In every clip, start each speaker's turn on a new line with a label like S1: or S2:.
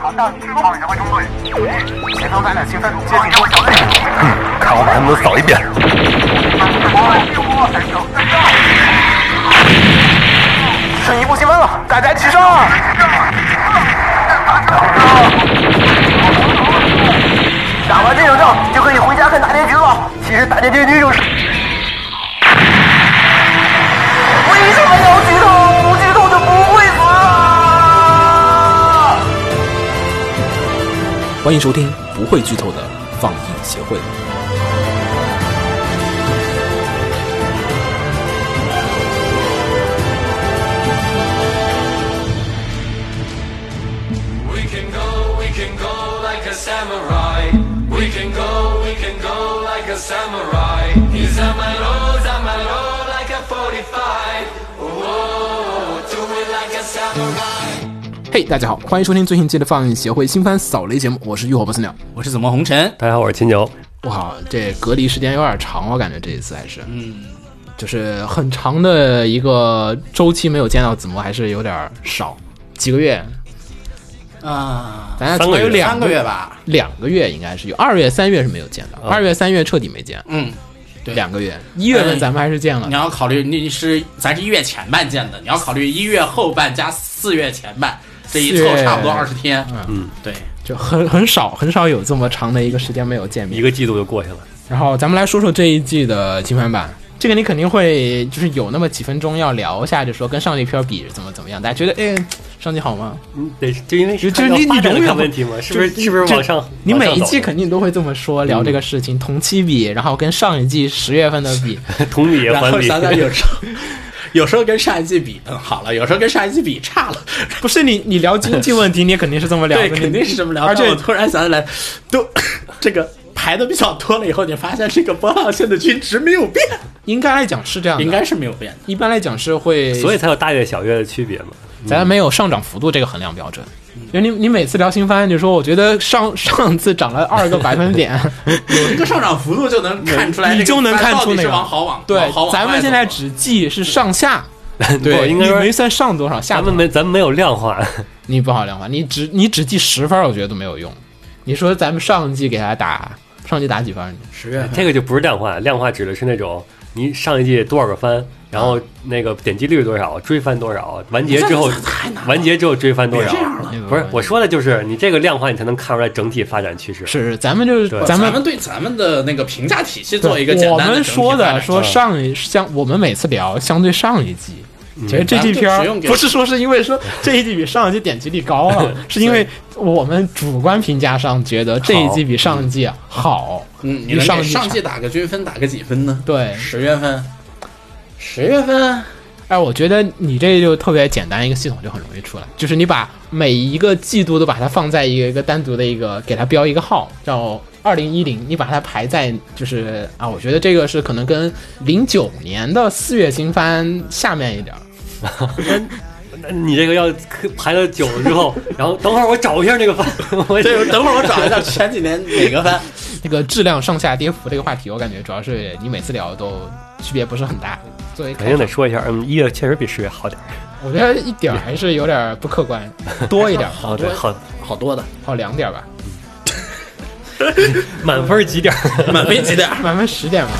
S1: 好，到你。后面指挥中队，嗯前方咱俩兴奋，接近我小队。
S2: 看我把他们都扫一遍。
S1: 剩一步积分了，大家齐上！打完这场仗就可以回家看打电局了。其实打电电局就是……为什么要剧透？不剧透就不会死啊！
S3: 欢迎收听不会剧透的放映协会。
S4: We can go, we can go like a samurai. We can go, we can go like a samurai. He's on my low, on my low like a 45. Whoa, do it like a samurai.
S3: 嘿、大家好，欢迎收听最新期的放映协会新番扫雷节目，我是浴火不死鸟。
S5: 我是怎么红尘？
S2: 大家好，我是秦牛。
S3: 我靠，这隔离时间有点长，我感觉这一次还是，嗯，就是很长的一个周期没有见到子墨，还是有点少，几个月，
S5: 啊，
S3: 咱俩
S2: 三个月
S3: 有两
S5: 三个月，吧。
S3: 两个月应该是有，二月、三月是没有见到，二月、三月彻底没见，
S5: 嗯，对嗯
S3: 两个月，一月份咱们还是见了
S5: 你，要考虑你是咱是一月前半见的，你要考虑一月后半加四月前半，这一
S3: 四
S5: 凑
S3: 月
S5: 差不多二十天。
S3: 嗯，
S5: 对，
S3: 就很很少很少有这么长的一个时间没有见面
S2: 一。个季度就过去了，
S3: 然后咱们来说说这一季的新番版，这个你肯定会就是有那么几分钟要聊一下，就说跟上一篇比怎么怎么样，大家觉得哎上季好吗？
S2: 嗯，得就因为
S3: 就是就是你
S2: 按照
S3: 你永
S2: 发展来
S3: 远
S2: 看
S3: 会
S2: 问题嘛，是不是
S3: 就是
S2: 不是
S3: 就
S2: 往上？
S3: 你每一季
S2: 季
S3: 肯定都会这么说，聊这个事情，同期比，然后跟上一季十月份的比，
S2: 同比也
S5: 然
S2: 环
S5: 后
S2: 比，
S5: 咱 俩有时候 有时候跟上一季比，嗯，好了；有时候跟上一季比差了。
S3: 不是你你聊经济问题，你肯定是这么聊，
S5: 对，
S3: 你
S5: 肯定是这么聊。
S3: 而
S5: 但我
S3: 且
S5: 突然想起来，都这个排的比较多了以后，你发现这个波浪线的均值没有变，
S3: 应该来讲是这样的，
S5: 应该是没有变的。
S3: 一般来讲是会，
S2: 所以才有大月小月的区别嘛。
S3: 咱没有上涨幅度这个衡量标准。因为你你每次聊新番，你说我觉得上上次涨了二个百分点，
S5: 有一个上涨幅度就能看出来这个
S3: 你就能看出
S5: 到底
S3: 那
S5: 是
S3: 个
S5: 往好往
S3: 对
S5: 往好，往
S3: 咱们
S5: 外
S3: 现在
S5: 走
S3: 只记是上下，
S2: 不应
S3: 你
S2: 该说
S3: 没算上多少，下
S2: 咱
S3: 多
S2: 们
S3: 少
S2: 没咱们没有量 化，
S3: 你不好量化，你只你只记十分儿，我觉得都没有用。你说咱们上季给他打，上季打几分儿？
S5: 十月份
S2: 这个就不是量化，量化指的是那种你上一季多少个番，然后那个点击率多少，追番多少，完结之后
S5: 这 太难了
S2: 完结之后追番多少
S5: 别这样了。
S2: 不是我说的就是你这个量化，你才能看出来整体发展趋势。
S3: 是咱们就是
S2: 对
S3: 咱
S5: 咱
S3: 们
S5: 们对咱们的那个评价体系做一个简
S3: 我
S5: 单的
S3: 们说
S5: 的
S3: 的说上一相，我们每次聊相对上一季，其实这季片
S5: 嗯咱们就不
S3: 儿
S5: 用给
S3: 不是说是因为说这一季比上一季点击率高 了，是因为我们主观评价上觉得这一季比上一季好。
S5: 嗯，
S3: 比
S5: 你能
S3: 上
S5: 给
S3: 季
S5: 上
S3: 差
S5: 季打个均分，打个几分呢？
S3: 对
S5: 十月份，十月份
S3: 哎，我觉得你这就特别简单，一个系统就很容易出来，就是你把每一个季度都把它放在一个一个单独的一个，给它标一个号，叫二零一零，你把它排在就是啊，我觉得这个是可能跟零九年的四月新番下面一点儿。
S2: 那你这个要排到九之 后，然后等会儿我找一下那个番，我
S5: 对，等会儿我找一下前几年哪个番。
S3: 那个质量上下跌幅这个话题，我感觉主要是你每次聊都区别不是很大。作为开
S2: 肯定
S3: 场
S2: 得，说一下，嗯，一月确实比十月好点儿。
S3: 我觉得一点儿还是有点儿不客 观，多一点儿，
S2: 哦，对，好，
S5: 好多的，
S3: 好两点儿吧，
S2: 满分几点儿？
S5: 满分几点？
S3: 满分十点吧。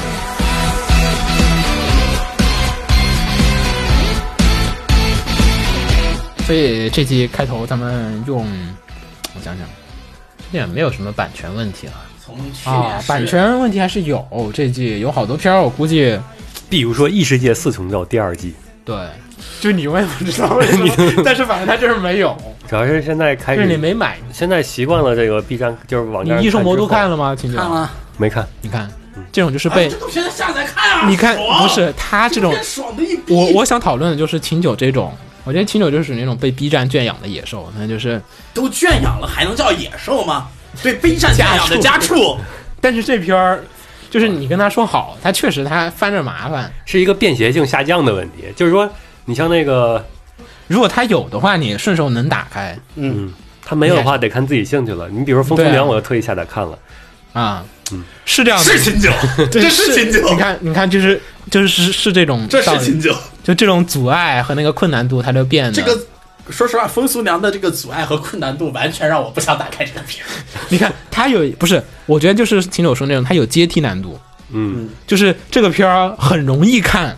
S3: 所以这期开头咱们用，我想想，这也没有什么版权问题了
S5: 从去
S3: 啊
S5: 年，
S3: 版权问题还是有。这季有好多片儿，我估计
S2: 比如说《异世界四重奏》第二季，
S3: 对，就你永远不知道为什 么，但是反正它就是没有。
S2: 主要是现在开
S3: 就是你
S2: 始，
S3: 没买，
S2: 现在习惯了这个 B 站就是网
S3: 你
S2: 站。
S3: 《异兽魔都》看
S2: 了
S3: 了吗？秦九，
S5: 看了，
S2: 没看？
S3: 你看，这种就是被、
S5: 这东西下载看啊！
S3: 你看，
S5: 爽
S3: 不是他这种，
S5: 边爽的一 逼
S3: 我我想讨论的就是秦九这种，我觉得秦九就是属于那种被 B 站圈养的野兽，那就是，
S5: 都圈养了，还能叫野兽吗？对，悲战圈养的家畜，
S3: 但是这片儿。就是你跟他说好，他确实他翻着麻烦。
S2: 是一个便携性下降的问题，就是说，你像那个，
S3: 如果他有的话，你顺手能打开
S5: 嗯，
S2: 嗯，他没有的话得看自己兴趣了。你比如说《风
S3: 对
S2: 姑
S3: 啊
S2: 娘》，我就特意下载看了。
S3: 啊，是这样的
S5: 嗯是。秦九，
S3: 对
S5: 这是秦九，
S3: 你看，你看，就是就是是是这种
S5: 这
S3: 道理，
S5: 是秦九，
S3: 就这种阻碍和那个困难度，它就变得
S5: 这个说实话，风俗娘的这个阻碍和困难度，完全让我不想打开这个屏。
S3: 你看，它有不是？我觉得就是秦九说那种，它有阶梯难度。
S2: 嗯，
S3: 就是这个片儿很容易看，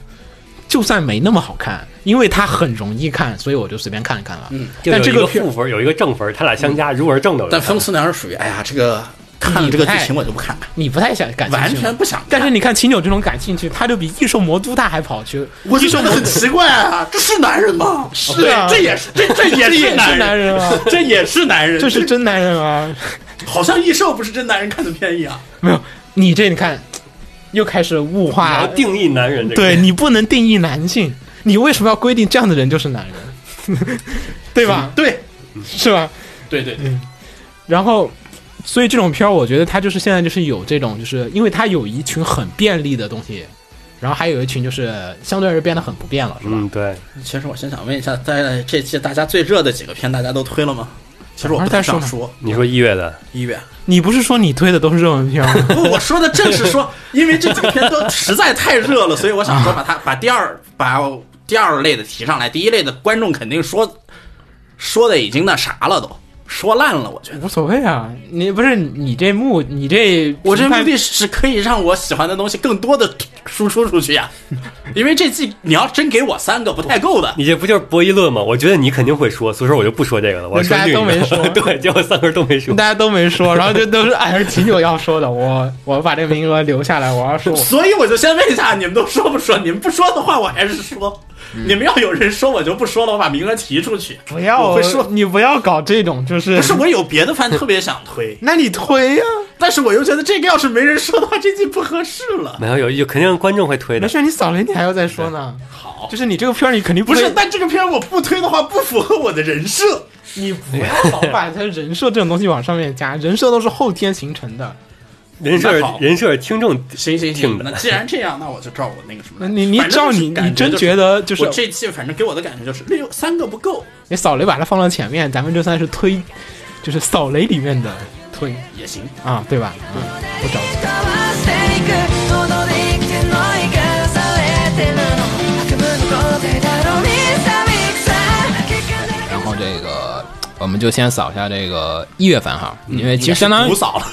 S3: 就算没那么好看，因为它很容易看，所以我就随便看一看了。嗯，
S2: 就有
S3: 但这
S2: 一个
S3: 片儿
S2: 负分，有一个正分，它俩相加，如果是正的，我就
S5: 但
S2: 看
S5: 风俗娘是属于，哎呀，这个看了这个剧情我就不看了，
S3: 你不太想感兴趣，
S5: 完全。不想看。
S3: 但是你看秦九这种感兴趣，他就比异兽魔都他还跑去。
S5: 我就觉得很奇怪啊，这是男人吗？是
S3: 啊
S5: 这也是这这
S3: 这
S5: 也
S3: 也是
S5: 是
S3: 男人 啊
S5: 这也是男人，
S3: 这是真男人啊！
S5: 好像异兽不是真男人看的片一样。
S3: 没有你这，你看又开始物
S2: 你要
S3: 化，
S2: 定义男人这个，
S3: 啊对你不能定义男性，你为什么要规定这样的人就是男人， 对吧？
S5: 对
S3: 是吧？嗯
S5: 对对对，
S3: 然后，所以这种片儿，我觉得它就是现在就是有这种，就是因为它有一群很便利的东西，然后还有一群就是相对而言变得很不便了，是吧？
S2: 嗯，对，
S5: 其实我先想问一下，在这期大家最热的几个片，大家都推了吗？其实我不太想说
S2: 你说一月的，
S5: 一月，
S3: 你不是说你推的都是热门片儿吗？
S5: 不，我说的正是说，因为这几个片都实在太热了，所以我想说把它把第二把第二类的提上来，第一类的观众肯定说说的已经那啥了都，说烂了，我觉得。
S3: 无所谓啊，你不是你这幕，你这
S5: 我这
S3: 评
S5: 目
S3: 判
S5: 的是可以让我喜欢的东西更多的输出出去呀、啊 因为这季你要真给我三个不太够的，
S2: 你这不就是博弈论吗？我觉得你肯定会说，所以说我就不说这个了，我要说
S3: 大家
S2: 另
S3: 都
S2: 一
S3: 没
S2: 个
S3: 说
S2: 对，结果三个人都没说。
S3: 大家都没 说，然后就都是哎，是秦九要说的，我 我把这个名额留下来，我要说我。
S5: 所以我就先问一下，你们都说不说？你们不说的话，我还是说。你们要有人说，我就不说了，我把名额提出去。
S3: 不要
S5: 我会说，
S3: 你不要搞这种，就是，
S5: 不是我有别的番特别想推
S3: 那你推呀、
S5: 但是我又觉得这个要是没人说的话，这季不合适了。
S2: 没有有有肯定观众会推
S3: 没
S2: 的，
S3: 事，你扫雷你还要再说呢。
S5: 好，
S3: 就是你这个片儿，你肯定
S5: 不
S3: 会
S5: 是，但这个片儿我不推的话，不符合我的人设。
S3: 你不要老 把他人设这种东西往上面加，人设都是后天形成的。
S2: 人设
S5: 那好
S2: 人设听众
S5: 行行
S2: 挺
S5: 行，
S2: 的
S5: 那既然这样，那我就照我那个什么
S3: 那。你你
S5: 反正
S3: 照
S5: 就是
S3: 你
S5: 感
S3: 你真
S5: 就是
S3: 觉得就是
S5: 我这季反正给我的感觉就是六三个不够，
S3: 你扫雷把它放到前面，咱们这算是推，就是扫雷里面的推
S5: 也行。
S3: 啊，对吧？嗯，不着急。
S6: 交わしていくどの理屈もいかされてるの悪夢の皇帝だろミスターミクサー聞かない
S3: 然后这个我们就先扫一下这个一月份哈，因哎为其实相当于
S5: 不扫了，嗯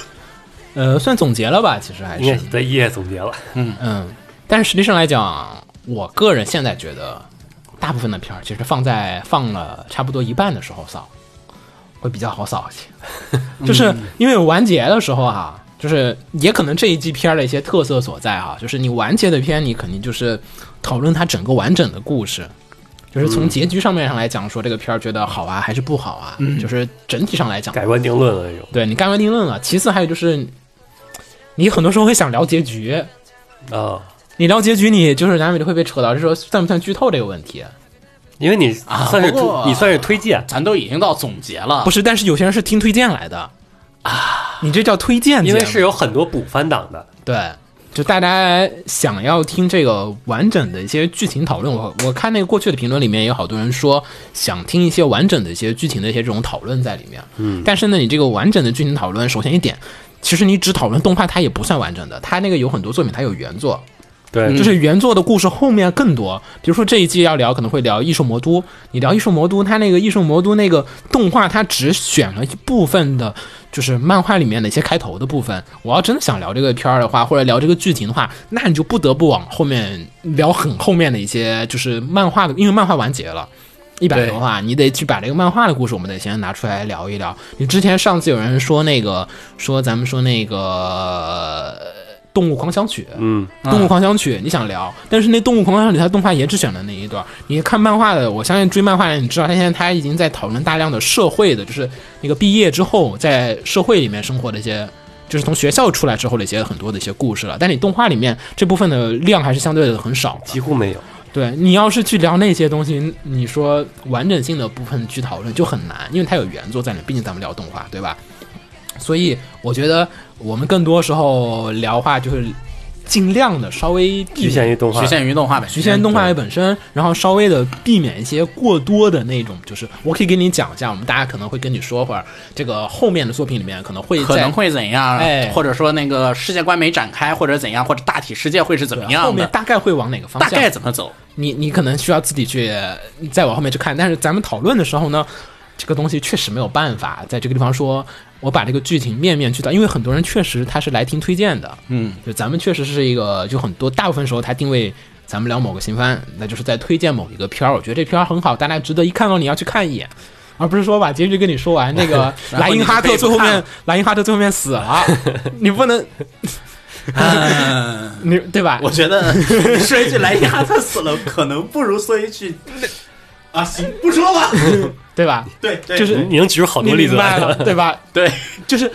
S3: 呃算总结了吧，其实还
S2: 应该
S3: 是
S2: 是在一月总结了，
S3: 嗯，但是实际上来讲，我个人现在觉得，大部分的片儿其实放在放了差不多一半的时候扫，会比较好扫一些。就是因为完结的时候啊，就是也可能这一季片儿的一些特色所在啊，就是你完结的片，你肯定就是讨论它整个完整的故事。就是从结局上面上来讲，说这个片儿觉得好啊还是不好啊，就是整体上来讲，
S2: 改观定论了那种。
S3: 对你盖棺定论了。其次还有就是，你很多时候会想聊结局，
S2: 啊，
S3: 你聊结局，你就是难免就会被扯到，就说算不算剧透这个问题？
S2: 因为你
S5: 啊
S2: 算是
S5: 不过
S2: 推你算是推荐，
S5: 咱都已经到总结了
S3: 不。是，但是有些人是听推荐来的啊，你这叫推荐节
S2: 因
S3: 目，
S2: 为是有很多补番档的，
S3: 对，就大家想要听这个完整的一些剧情讨论，我我看那个过去的评论里面有好多人说想听一些完整的一些剧情的一些这种讨论在里面。嗯，但是呢，你这个完整的剧情讨论，首先一点，其实你只讨论动画，它也不算完整的，它那个有很多作品，它有原作，
S2: 对，
S3: 就是原作的故事后面更多，比如说这一季要聊，可能会聊《异兽魔都》。你聊《异兽魔都》，它那个《异兽魔都》那个动画，它只选了一部分的，就是漫画里面的一些开头的部分。我要真的想聊这个片儿的话，或者聊这个剧情的话，那你就不得不往后面聊很后面的一些，就是漫画的，因为漫画完结了。一百多话，你得去把这个漫画的故事，我们得先拿出来聊一聊。你之前上次有人说那个，说咱们说那个呃《动物狂想曲》，
S2: 嗯，
S3: 《动物狂想曲》你想聊，但是那《动物狂想曲》它动画也只选了那一段。你看漫画的，我相信追漫画的人，你知道他现在他已经在讨论大量的社会的，就是那个毕业之后在社会里面生活的一些，就是从学校出来之后的一些很多的一些故事了。但你动画里面这部分的量还是相对的很少的
S2: 几。乎没有。
S3: 对你要是去聊那些东西，你说完整性的部分去讨论就很难，因为它有原作在里面，毕竟咱们聊动画，对吧？所以我觉得我们更多时候聊话就是尽量的稍微避
S2: 局
S3: 免
S2: 限于动画
S7: 局，限于动画呗，
S3: 局限于动画本身，然后稍微的避免一些过多的那种，就是我可以给你讲一下，我们大家可能会跟你说会儿，这个后面的作品里面可能会
S7: 可
S3: 在
S7: 能会怎样？
S3: 哎
S7: 或者说那个世界观没展开，或者怎样，或者大体世界会是怎么
S3: 后
S7: 样
S3: 面
S7: 的？
S3: 大概会往哪个方
S7: 大
S3: 向？
S7: 概怎么走？
S3: 你你可能需要自己去你再往后面去看。但是咱们讨论的时候呢，这个东西确实没有办法在这个地方说，我把这个剧情面面俱到，因为很多人确实他是来听推荐的，嗯，就咱们确实是一个，就很多大部分时候他定位。咱们聊某个新番，那就是在推荐某一个片儿，我觉得这片儿很好，大家值得一看哦，你要去看一眼，而不是说把结局跟你说完。那个
S7: 然后
S3: 莱
S7: 你
S3: 因
S7: 就
S3: 哈
S7: 可
S3: 特
S7: 以不
S3: 最后
S7: 看
S3: 面
S7: 了，
S3: 莱因哈特最后面死 了，你不能，
S7: 嗯，
S3: 你对吧？
S7: 我觉得你说一句莱因哈特死了，可能不如说一句啊，行，不说吧。
S3: 对吧？
S7: 对对，
S3: 就是
S2: 你能嗯举出好
S3: 你
S2: 多例
S3: 明
S2: 子
S3: 白
S2: 来。
S3: 了，对吧？
S7: 对，
S3: 就是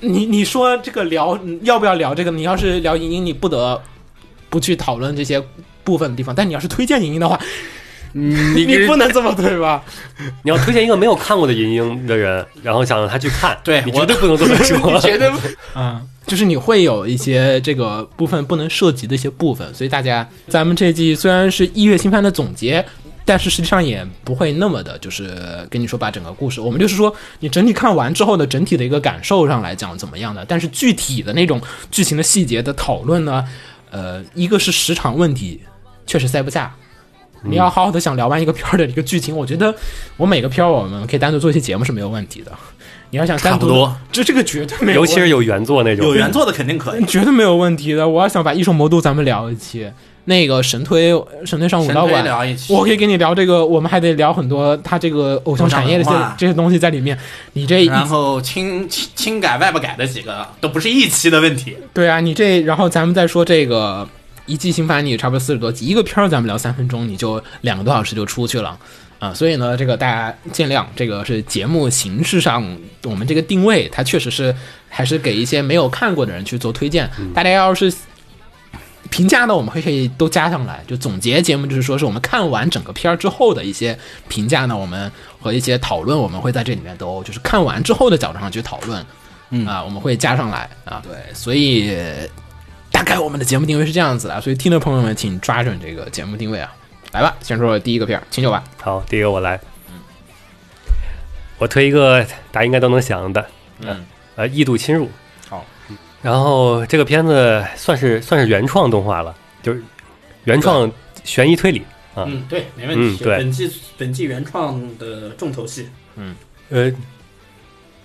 S3: 你你说这个聊要不要聊这个？你要是聊莹莹，你不得不去讨论这些部分的地方。但你要是推荐莹莹的话，
S7: 你
S3: 嗯你不能这么对吧？
S2: 你要推荐一个没有看过的银鹰的人，然后想让他去看，
S7: 对
S2: 你
S7: 我
S2: 绝对不能这么说。
S7: 绝对
S3: 嗯，就是你会有一些这个部分不能涉及的一些部分，所以大家咱们这季虽然是一月新番的总结。但是实际上也不会那么的，就是跟你说把整个故事，我们就是说你整体看完之后的整体的一个感受上来讲怎么样的，但是具体的那种剧情的细节的讨论呢，呃，一个是时长问题，确实塞不下。你要好好的想聊完一个片儿的一个剧情，我觉得我每个片儿我们可以单独做一期节目是没有问题的。你要想单独
S7: 差不
S3: 地
S7: 多，
S3: 这这个绝对没有
S2: 尤
S3: 问
S2: 其
S3: 题，
S2: 是有原作那种，
S7: 有原作的肯定可以。
S3: 绝对没有问题的。我要想把《异兽魔都》咱们聊一期，那个神推神推上武道
S7: 神
S3: 馆
S7: 推聊一期
S3: 我可以跟你聊这个，我们还得聊很多他这个偶像产业的这
S7: 偶像文化
S3: 这些东西在里面。你这一
S7: 然后轻轻轻改外不改的几个都不是一期的问题，
S3: 对啊，你这然后咱们再说这个一季新番，你差不多四十多集，一个片儿咱们聊三分钟，你就两个多小时就出去了。啊，所以呢，这个大家见谅，这个是节目形式上，我们这个定位，它确实是还是给一些没有看过的人去做推荐。大家要是评价呢，我们会可以都加上来。就总结节目，就是说是我们看完整个片儿之后的一些评价呢，我们和一些讨论，我们会在这里面都就是看完之后的角度上去讨论。嗯啊，我们会加上来啊，对，所以大概我们的节目定位是这样子的，啊所以听众朋友们，请抓准这个节目定位啊。来吧，先说第一个片儿，秦九吧。
S2: 好，第一个我来，我推一个大家应该都能想的，
S3: 嗯，
S2: 呃，《异度侵入》。
S3: 好，
S2: 然后这个片子算是算是原创动画了，就是原创悬疑推理。
S7: 嗯，对，没
S2: 问题嗯对本
S7: 季本季原创的重头戏，
S2: 呃，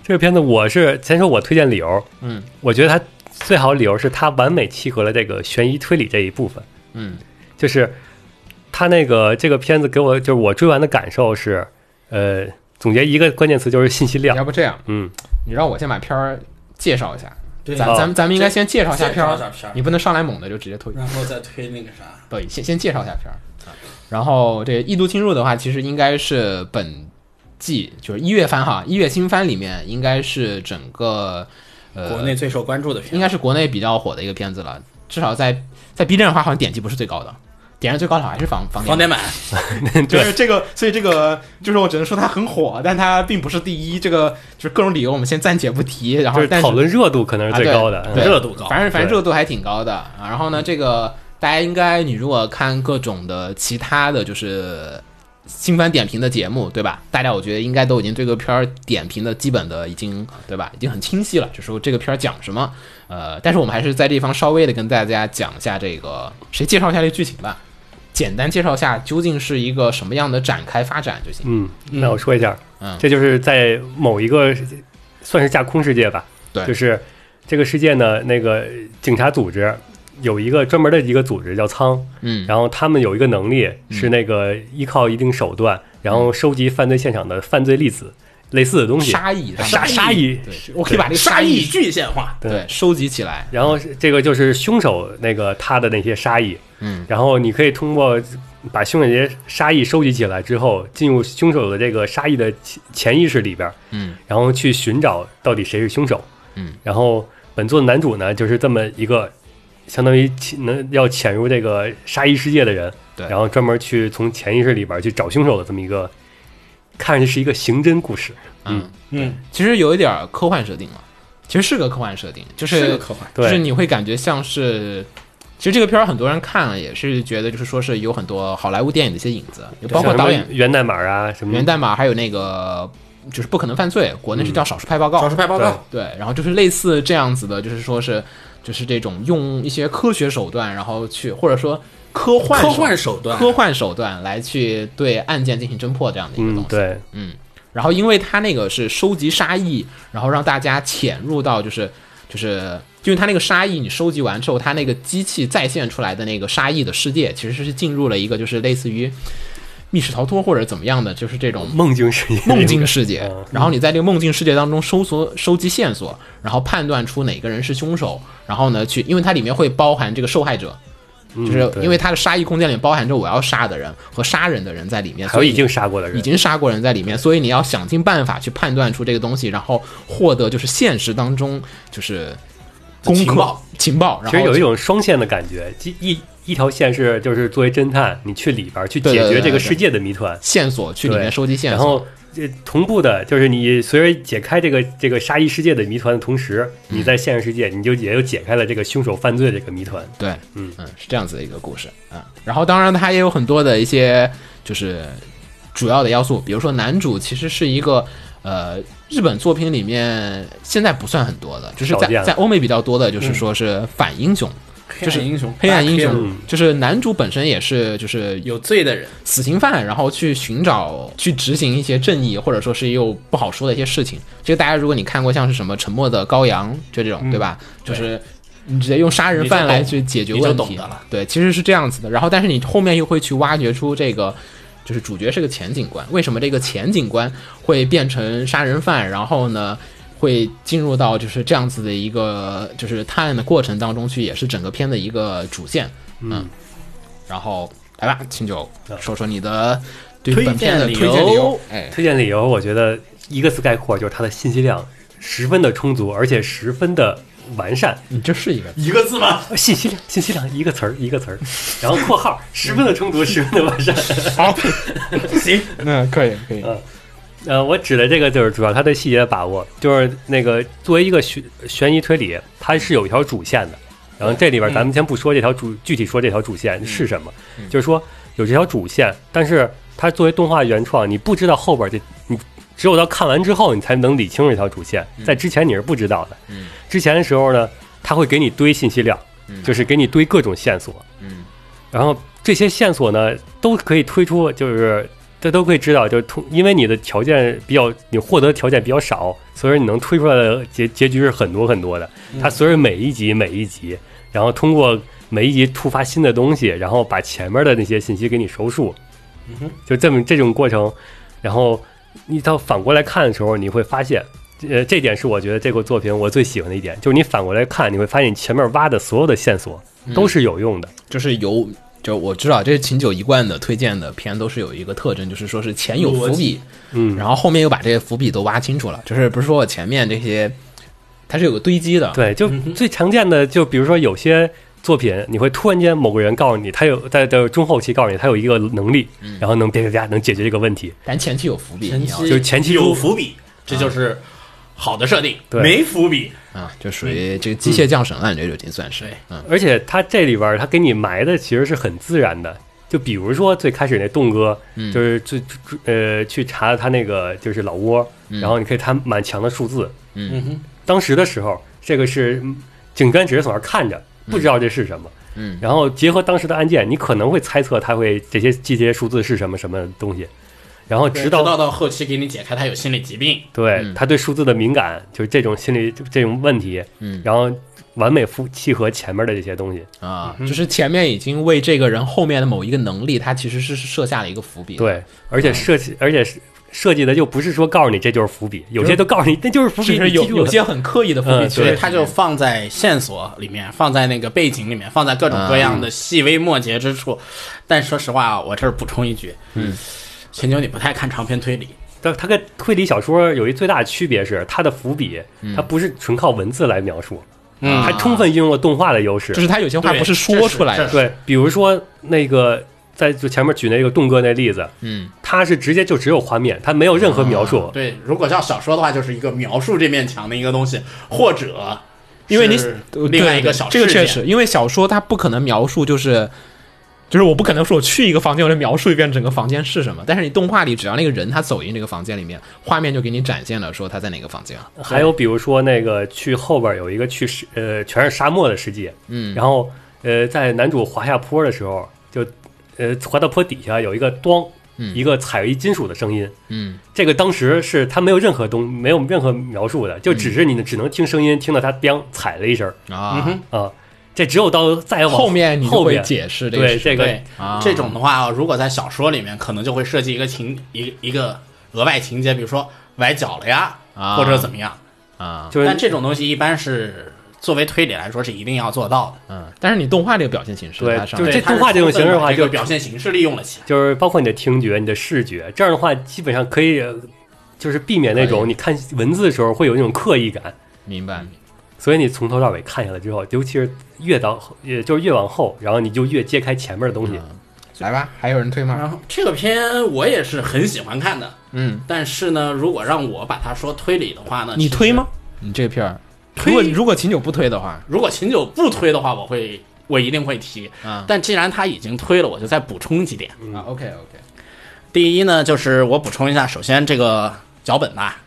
S2: 这个片子我是先说我推荐理由，
S3: 嗯，
S2: 我觉得它最好的理由是它完美契合了这个悬疑推理这一部分，
S3: 嗯，
S2: 就是它那个这个片子给我就是我追完的感受是，呃，总结一个关键词就是信息量
S3: 要，不这样，
S2: 嗯，
S3: 你让我先把片儿介绍一下。
S7: 对
S3: 咱
S2: 啊
S3: 咱们咱们应该先介绍一下片
S7: 介绍一下片
S3: 儿
S7: 儿，
S3: 你不能上来猛的就直接推。
S7: 然后再推那个啥，
S3: 对，先先介绍一下片儿。然后这个《异度侵入》的话，其实应该是本季就是一月番哈，一月新番里面应该是整个呃
S7: 国内最受关注的
S3: 应
S7: 片，
S3: 该是国内比较火的一个片子了，至少在在 B 站的话，好像点击不是最高的，点击最高的好像还是房房
S7: 房
S3: 点
S7: 点满，
S3: 就是这个，所以这个就是我只能说它很火，但它并不是第一，这个就是各种理由我们先暂且不提，然
S2: 就
S3: 后
S2: 是
S3: 啊但
S2: 讨论热度可能是最高的，
S3: 啊
S2: 嗯
S3: 对对
S7: 热度高嗯
S3: 反正反正
S2: 对
S3: 热度还挺高的啊。然后呢，这个大家应该你如果看各种的其他的就是新番点评的节目，对吧？大家我觉得应该都已经对这个片儿点评的基本的已经对吧，已经很清晰了，就说这个片儿讲什么。呃，但是我们还是在这地方稍微的跟大家讲一下这个，谁介绍一下这个剧情吧。简单介绍一下究竟是一个什么样的展开发展就行。
S2: 嗯，那我说一下，
S3: 嗯
S2: 这就是在某一个算是架空世界吧，
S3: 对
S2: 就是这个世界呢，那个警察组织有一个专门的一个组织叫仓，
S3: 嗯，
S2: 然后他们有一个能力是那个依靠一定手段，然后收集犯罪现场的犯罪粒子类似的东西，
S3: 嗯杀意，
S2: 杀杀意，
S3: 对，我可以把这个
S7: 杀
S3: 意
S7: 意具现化，
S3: 对收集起来。
S2: 然后这个就是凶手那个他的那些杀意，
S3: 嗯，
S2: 然后你可以通过把凶手这些杀意收集起来之后，进入凶手的这个杀意的潜潜意识里边，
S3: 嗯，
S2: 然后去寻找到底谁是凶手，
S3: 嗯，
S2: 然后本作的男主呢就是这么一个相当于潜能要潜入这个杀意世界的人，
S3: 对
S2: 然后专门去从潜意识里边去找凶手的这么一个，看上去是一个刑侦故事，
S3: 嗯，
S7: 嗯，
S3: 其实有一点儿科幻设定了。其实是个科幻设定，就是
S7: 是个科幻
S3: 就是
S2: 对
S3: 你会感觉像是。其实这个片儿很多人看了也是觉得，就是说是有很多好莱坞电影的一些影子，包括
S2: 像什么
S3: 导演
S2: 源代码啊什么
S3: 源代码，还有那个就是《不可能犯罪》，国
S7: 嗯
S3: 内是叫《少数派报告》
S7: 少数派报告，
S3: 对，然后就是类似这样子的，就是说是就是这种用一些科学手段，然后去或者说科幻
S7: 科幻手段
S3: 科幻手段来去对案件进行侦破这样的一个东西。
S2: 嗯对，
S3: 然后因为他那个是收集沙溢，然后让大家潜入到就是就是。因为他那个沙溢，你收集完之后，他那个机器再现出来的那个沙溢的世界，其实是进入了一个就是类似于密室逃脱或者怎么样的，就是这种
S2: 梦境世界
S3: 梦境世界
S2: 嗯，
S3: 然后你在这个梦境世界当中搜索、收集线索，然后判断出哪个人是凶手，然后呢去，因为它里面会包含这个受害者，就是
S2: 嗯对
S3: 因为它的杀意空间里包含着我要杀的人和杀人的人在里面，
S2: 还有
S3: 所以
S2: 已经杀过的人，
S3: 已经杀过人在里面，所以你要想尽办法去判断出这个东西，然后获得就是现实当中就是攻克
S7: 情报
S3: 情报，然
S2: 其
S3: 后
S2: 实有一种双线的感觉，即一一条线是就是作为侦探，你去里边儿去
S3: 对
S2: 解
S3: 对对
S2: 决这
S3: 对
S2: 个
S3: 对
S2: 世界的谜团，
S3: 线索去里
S2: 对
S3: 面收集线
S2: 然
S3: 索，
S2: 后呃同步的就是你随着解开这个这个杀意世界的谜团的同时，你在现实世界你就也就解开了这个凶手犯罪的这个谜团。
S3: 对，
S2: 嗯
S3: 嗯，是这样子的一个故事啊、嗯。然后当然它也有很多的一些就是主要的要素，比如说男主其实是一个呃日本作品里面现在不算很多的，就是
S2: 少见
S3: 在
S2: 了
S3: 在欧美比较多的，就是说是反英雄。就是
S7: 黑暗英雄
S3: 黑暗英
S7: 大
S3: 雄
S7: 片
S3: 就是男主本身也是就是
S7: 有罪的人，
S3: 死刑犯，然后去寻找、去执行一些正义，或者说是又不好说的一些事情。这个大家如果你看过像是什么《沉默的羔羊》就这种，对吧？就是你直接用杀人犯来去解决问
S7: 你就懂
S3: 题
S7: 得了。
S3: 对，其实是这样子的。然后，但是你后面又会去挖掘出这个。就是主角是个前警官，为什么这个前警官会变成杀人犯？然后呢，会进入到就是这样子的一个就是探案的过程当中去，也是整个片的一个主线。嗯，然后来吧，秦九说说你的对
S7: 推
S3: 本片的
S7: 荐理
S3: 推荐理由
S7: 由。
S3: 哎，
S2: 推荐理由，我觉得一个字概括就是它的信息量十分的充足，而且十分的完善。
S3: 你这是一个
S7: 一个字吗？
S2: 信息量，信息量，一个词儿一个词儿，然后括号十分的充足，十分的完善。
S3: 好，
S7: 行，
S3: 嗯，可以可以，
S2: 呃，我指的这个就是主要它对细节的把握，就是那个作为一个悬悬疑推理，它是有一条主线的。然后这里
S3: 嗯
S2: 边咱们先不说这条主、具体说这条主线是什么，就是说有这条主线，但是它作为动画原创，你不知道后边这你只有到看完之后，你才能理清这条主线，在之前你是不知道的。
S3: 嗯
S2: 之前的时候呢，它会给你堆信息量，就是给你堆各种线索，
S3: 嗯，
S2: 然后这些线索呢，都可以推出，就是这都可以知道，就是通，因为你的条件比较，你获得条件比较少，所以说你能推出来的结结局是很多很多的。它随着每一集每一集，然后通过每一集突发新的东西，然后把前面的那些信息给你收束，就这么这种过程，然后你到反过来看的时候，你会发现。呃，这点是我觉得这个作品我最喜欢的一点，就是你反过来看，你会发现你前面挖的所有的线索都是有用的。
S3: 就是有。就我知道，这是秦九一贯的推荐的片，都是有一个特征，就是说是前有伏
S7: 逻
S3: 笔
S7: 辑，
S2: 嗯
S3: 然后后面又把这些伏笔都挖清楚了。就是不是说我前面这些，它是有个堆积的，
S2: 对，就最常见的，就比如说有些作品，你会突然间某个人告诉你，他有在在中后期告诉你他有一个能力，然后能别别别能解决这个问题。
S3: 但前期有伏笔，你要
S2: 就是前期
S7: 有
S2: 铺
S7: 伏笔，这就是好的设定。
S2: 对
S7: 没伏笔，
S3: 啊，就属于这个机械降神了，你这就已经算是
S7: 对，
S3: 嗯
S2: 而且他这里边儿他给你埋的其实是很自然的，就比如说最开始那栋哥，
S3: 嗯
S2: 就是最呃去查他那个就是老窝，然后你可以他满墙的数字，
S3: 嗯
S7: 哼，
S2: 当时的时候，这个是嗯警官只是在那儿看着，不知道这是什么。
S3: 嗯
S2: 然后结合当时的案件，你可能会猜测他会这些这些数字是什么什么东西，然后直
S7: 直
S2: 到
S7: 到到后期给你解开他有心理疾病，
S2: 对、
S3: 嗯
S2: 他对数字的敏感，就是这种心理这这种问题，
S3: 嗯
S2: 然后完美符契合前面的这些东西。
S3: 啊，就是前面已经为这个人后面的某一个能力，他其实是设下了一个伏笔，，
S2: 对，而
S3: 嗯
S2: 且设计，而且是设计的就不是说告诉你这就是伏笔，有些都告诉你那就是伏
S3: 就
S2: 笔，
S3: 是
S2: 你
S3: 有
S2: 记住
S3: 有
S2: 了。
S3: 些很刻意的伏笔，
S2: 嗯
S3: 其
S7: 所
S3: 实
S7: 以
S2: 对
S3: 他
S7: 他就放在线索里面，放在那个背景里面，放在各种各样的细微末节之处。但说实话啊，我这儿补充一句，嗯，秦九你不太看长篇推理，
S2: 但它跟推理小说有一最大的区别是，它的伏笔，
S3: 嗯
S2: 它不是纯靠文字来描述，
S7: 嗯
S2: 它充分运用了动画的优势
S3: 就。是他有些话
S7: 对
S3: 不是说出来
S7: 这
S3: 的，
S7: 是
S2: 对，比如说那个在就前面举那个栋哥那例子，
S3: 嗯，啊
S2: 他是直接就只有画面，他没有任何描述，
S5: 对，如果像小说的话，就是一个描述这面墙的一个东西，或者
S3: 因为你
S5: 是
S3: 呃
S5: 另外
S3: 对
S5: 一个
S3: 对
S5: 小
S3: 这个
S5: 事
S3: 确
S5: 件
S3: 实，因为小说它不可能描述就是。就是我不可能说我去一个房间，我就描述一遍整个房间是什么。但是你动画里，只要那个人他走进这个房间里面，画面就给你展现了说他在哪个房间。
S2: 还有比如说那个去后边有一个去世呃全是沙漠的世界，嗯，然后呃在男主滑下坡的时候，就呃滑到坡底下有一个咣，一个踩一金属的声音，
S3: 嗯，
S2: 这个当时是他没有任何东没有任何描述的，就只是
S3: 嗯
S2: 你只能听声音，听到他“当”踩了一声
S3: 啊，
S2: 啊，这只有到再往
S3: 后面你就
S2: 后
S3: 会
S2: 面
S3: 解释这个
S2: 对
S3: 是
S2: 这个
S5: 对、
S3: 啊
S5: 这种的话，如果在小说里面，可能就会设计一个情一个一个额外情节，比如说崴脚了呀，
S3: 啊
S5: 或者怎么样。
S3: 啊，
S2: 就是
S5: 但这种东西一般是作为推理来说是一定要做到的。
S3: 嗯，但是你动画这个表现形式，
S2: 对
S3: 它上
S2: 就是
S5: 对
S2: 这
S5: 它是
S2: 动画这种形式的
S5: 充分
S2: 话
S5: 把这个
S2: 就
S5: 表现形式利用了起来。
S2: 就是包括你的听觉、你的视觉，这样的话基本上可以，呃就是避免那
S3: 可
S2: 种
S3: 以
S2: 你看文字的时候会有那种刻意感，
S3: 明白？
S2: 所以你从头到尾看下来之后，尤其是越到后也就是越往后，然后你就越揭开前面的东西。
S3: 嗯来吧，还有人推吗？
S5: 然后这个片我也是很喜欢看的，
S3: 嗯，
S5: 但是呢，如果让我把它说推理的话呢，
S3: 你
S5: 其实
S3: 推吗？？你这个片儿，
S5: 推
S3: 如果如果秦九不推的话，
S5: 如果秦九不推的话，我会我一定会提。
S3: 啊
S5: 但既然他已经推了，我就再补充几点。
S3: 啊，OK OK，
S5: 第一呢，就是我补充一下，首先这个脚本吧，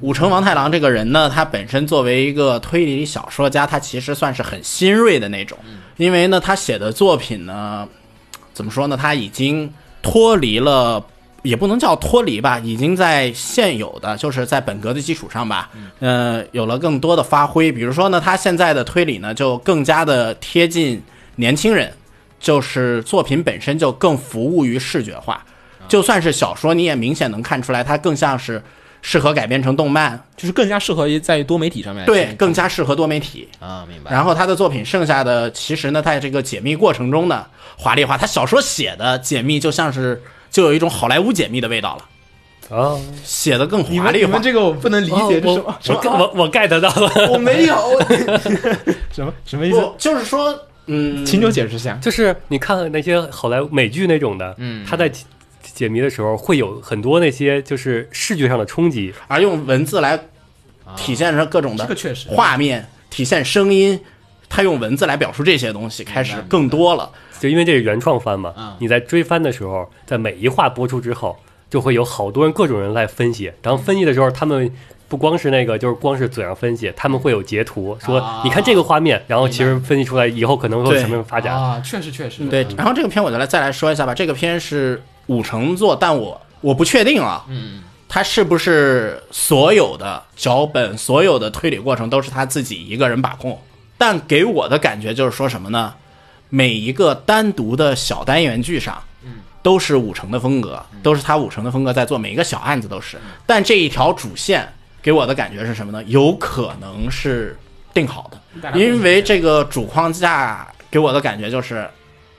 S5: 武城王太郎这个人呢，他本身作为一个推理小说家，他其实算是很新锐的那种，因为呢，他写的作品呢，怎么说呢，他已经脱离了。也不能叫脱离吧，已经在现有的就是在本格的基础上吧，呃，有了更多的发挥。比如说呢，他现在的推理呢就更加的贴近年轻人，就是作品本身就更服务于视觉化。
S3: 啊
S5: 就算是小说，你也明显能看出来，它更像是适合改编成动漫，
S3: 就是更加适合于在多媒体上面来
S5: 对，
S3: 听
S5: 更加适合多媒体。
S3: 啊，哎明白。
S5: 然后他的作品剩下的，其实呢，在这个解密过程中呢，华丽化，他小说写的解密就像是就有一种好莱坞解密的味道了，
S2: 啊，
S5: 写的更
S3: 你
S5: 华
S3: 们
S5: 丽
S3: 你
S5: 化
S3: 们。这个我不能理
S2: 哦
S3: 解，这
S2: 我
S3: 什么什
S2: 我
S3: 么
S2: 我 我 get 到了，
S3: 我没有，什么什么意思？
S5: 不，就是说，嗯，
S3: 秦九解释一下，
S2: 就是你看那些好莱坞美剧那种的，嗯，他在解解谜的时候会有很多那些就是视觉上的冲击，
S5: 而用文字来体现着各种的
S3: 啊这个确实
S5: 画面，体现声音，他用文字来表述这些东西，开始更多了。
S2: 就因为这是原创番嘛，
S3: 啊
S2: 你在追番的时候，在每一话播出之后，就会有好多人各种人来分析。然后分析的时候，他们不光是那个，就是光是嘴上分析，他们会有截图说，
S3: 啊
S2: 你看这个画面，然后其实分析出来以后可能会有
S5: 对
S2: 什么样的发展。
S3: 啊，确实确实，
S5: 对，然后这个片我再来再来说一下吧。这个片是五成做，但我我不确定啊，嗯，他是不是所有的脚本、所有的推理过程都是他自己一个人把控？但给我的感觉就是说什么呢？每一个单独的小单元剧上，都是五成的风格，都是他五成的风格在做，每一个小案子都是。但这一条主线给我的感觉是什么呢？有可能是定好
S3: 大家
S5: 的，因为这个主框架给我的感觉就是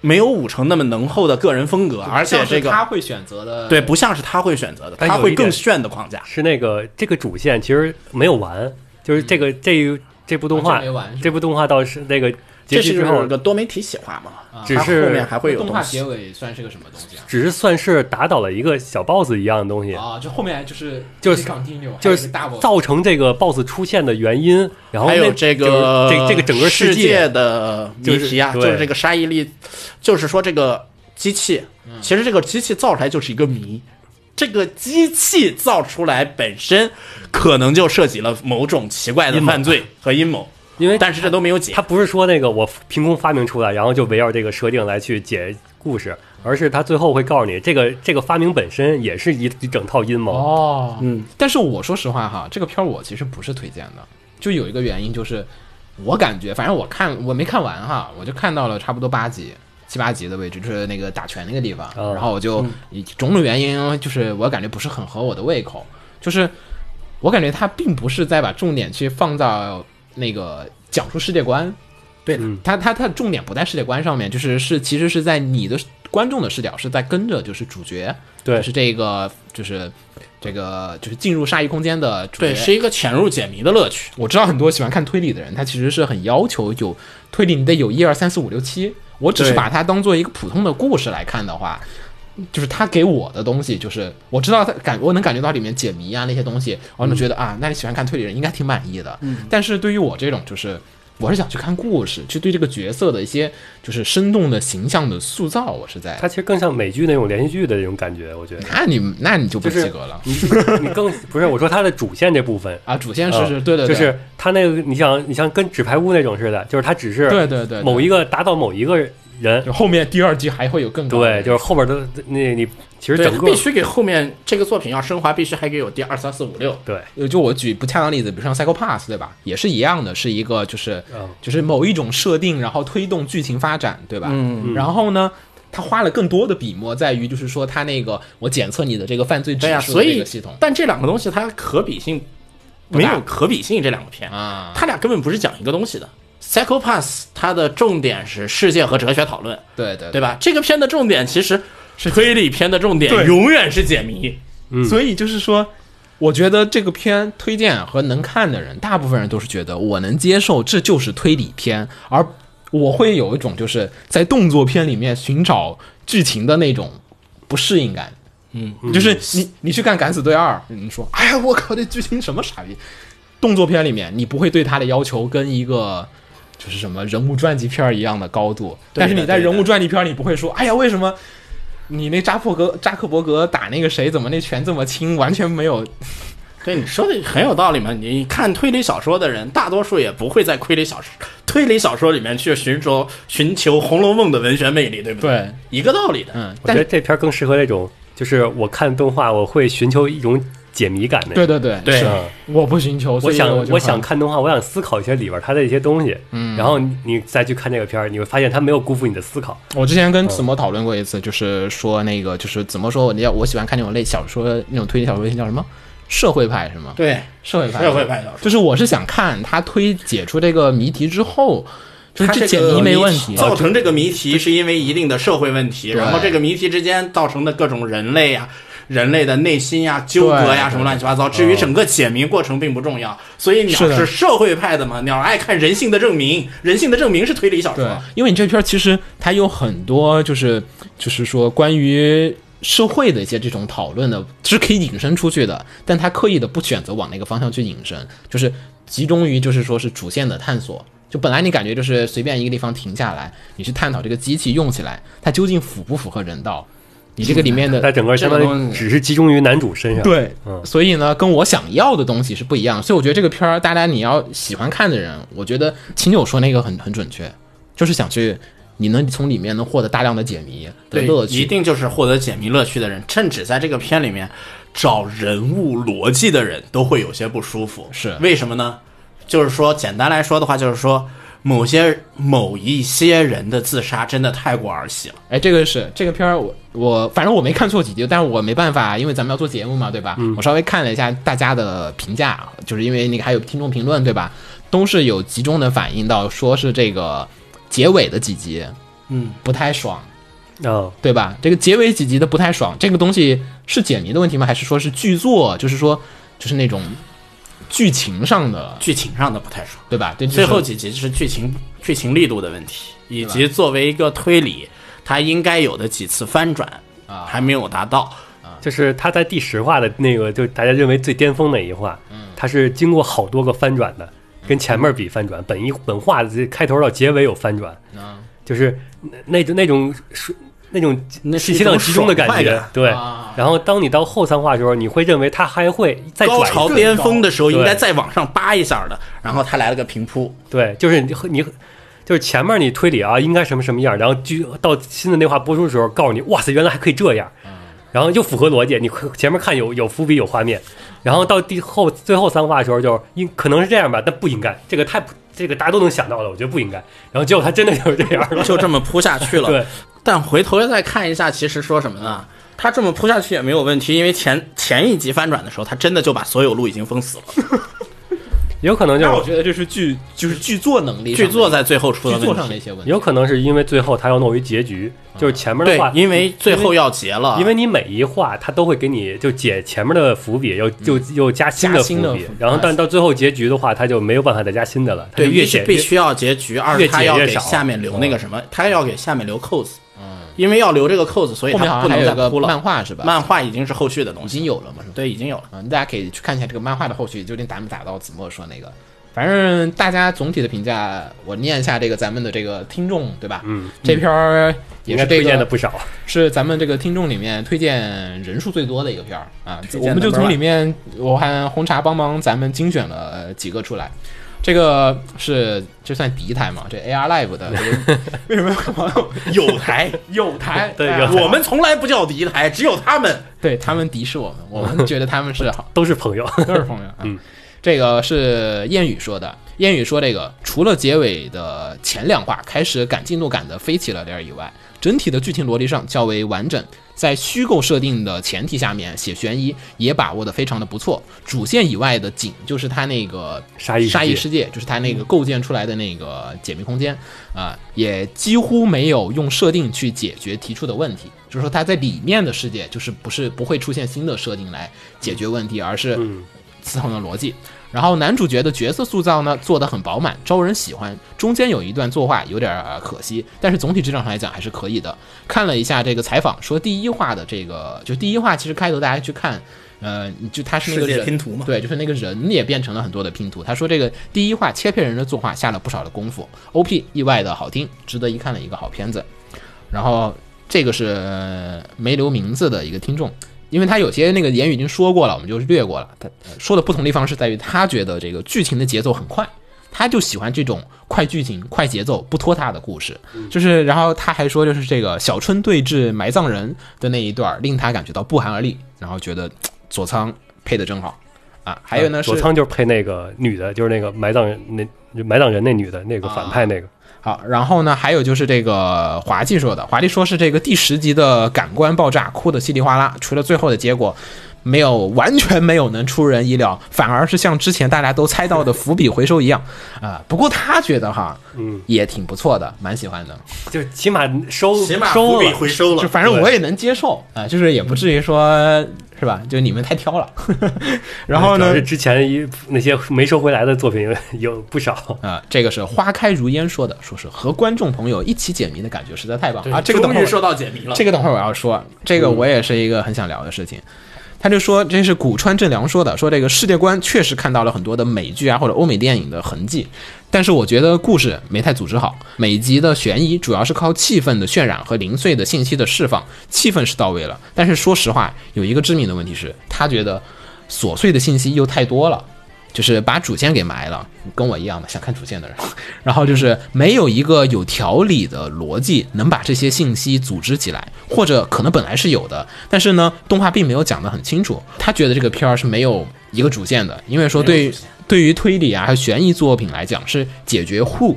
S5: 没有五成那么浓厚的个人风格，而且
S3: 像是
S5: 这
S3: 他
S5: 个
S3: 会选择的，
S5: 对不像是他会选择的，
S2: 但
S5: 他
S2: 有一
S5: 会更
S2: 点
S5: 炫的框架。
S2: 是那个这个主线其实没有完，就是这个、这这部动
S3: 啊
S2: 画
S3: 这没嗯完是吧
S2: 这部动画倒是那个结
S5: 这
S2: 局
S5: 是
S2: 之后
S5: 有，个多媒体企划嘛，
S2: 只
S5: 它
S2: 是
S5: 后面还会有
S3: 动
S5: 东
S3: 画结
S5: 西。
S3: 尾算是个什么东西啊？
S2: 只是算是打倒了一个小 boss 一样的东西。
S3: 啊，就后面就是
S2: 就是
S3: continue，
S2: 就是
S3: 大 boss
S2: 造成这个 boss 出现的原因，然后
S5: 还
S2: 那
S5: 有这个
S2: 就是这这个整个
S5: 世
S2: 界
S5: 的谜题啊，
S2: 就
S5: 就是
S2: 对
S5: 是这个沙溢力，就是说这个机器，
S2: 嗯
S5: 其实这个机器造出来就是一个谜，这个机器造出来本身可能就涉及了某种奇怪的
S2: 阴谋啊
S5: 犯罪和阴谋，
S2: 因为
S5: 但是这都没有解
S2: 他。不是说那个我凭空发明出来，然后就围绕这个设定来去解故事，而是他最后会告诉你，这个这个发明本身也是一一整套阴谋。
S3: 哦，
S5: 嗯，
S3: 但是我说实话哈，这个片儿我其实不是推荐的，就有一个原因就是，我感觉反正我看我没看完哈，我就看到了差不多八集。七八集的位置就是那个打拳那个地方，
S2: 哦
S3: 然后我就以种种原因，就是我感觉不是很合我的胃口，就是我感觉他并不是在把重点去放到那个讲述世界观，嗯
S5: 对的，
S3: 他他他重点不在世界观上面，就是是其实是在你的观众的视角是在跟着就是主角，
S2: 对
S3: 就是这个就是这个就是进入鲨鱼空间的主角。
S5: 对，是一个潜入解谜的乐趣。
S3: 我知道很多喜欢看推理的人，他其实是很要求有推理，你得有一二三四五六七，我只是
S5: 对
S3: 把它当做一个普通的故事来看的话，就是他给我的东西，就是我知道他感，我能感觉到里面解谜啊那些东西，我能觉得、啊，那你喜欢看推理人应该挺满意的。但是对于我这种，就是我是想去看故事，去对这个角色的一些就是生动的形象的塑造，我是在。
S2: 它其实更像美剧那种连续剧的那种感觉，我觉得。
S3: 那你那你就不
S2: 就
S3: 及
S2: 是
S3: 格了、
S2: 你你更不是我说它的主线这部分，
S3: 啊！主线是是、对对对，
S2: 哦呃就是他那个，你想，你像跟纸牌屋那种似的，就是他只是
S3: 对对对对
S2: 某一个打倒某一个人，
S3: 就后面第二季还会有更高的
S2: 对，就是后边都那你其实
S5: 对
S2: 整，个
S5: 必须给后面这个作品要升华，必须还给有第二、三、四、五、六。
S2: 对
S3: 呃，就我举不恰当例子，比如像 Psycho Pass，对吧？也是一样的，是一个就是、
S2: 嗯
S3: 就是某一种设定，然后推动剧情发展，对吧？嗯。然后呢，他花了更多的笔墨在于，就是说他那个我检测你的这个犯罪指
S5: 对呀、
S3: 数
S5: 所
S3: 的这
S5: 以
S3: 个系统
S5: 但这两个东西它可比性
S3: 大
S5: 没有可比性，这两个片，
S3: 啊，
S5: 它俩根本不是讲一个东西的。Psycho Pass 它的重点是世界和哲学讨论，
S3: 对对
S5: 对吧？这个片的重点其实
S3: 是
S5: 推理片的重点
S3: 对，
S5: 永远是解谜。
S2: 嗯
S3: 所以就是说，我觉得这个片推荐和能看的人，大部分人都是觉得我能接受，这就是推理片，而我会有一种就是在动作片里面寻找剧情的那种不适应感。嗯，就是你你去看《敢死队二》，你说，哎呀，我靠，这剧情什么傻逼！动作片里面，你不会对他的要求跟一个就是什么人物传记片儿一样的高度，
S5: 对的
S3: 但是你在
S5: 对的
S3: 人物传记片儿，你不会说，哎呀，为什么你那扎破格扎克伯格打那个谁，怎么那拳这么轻，完全没有
S5: 对你说的很有道理嘛。你看推理小说的人，大多数也不会在推理小说推理小说里面去寻求寻求《红楼梦》的文学魅力，对不
S3: 对
S5: 一个道理的。
S3: 嗯，
S2: 我觉
S3: 但
S2: 得
S3: 是
S2: 这片儿更适合那种，就是我看动画我会寻求一种解谜感的。
S3: 对对对
S5: 对
S3: 是
S2: 嗯
S3: 我不寻求，
S2: 我
S3: 所以
S2: 想，
S3: 我就
S2: 我想看动画，我想思考一些里边儿它的一些东西，嗯，然后你你再去看这个片儿，你会发现它没有辜负你的思考，
S3: 我之前跟子墨讨论过一次，就是说那个就是怎么说，我要我喜欢看那种类小说那种推理小说类型叫什么社会派是吗？
S5: 对，
S3: 社会派，
S5: 社会派小说
S3: 就是我是想看他推解出这个题之后，就是
S5: 它
S3: 这
S5: 这
S3: 解
S5: 个哦
S3: 谜没问题，
S5: 造成这个谜题是因为一定的社会问题，然后这个谜题之间造成的各种人类呀、人类的内心呀、纠葛呀
S3: 对
S5: 什么乱七八糟。至于整个解谜过程并不重要，所以鸟
S3: 是的
S5: 是社会派的嘛，鸟爱看人性的证明，人性的证明是推理小
S3: 对
S5: 说。，
S3: 啊因为你这篇其实它有很多就是就是说关于社会的一些这种讨论的，是可以引申出去的，但它刻意的不选择往那个方向去引申，就是集中于就是说是主线的探索。就本来你感觉就是随便一个地方停下来，你去探讨这个机器用起来它究竟符不符合人道，你这个里面的
S2: 它整个
S3: 这
S2: 相
S3: 个
S2: 当
S3: 东
S2: 于只是集中于男主身上。，
S3: 对，
S2: 嗯
S3: 所以呢，跟我想要的东西是不一样的。所以我觉得这个片儿，大家你要喜欢看的人，我觉得秦九说那个很很准确，就是想去，你能从里面能获得大量的解谜的乐趣。
S5: 一定就是获得解谜乐趣的人，甚至在这个片里面找人物逻辑的人都会有些不舒服。
S3: 是
S5: 为什么呢？就是说，简单来说的话，就是说某些某一些人的自杀真的太过儿戏了。
S3: 哎，这个是这个片儿我，我反正我没看错几集，但是我没办法，因为咱们要做节目嘛，对吧？我稍微看了一下大家的评价，就是因为那个还有听众评论，对吧？都是有集中的反映到说是这个结尾的几集，嗯，不太爽，
S2: 嗯，
S3: 对吧？这个结尾几集的不太爽，这个东西是解谜的问题吗？还是说是剧作，就是说就是那种剧情上的，
S5: 剧情上的不太爽。
S3: 对吧？对，就是
S5: 最后几集是剧情剧情力度的问题，以及作为一个推理，它应该有的几次翻转
S3: 啊
S5: 还没有达到。
S2: 就是他在第十话的那个，就大家认为最巅峰那一话，他是经过好多个翻转的，跟前面比翻转，本一本话的这开头到结尾有翻转，就是那那种那种是那种
S5: 那是
S2: 信
S5: 一
S2: 息量
S5: 种
S2: 集中的感
S5: 爽快
S2: 觉
S5: 感，
S2: 对
S3: 啊。
S2: 然后当你到后三话的时候，你会认为他还会再转
S5: 高
S2: 一
S5: 潮
S2: 次
S5: 巅峰的时候
S2: 对
S5: 应该再往上扒一下的，然后他来了个平铺，
S2: 对，就是你你就是前面你推理啊，应该什么什么样，然后剧到新的那话播出的时候，告诉你，哇塞，原来还可以这样，然后又符合逻辑。你前面看有有伏笔有画面，然后到第后最后三话的时候就，是应可能是这样吧，但不应该，这个太不这个大家都能想到了，我觉得不应该。然后结果他真的就是这样了，
S5: 就这么铺下去了。
S2: 对，
S5: 但回头再看一下，其实说什么呢？他这么铺下去也没有问题，因为前前一集翻转的时候，他真的就把所有路已经封死了。
S2: 有可能
S3: 但我
S2: 就是
S3: 觉得这是剧就是剧作能力上
S7: 剧
S3: 的，
S7: 作在最后出了
S3: 剧作
S7: 问
S3: 上的
S7: 题。
S3: 一些问题。
S2: 有可能是因为最后他要弄一结局，就是前面的
S7: 对
S2: 话，，
S7: 因为最后要结了，
S3: 啊
S2: 因为你每一话他都会给你就解前面的伏笔，又又又加新的
S3: 嗯加
S2: 伏
S3: 新的
S2: 笔
S3: 伏笔，啊
S2: 然后但到最后结局的话，他就没有办法再加新的了，他
S7: 对
S2: 就越
S7: 一是
S2: 写
S7: 必
S2: 越
S7: 须要结局，二
S2: 越
S7: 是
S2: 解
S7: 他要
S2: 越
S7: 给
S2: 少
S7: 下面留那个什么，他要给下面留扣子，因为要留这个扣子，所以
S3: 嗯后面好
S7: 他不
S3: 像还有
S7: 能再
S3: 一个
S7: 哭了。
S3: 漫画是吧？
S7: 漫画已经是后续的东
S3: 已
S7: 西，
S3: 经有了嘛，是吧？
S7: 对，已经有了。
S3: 嗯，大家可以去看一下这个漫画的后续究竟打没打到子墨说那个。反正大家总体的评价，我念一下这个咱们的这个听众，对吧？嗯，这篇儿也
S2: 应
S3: 是
S2: 该
S3: 这个
S2: 推荐的不少。
S3: 是咱们这个听众里面推荐人数最多的一个片儿啊。
S7: 推
S3: 我
S7: 荐
S3: 们就
S7: number
S3: 从
S7: one
S3: 里面，我看红茶帮忙咱们精选了呃几个出来。这个是这算第一台嘛？这 AR Live 的这个为什么有朋友
S7: 有台，
S3: 有台？
S2: 对
S3: 哎呀
S2: 有台
S7: 我们从来不叫敌台，只有他们。
S3: 对他们敌视我们，我们觉得他们是好
S2: 都是朋友，
S3: 都是朋友。嗯，这个是谚语说的。谚语说这个，除了结尾的前两话开始赶进度赶的飞起了点儿以外，整体的剧情逻辑上较为完整，在虚构设定的前提下面写悬疑也把握的非常的不错。主线以外的景就是它那个
S2: 沙溢世界
S3: 沙溢世界，就是它那个构建出来的那个解密空间啊、也几乎没有用设定去解决提出的问题。就是说它在里面的世界，就是不是不会出现新的设定来解决问题，而是自同的逻辑。然后男主角的角色塑造呢做得很饱满，招人喜欢。中间有一段作画有点儿呃可惜，但是总体质量上来讲还是可以的。看了一下这个采访，说第一话的这个，就第一话其实开头大家去看，呃，你就他是那个
S7: 世界
S3: 人
S7: 拼图嘛
S3: 对，就是那个人也变成了很多的拼图。他说这个第一话切片人的作画下了不少的功夫，OP 意外的好听，值得一看的一个好片子。然后这个是呃没留名字的一个听众，因为他有些那个言语已经说过了，我们就略过了。他呃说的不同的地方是在于他觉得这个剧情的节奏很快。他就喜欢这种快剧情、快节奏、不拖沓的故事，
S2: 嗯
S3: 就是，然后他还说，就是这个小春对峙埋葬人的那一段儿，令他感觉到不寒而栗，然后觉得嘖佐仓配的真好啊。还有 呢，是
S2: 呃佐仓就是配那个女的，就是那个埋葬人那埋葬人那女的那个反派那个，
S3: 好，然后呢，还有就是这个滑稽说的，滑稽说是这个第十集的感官爆炸，哭得稀里哗啦，除了最后的结果。没有，完全没有能出人意料，反而是像之前大家都猜到的伏笔回收一样，啊、不过他觉得哈，嗯，也挺不错的，蛮喜欢的，
S2: 就起码收
S7: 起码
S2: 收
S7: 伏笔
S2: 了。
S7: 回收
S3: 就
S7: 了，
S3: 反正我也能接受啊、就是也不至于说是吧，就你们太挑了， 然后
S2: 哎主
S3: 呢
S2: 要是，之前一那些没收回来的作品有有不少，
S3: 啊、这个是花开如烟说的，说是和观众朋友一起解谜的感觉实在太棒了啊，这个等
S7: 终
S3: 会儿
S7: 于说到解谜了。嗯
S3: 这个等会儿我要说，这个我也是一个很想聊的事情。他就说，这是古川正良说的，说这个世界观确实看到了很多的美剧啊或者欧美电影的痕迹，但是我觉得故事没太组织好，每集的悬疑主要是靠气氛的渲染和零碎的信息的释放，气氛是到位了，但是说实话，有一个致命的问题是，他觉得琐碎的信息又太多了。就是把主线给埋了，跟我一样嘛，想看主线的人。然后就是没有一个有条理的逻辑能把这些信息组织起来，或者可能本来是有的，但是呢，动画并没有讲得很清楚。他觉得这个片儿是没有一个主线的，因为说对于对于推理啊还有悬疑作品来讲，是解决 who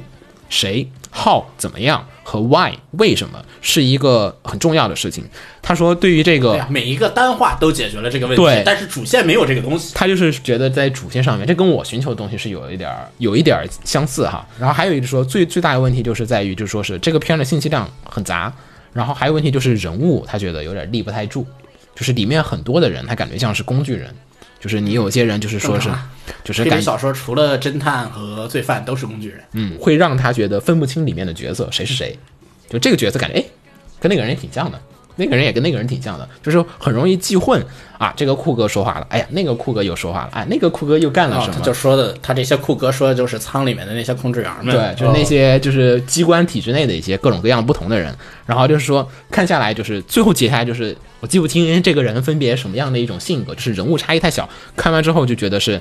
S3: 谁、how 怎么样和 why 为什么是一个很重要的事情。他说，对于这个
S7: 对
S5: 啊
S7: 呀，每一个单话都解决了这个问题
S3: 对，
S7: 但是主线没有这个东西。
S3: 他就是觉得在主线上面，这跟我寻求的东西是有一点儿有一点儿相似哈。然后还有一个说最最大的问题就是在于，就是说是这个片儿的信息量很杂，然后还有问题就是人物他觉得有点立不太住，就是里面很多的人他感觉像是工具人，就是你有些人就是说是
S7: 正常，
S3: 就是
S7: 推
S3: 感
S7: 理
S3: 觉
S7: 小说除了侦探和罪犯都是工具人，
S3: 嗯会让他觉得分不清里面的角色谁是谁，就这个角色感觉哎跟那个人也挺像的。那个人也跟那个人挺像的，就是很容易记混啊。这个酷哥说话了，哎呀，那个酷哥又说话了，哎，那个酷哥又干了
S5: 啊
S3: 什么？
S7: 哦他就说的，他这些酷哥说的就是仓里面的那些控制员
S5: 嗯
S7: 们，
S3: 对，就是那些就是机关体制内的一些各种各样不同的人，然后就是说看下来就是最后结下来就是我记不清这个人分别什么样的一种性格，就是人物差异太小。看完之后就觉得是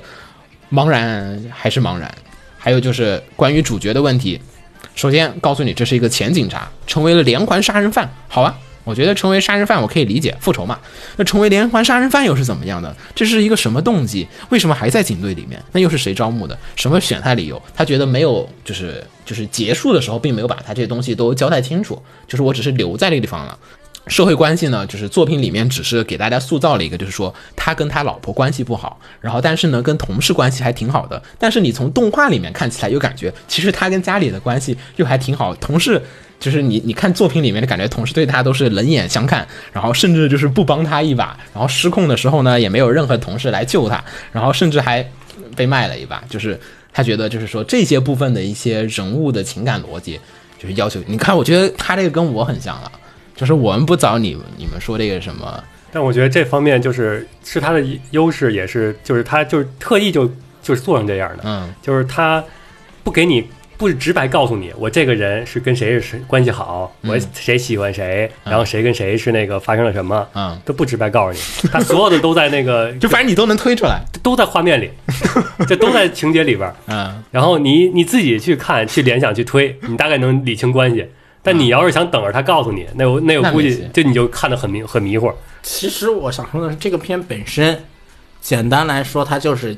S3: 茫然还是茫然。还有就是关于主角的问题，首先告诉你这是一个前警察，成为了连环杀人犯，好啊。我觉得成为杀人犯我可以理解，复仇嘛。那成为连环杀人犯又是怎么样的？这是一个什么动机？为什么还在警队里面？那又是谁招募的？什么选他理由？他觉得没有，就是就是结束的时候并没有把他这些东西都交代清楚，就是我只是留在这个地方了。社会关系呢，就是作品里面只是给大家塑造了一个，就是说他跟他老婆关系不好，然后但是呢跟同事关系还挺好的，但是你从动画里面看起来又感觉其实他跟家里的关系又还挺好，同事。就是你，你看作品里面的感觉，同事对他都是冷眼相看，然后甚至就是不帮他一把，然后失控的时候呢，也没有任何同事来救他，然后甚至还被卖了一把。就是他觉得，就是说这些部分的一些人物的情感逻辑，就是要求。你看，我觉得他这个跟我很像了，就是我们不找你，你们说这个什么，
S2: 但我觉得这方面就是是他的优势，也是就是他就是特意就就是做成这样的，
S3: 嗯
S2: 就是他不给你不是直白告诉你，我这个人是跟谁是关系好，
S3: 嗯
S2: 我谁喜欢谁，然后谁跟谁是那个发生了什么，
S3: 嗯，
S2: 都不直白告诉你，他所有的都在那个
S3: 就反正你都能推出来，
S2: 都在画面里， 这都在情节里边儿。
S3: 嗯
S2: 然后你你自己去看、去联想、去推，你大概能理清关系。但你要是想等着他告诉你，那我那
S3: 嗯
S2: 我
S3: 那没
S2: 估计
S3: 戏
S2: 这你就看得很迷很迷糊。
S5: 其实我想说的是，这个片本身，简单来说，它就是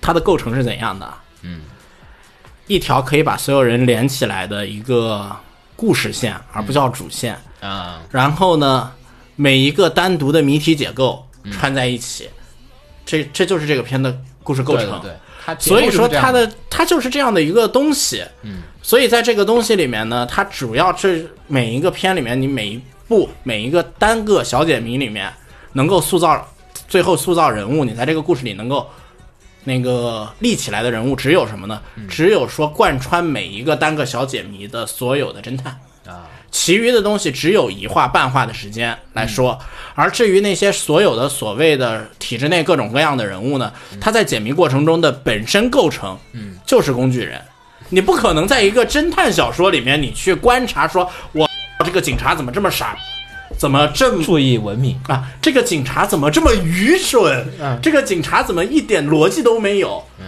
S5: 它的构成是怎样的？嗯，一条可以把所有人连起来的一个故事线，而不叫主线。
S3: 啊
S5: 然后呢，每一个单独的谜题解构
S3: 嗯
S5: 串在一起，这这就是这个片的故事构
S3: 对
S5: 成。
S3: 对对，他节
S5: 所以
S3: 目就是
S5: 说
S3: 这样
S5: 它的它就是这样的一个东西。嗯，所以在这个东西里面呢，它主要这每一个片里面，你每一部每一个单个小解谜里面，能够塑造最后塑造人物，你在这个故事里能够。那个立起来的人物只有什么呢？
S3: 嗯
S5: 只有说贯穿每一个单个小解谜的所有的侦探，其余的东西只有一话半话的时间来说。而至于那些所有的所谓的体制内各种各样的人物呢，他在解谜过程中的本身构成，嗯，就是工具人。你不可能在一个侦探小说里面，你去观察说，我这个警察怎么这么傻，怎么这么
S3: 注意文明，
S5: 啊，这个警察怎么这么愚蠢？
S3: 嗯
S5: 这个警察怎么一点逻辑都没有？嗯，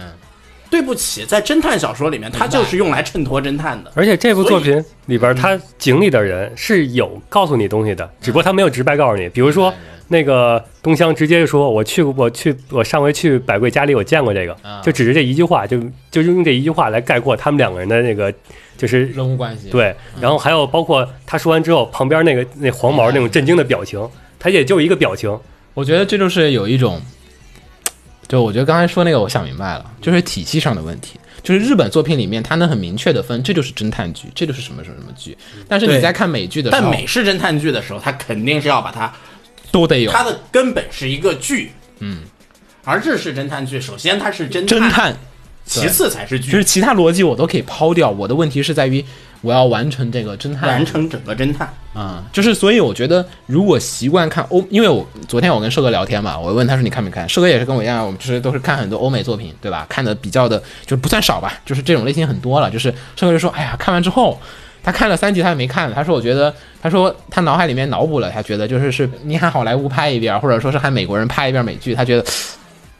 S5: 对不起，在侦探小说里面，他就是用来衬托侦探的。
S2: 而且这部作品里边，他井里的人是有告诉你东西的，只不过他没有直白告诉你。比如说那个东乡直接就说：“我去过，我去，我上回去百贵家里，我见过这个。”就只是这一句话，就就用这一句话来概括他们两个人的那个就是
S3: 人物关系，
S2: 对，然后还有包括他说完之后，旁边那个那黄毛那种震惊的表情，他也就一个表情，
S3: 我觉得这就是有一种，就我觉得刚才说那个，我想明白了，就是体系上的问题。就是日本作品里面，它能很明确的分，这就是侦探剧，这就是什么什么什么剧。但是你
S5: 对
S3: 在看美剧的时候，
S5: 但美式侦探剧的时候，他肯定是要把它，
S3: 都得有
S5: 它的根本是一个剧，嗯，而日式侦探剧，首先它是侦
S3: 侦，探，
S5: 其次才是
S3: 就是
S5: 剧，
S3: 其他逻辑我都可以抛掉。我的问题是在于，我要完成这个侦探，
S5: 完成整个侦探。
S3: 啊、就是所以我觉得，如果习惯看欧，因为我昨天我跟社哥聊天嘛，我问他说你看没看，社哥也是跟我一样，我们就是都是看很多欧美作品，对吧？看的比较的就不算少吧，就是这种类型很多了。就是社哥就说，哎呀，看完之后，他看了三集，他也没看，他说我觉得，他说他脑海里面脑补了，他觉得就是是你喊好莱坞拍一遍，或者说是喊美国人拍一遍美剧，他觉得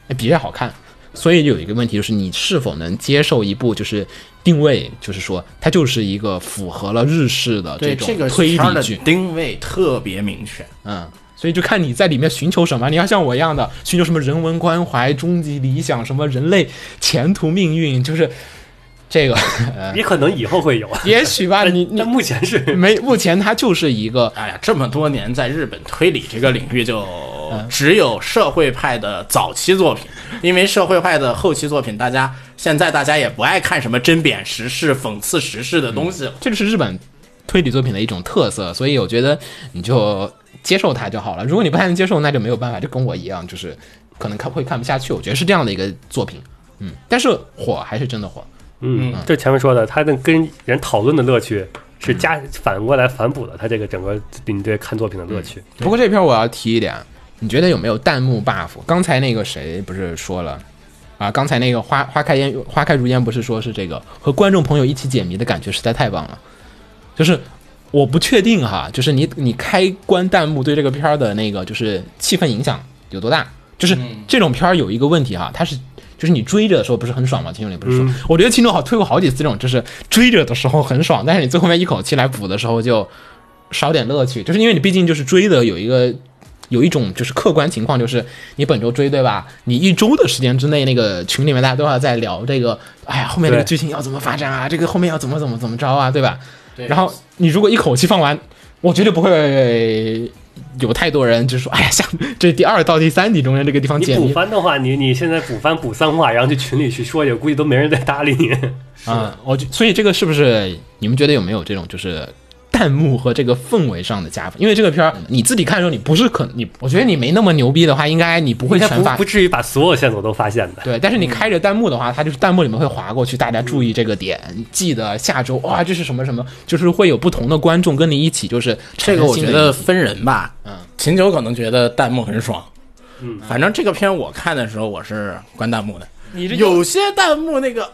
S3: 哎比这好看。所以有一个问题就是，你是否能接受一部就是定位，就是说它就是一个符合了日式的
S5: 对
S3: 种
S5: 这个
S3: 推
S5: 片儿
S3: 理
S5: 的
S3: 剧，
S5: 定位特别明确，
S3: 嗯，所以就看你在里面寻求什么。你要像我一样的寻求什么人文关怀、终极理想、什么人类前途命运，就是这个，呃
S2: 也可能以后会有。
S3: 也许吧。
S2: 但
S3: 你你
S2: 但目前是
S3: 没目前它就是一个
S5: 哎呀，这么多年在日本推理这个领域，就只有社会派的早期作品，因为社会派的后期作品，大家现在大家也不爱看什么针砭时事、讽刺时事的东西了。
S3: 这个是日本推理作品的一种特色，所以我觉得你就接受它就好了。如果你不太能接受，那就没有办法，就跟我一样，就是可能看会看不下去。我觉得是这样的一个作品，嗯，但是火还是真的火，
S2: 嗯，就前面说的，他那跟人讨论的乐趣是加反过来反哺了他这个整个你对看作品的乐趣。
S3: 不过这篇我要提一点，你觉得有没有弹幕 buff？刚才那个谁不是说了啊？刚才那个花花开烟花开如烟不是说是这个和观众朋友一起解谜的感觉实在太棒了，就是。我不确定哈，就是你你开关弹幕对这个片儿的那个就是气氛影响有多大？就是这种片儿有一个问题哈，它是就是你追着的时候不是很爽吗？秦总你不是说，我觉得秦总好推过好几次这种，就是追着的时候很爽，但是你最后面一口气来补的时候就少点乐趣，就是因为你毕竟就是追的有一个有一种就是客观情况，就是你本周追对吧？你一周的时间之内，那个群里面大家都要在聊这个，哎呀，后面这个
S2: 对
S3: 剧情要怎么发展啊？这个后面要怎么怎么怎么着啊，对吧？然后你如果一口气放完，我绝对不会有太多人就说，哎呀，像这第二到第三集中间这个地方
S2: 你
S3: 解
S2: 补
S3: 谜
S2: 番的话，你你现在补番补三话，然后去群里去说去，估计都没人再搭理你。
S3: 啊、我就所以这个是不是你们觉得有没有这种就是弹幕和这个氛围上的加分？因为这个片儿你自己看的时候，你不是可你，我觉得你没那么牛逼的话，应该你不会
S2: 应该
S3: 全
S2: 不
S3: 发
S2: 不至于把所有线索都发现的。
S3: 对，但是你开着弹幕的话，它就是弹幕里面会划过去，大家注意这个点，记得下周哇，这是什么什么，就是会有不同的观众跟你一起，就是
S5: 这个我觉
S3: 产生新的
S5: 得分人吧，嗯，秦九可能觉得弹幕很爽，嗯，反正这个片我看的时候我是关弹幕的，
S3: 你这
S5: 有些弹幕那个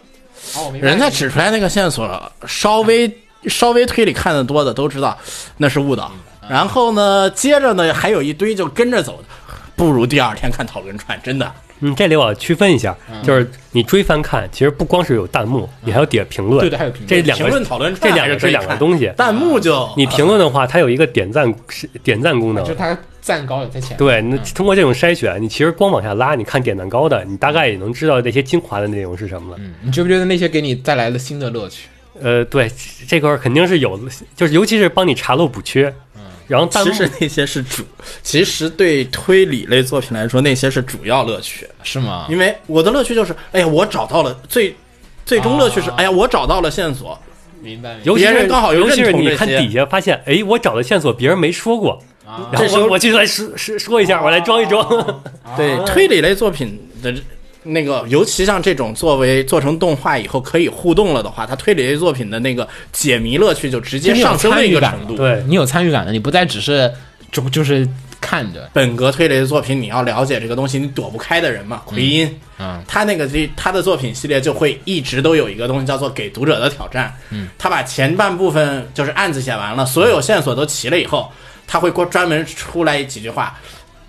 S5: 人家指出来那个线索，稍微稍微推理看的多的都知道那是误导，然后呢，接着呢还有一堆就跟着走的，不如第二天看讨论串，真的。
S2: 嗯，这里我要区分一下，就是你追番看，其实不光是有弹幕，你还有底下评论。
S3: 对的还有评论
S2: 这两个
S5: 评论讨论
S2: 这
S5: 串
S2: 两
S5: 还是
S2: 个是
S5: 可以
S2: 两个
S5: 看
S2: 东西。
S5: 弹幕就
S2: 你评论的话，它有一个点赞是点赞功能
S3: 就。它赞高有在前，
S2: 对，那通过这种筛选，你其实光往下拉，你看点赞高的，你大概也能知道那些精华的内容是什么了。
S5: 嗯
S3: 你觉不觉得那些给你带来了新的乐趣？
S2: 呃，对，这块儿肯定是有，就是尤其是帮你查漏补缺。然后弹幕
S5: 嗯其实那些是主，其实对推理类作品来说，那些是主要乐趣。
S3: 是吗？
S5: 因为我的乐趣就是，哎呀，我找到了最最终乐趣是，哎呀，我找到了线索，
S3: 明白，
S2: 尤其
S5: 别
S2: 是
S5: 人刚好又
S2: 尤其是
S5: 认同
S2: 你
S5: 这
S2: 看
S5: 些
S2: 底下发现，哎，我找的线索别人没说过，然
S5: 这时
S2: 后
S5: 候
S2: 我我去来说说说一
S5: 啊
S2: 下，我来装一 装。
S5: 对推理类作品的那个，尤其像这种作为做成动画以后可以互动了的话，它推理类作品的那个解谜乐趣就直接上升了一个程度。
S2: 对，
S3: 你有参与感的，你不再只是就就是看着，
S5: 本格推理类作品，你要了解这个东西，你躲不开的人嘛。奎因，
S3: 嗯，
S5: 他那个这他的作品系列就会一直都有一个东西叫做给读者的挑战。嗯，他把前半部分就是案子写完了，所有线索都齐了以后，他会过专门出来几句话。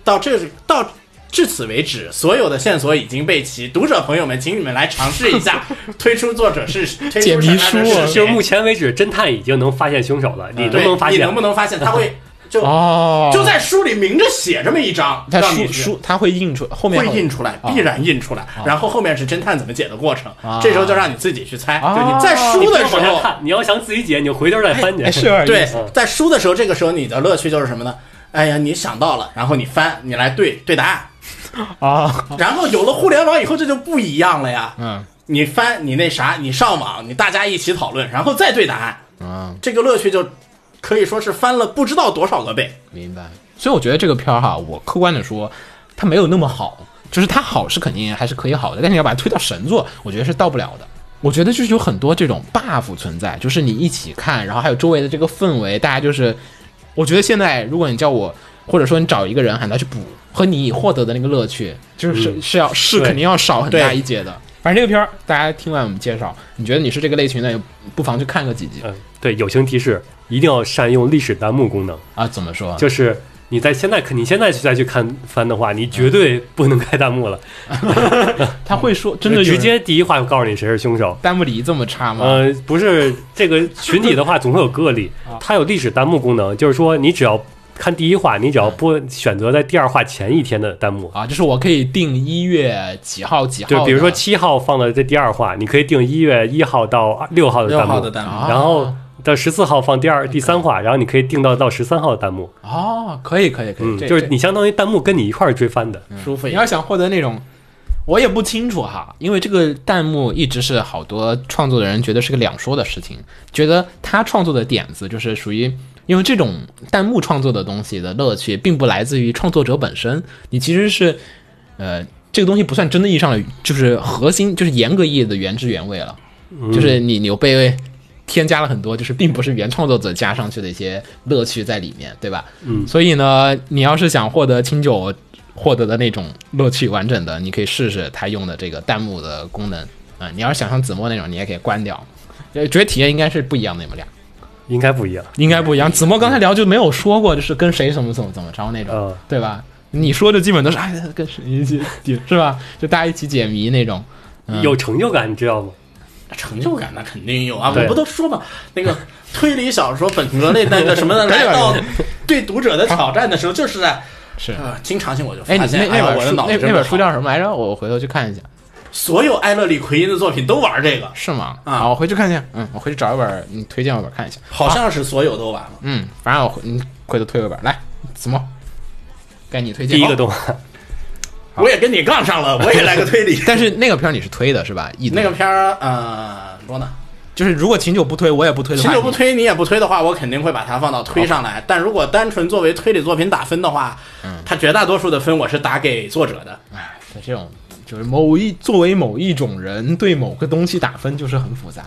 S5: 到这到至此为止，所有的线索已经被齐。读者朋友们，请你们来尝试一下，推出作者是推
S3: 解
S5: 出
S3: 谜
S5: 什么样
S3: 书
S5: 的
S3: 啊
S5: 是谁
S2: 就目前为止，侦探已经能发现凶手了，你能
S5: 对
S2: 不能发
S5: 你
S2: 现？
S5: 能不能发现？他会就
S3: 哦，
S5: 就在书里明着写这么一张，
S3: 它
S5: 让
S3: 书
S5: 你去
S3: 书它会印出后面
S5: 会印出来，
S3: 啊
S5: 必然印出来。然后后面是侦探怎么解的过程，
S3: 啊
S5: 这时候就让你自己去猜。
S3: 啊
S5: 对你在
S2: 你
S5: 书
S2: 不
S5: 的
S2: 能
S5: 时
S2: 往下
S5: 候，
S2: 看，你要想自己解，你就回头再翻去。
S3: 哎是有点意
S5: 对
S3: 思，
S2: 嗯，
S5: 在书的时候，这个时候你的乐趣就是什么呢？哎呀，你想到了，然后你翻，你来对对答案。
S3: 啊，
S5: 然后有了互联网以后，这就不一样了呀。
S3: 嗯
S5: 你翻，你那啥，你上网，你大家一起讨论，然后再对答案，
S3: 嗯。
S5: 这个乐趣就可以说是翻了不知道多少个倍。
S3: 明白。所以我觉得这个片儿哈，我客观的说，它没有那么好，就是它好是肯定还是可以好的，但是你要把它推到神作，我觉得是到不了的。我觉得就是有很多这种 buff 存在，就是你一起看，然后还有周围的这个氛围，大家就是，我觉得现在如果你叫我，或者说你找一个人喊他去补，和你获得的那个乐趣，就是、是要是
S2: 对
S3: 肯定要少很大
S5: 对
S3: 一截的。反正这个片儿，大家听完我们介绍，你觉得你是这个类型的，不妨去看个几集
S2: 嗯，对，友情提示，一定要善用历史弹幕功能，
S3: 啊？怎么说？
S2: 就是。你在现在看，你现在再去看番的话，你绝对不能开弹幕了，
S3: 他会说， 真的有啊
S2: 直
S3: 人
S2: 接第一话就告诉你谁是凶手。
S3: 呃弹幕里这么差吗？
S2: 呃，不是这个群体的话，总会有个例。
S3: 啊
S2: 它有历史弹幕功能，就是说你只要看第一话，你只要播选择在第二话前一天的弹幕。
S3: 啊，就是我可以定一月几号几号的，
S2: 就比如说七号放了这第二话，你可以定一月一号到六号的
S5: 六
S2: 弹
S5: 号
S2: 幕，
S5: 的弹幕
S3: 啊
S2: 然后到十四号放第二、第三话，然后你可以定到到十三号的弹幕。
S3: 哦，可以可以可以，
S2: 嗯，
S3: 这
S2: 就是
S3: 这
S2: 你相当于弹幕跟你一块儿追番的。
S5: 舒服
S3: 你
S5: 一点
S3: 要想获得那种，我也不清楚哈，因为这个弹幕一直是好多创作的人觉得是个两说的事情，觉得他创作的点子就是属于。因为这种弹幕创作的东西的乐趣，并不来自于创作者本身，你其实是，呃，这个东西不算真的意义上的，就是核心，就是严格意义的原汁原味了，就是你你被添加了很多，就是并不是原创作者加上去的一些乐趣在里面，对吧？嗯，所以呢，你要是想获得清酒获得的那种乐趣完整的，你可以试试他用的这个弹幕的功能啊、你要是想像子墨那种，你也可以关掉。呃觉得体验应该是不一样的，你们俩
S2: 应该不一样。
S3: 应该不一样。子墨刚才聊就没有说过，就是跟谁怎么怎么怎么着那种，
S2: 嗯
S3: 对吧？你说的基本都是哎，跟谁一起是吧？就大家一起解谜那种。
S2: 有成就感，你知道吗？
S5: 成就感那肯定有啊！
S2: 对
S5: 我不都说嘛，那 个推理小说本格类那个什么的，来到 对读者的挑战的时候，就是在
S3: 是
S5: 呃经常性我就
S3: 哎，你
S5: 发现，
S3: 那那
S5: 哎呀，
S3: 本
S5: 我的
S3: 书
S5: 脑
S3: 那
S5: 子
S3: 那本书
S5: 叫
S3: 叫什么来着？我回头去看一下。
S5: 所有艾勒里奎因的作品都玩这个，
S3: 是吗？
S5: 啊
S3: 好，我回去看一下。嗯，我回去找一本你推荐我本看一下。
S5: 好像是所有都玩了。
S3: 嗯，反正我回你回头推我本来。子墨，该你推荐
S2: 第一个动画，
S5: 我也跟你杠上了，我也来个推 理
S3: 。但是那个片儿你是推的是吧？异度
S5: 那个片儿，呃，罗娜，
S3: 就是如果秦九不推，我也不推的
S5: 秦
S3: 话，
S5: 九不推你也不推的话，我肯定会把它放到推上来。但如果单纯作为推理作品打分的话，
S3: 嗯
S5: 它绝大多数的分我是打给作者的。
S3: 你，哎，对这种就是某一作为某一种人对某个东西打分就是很复杂。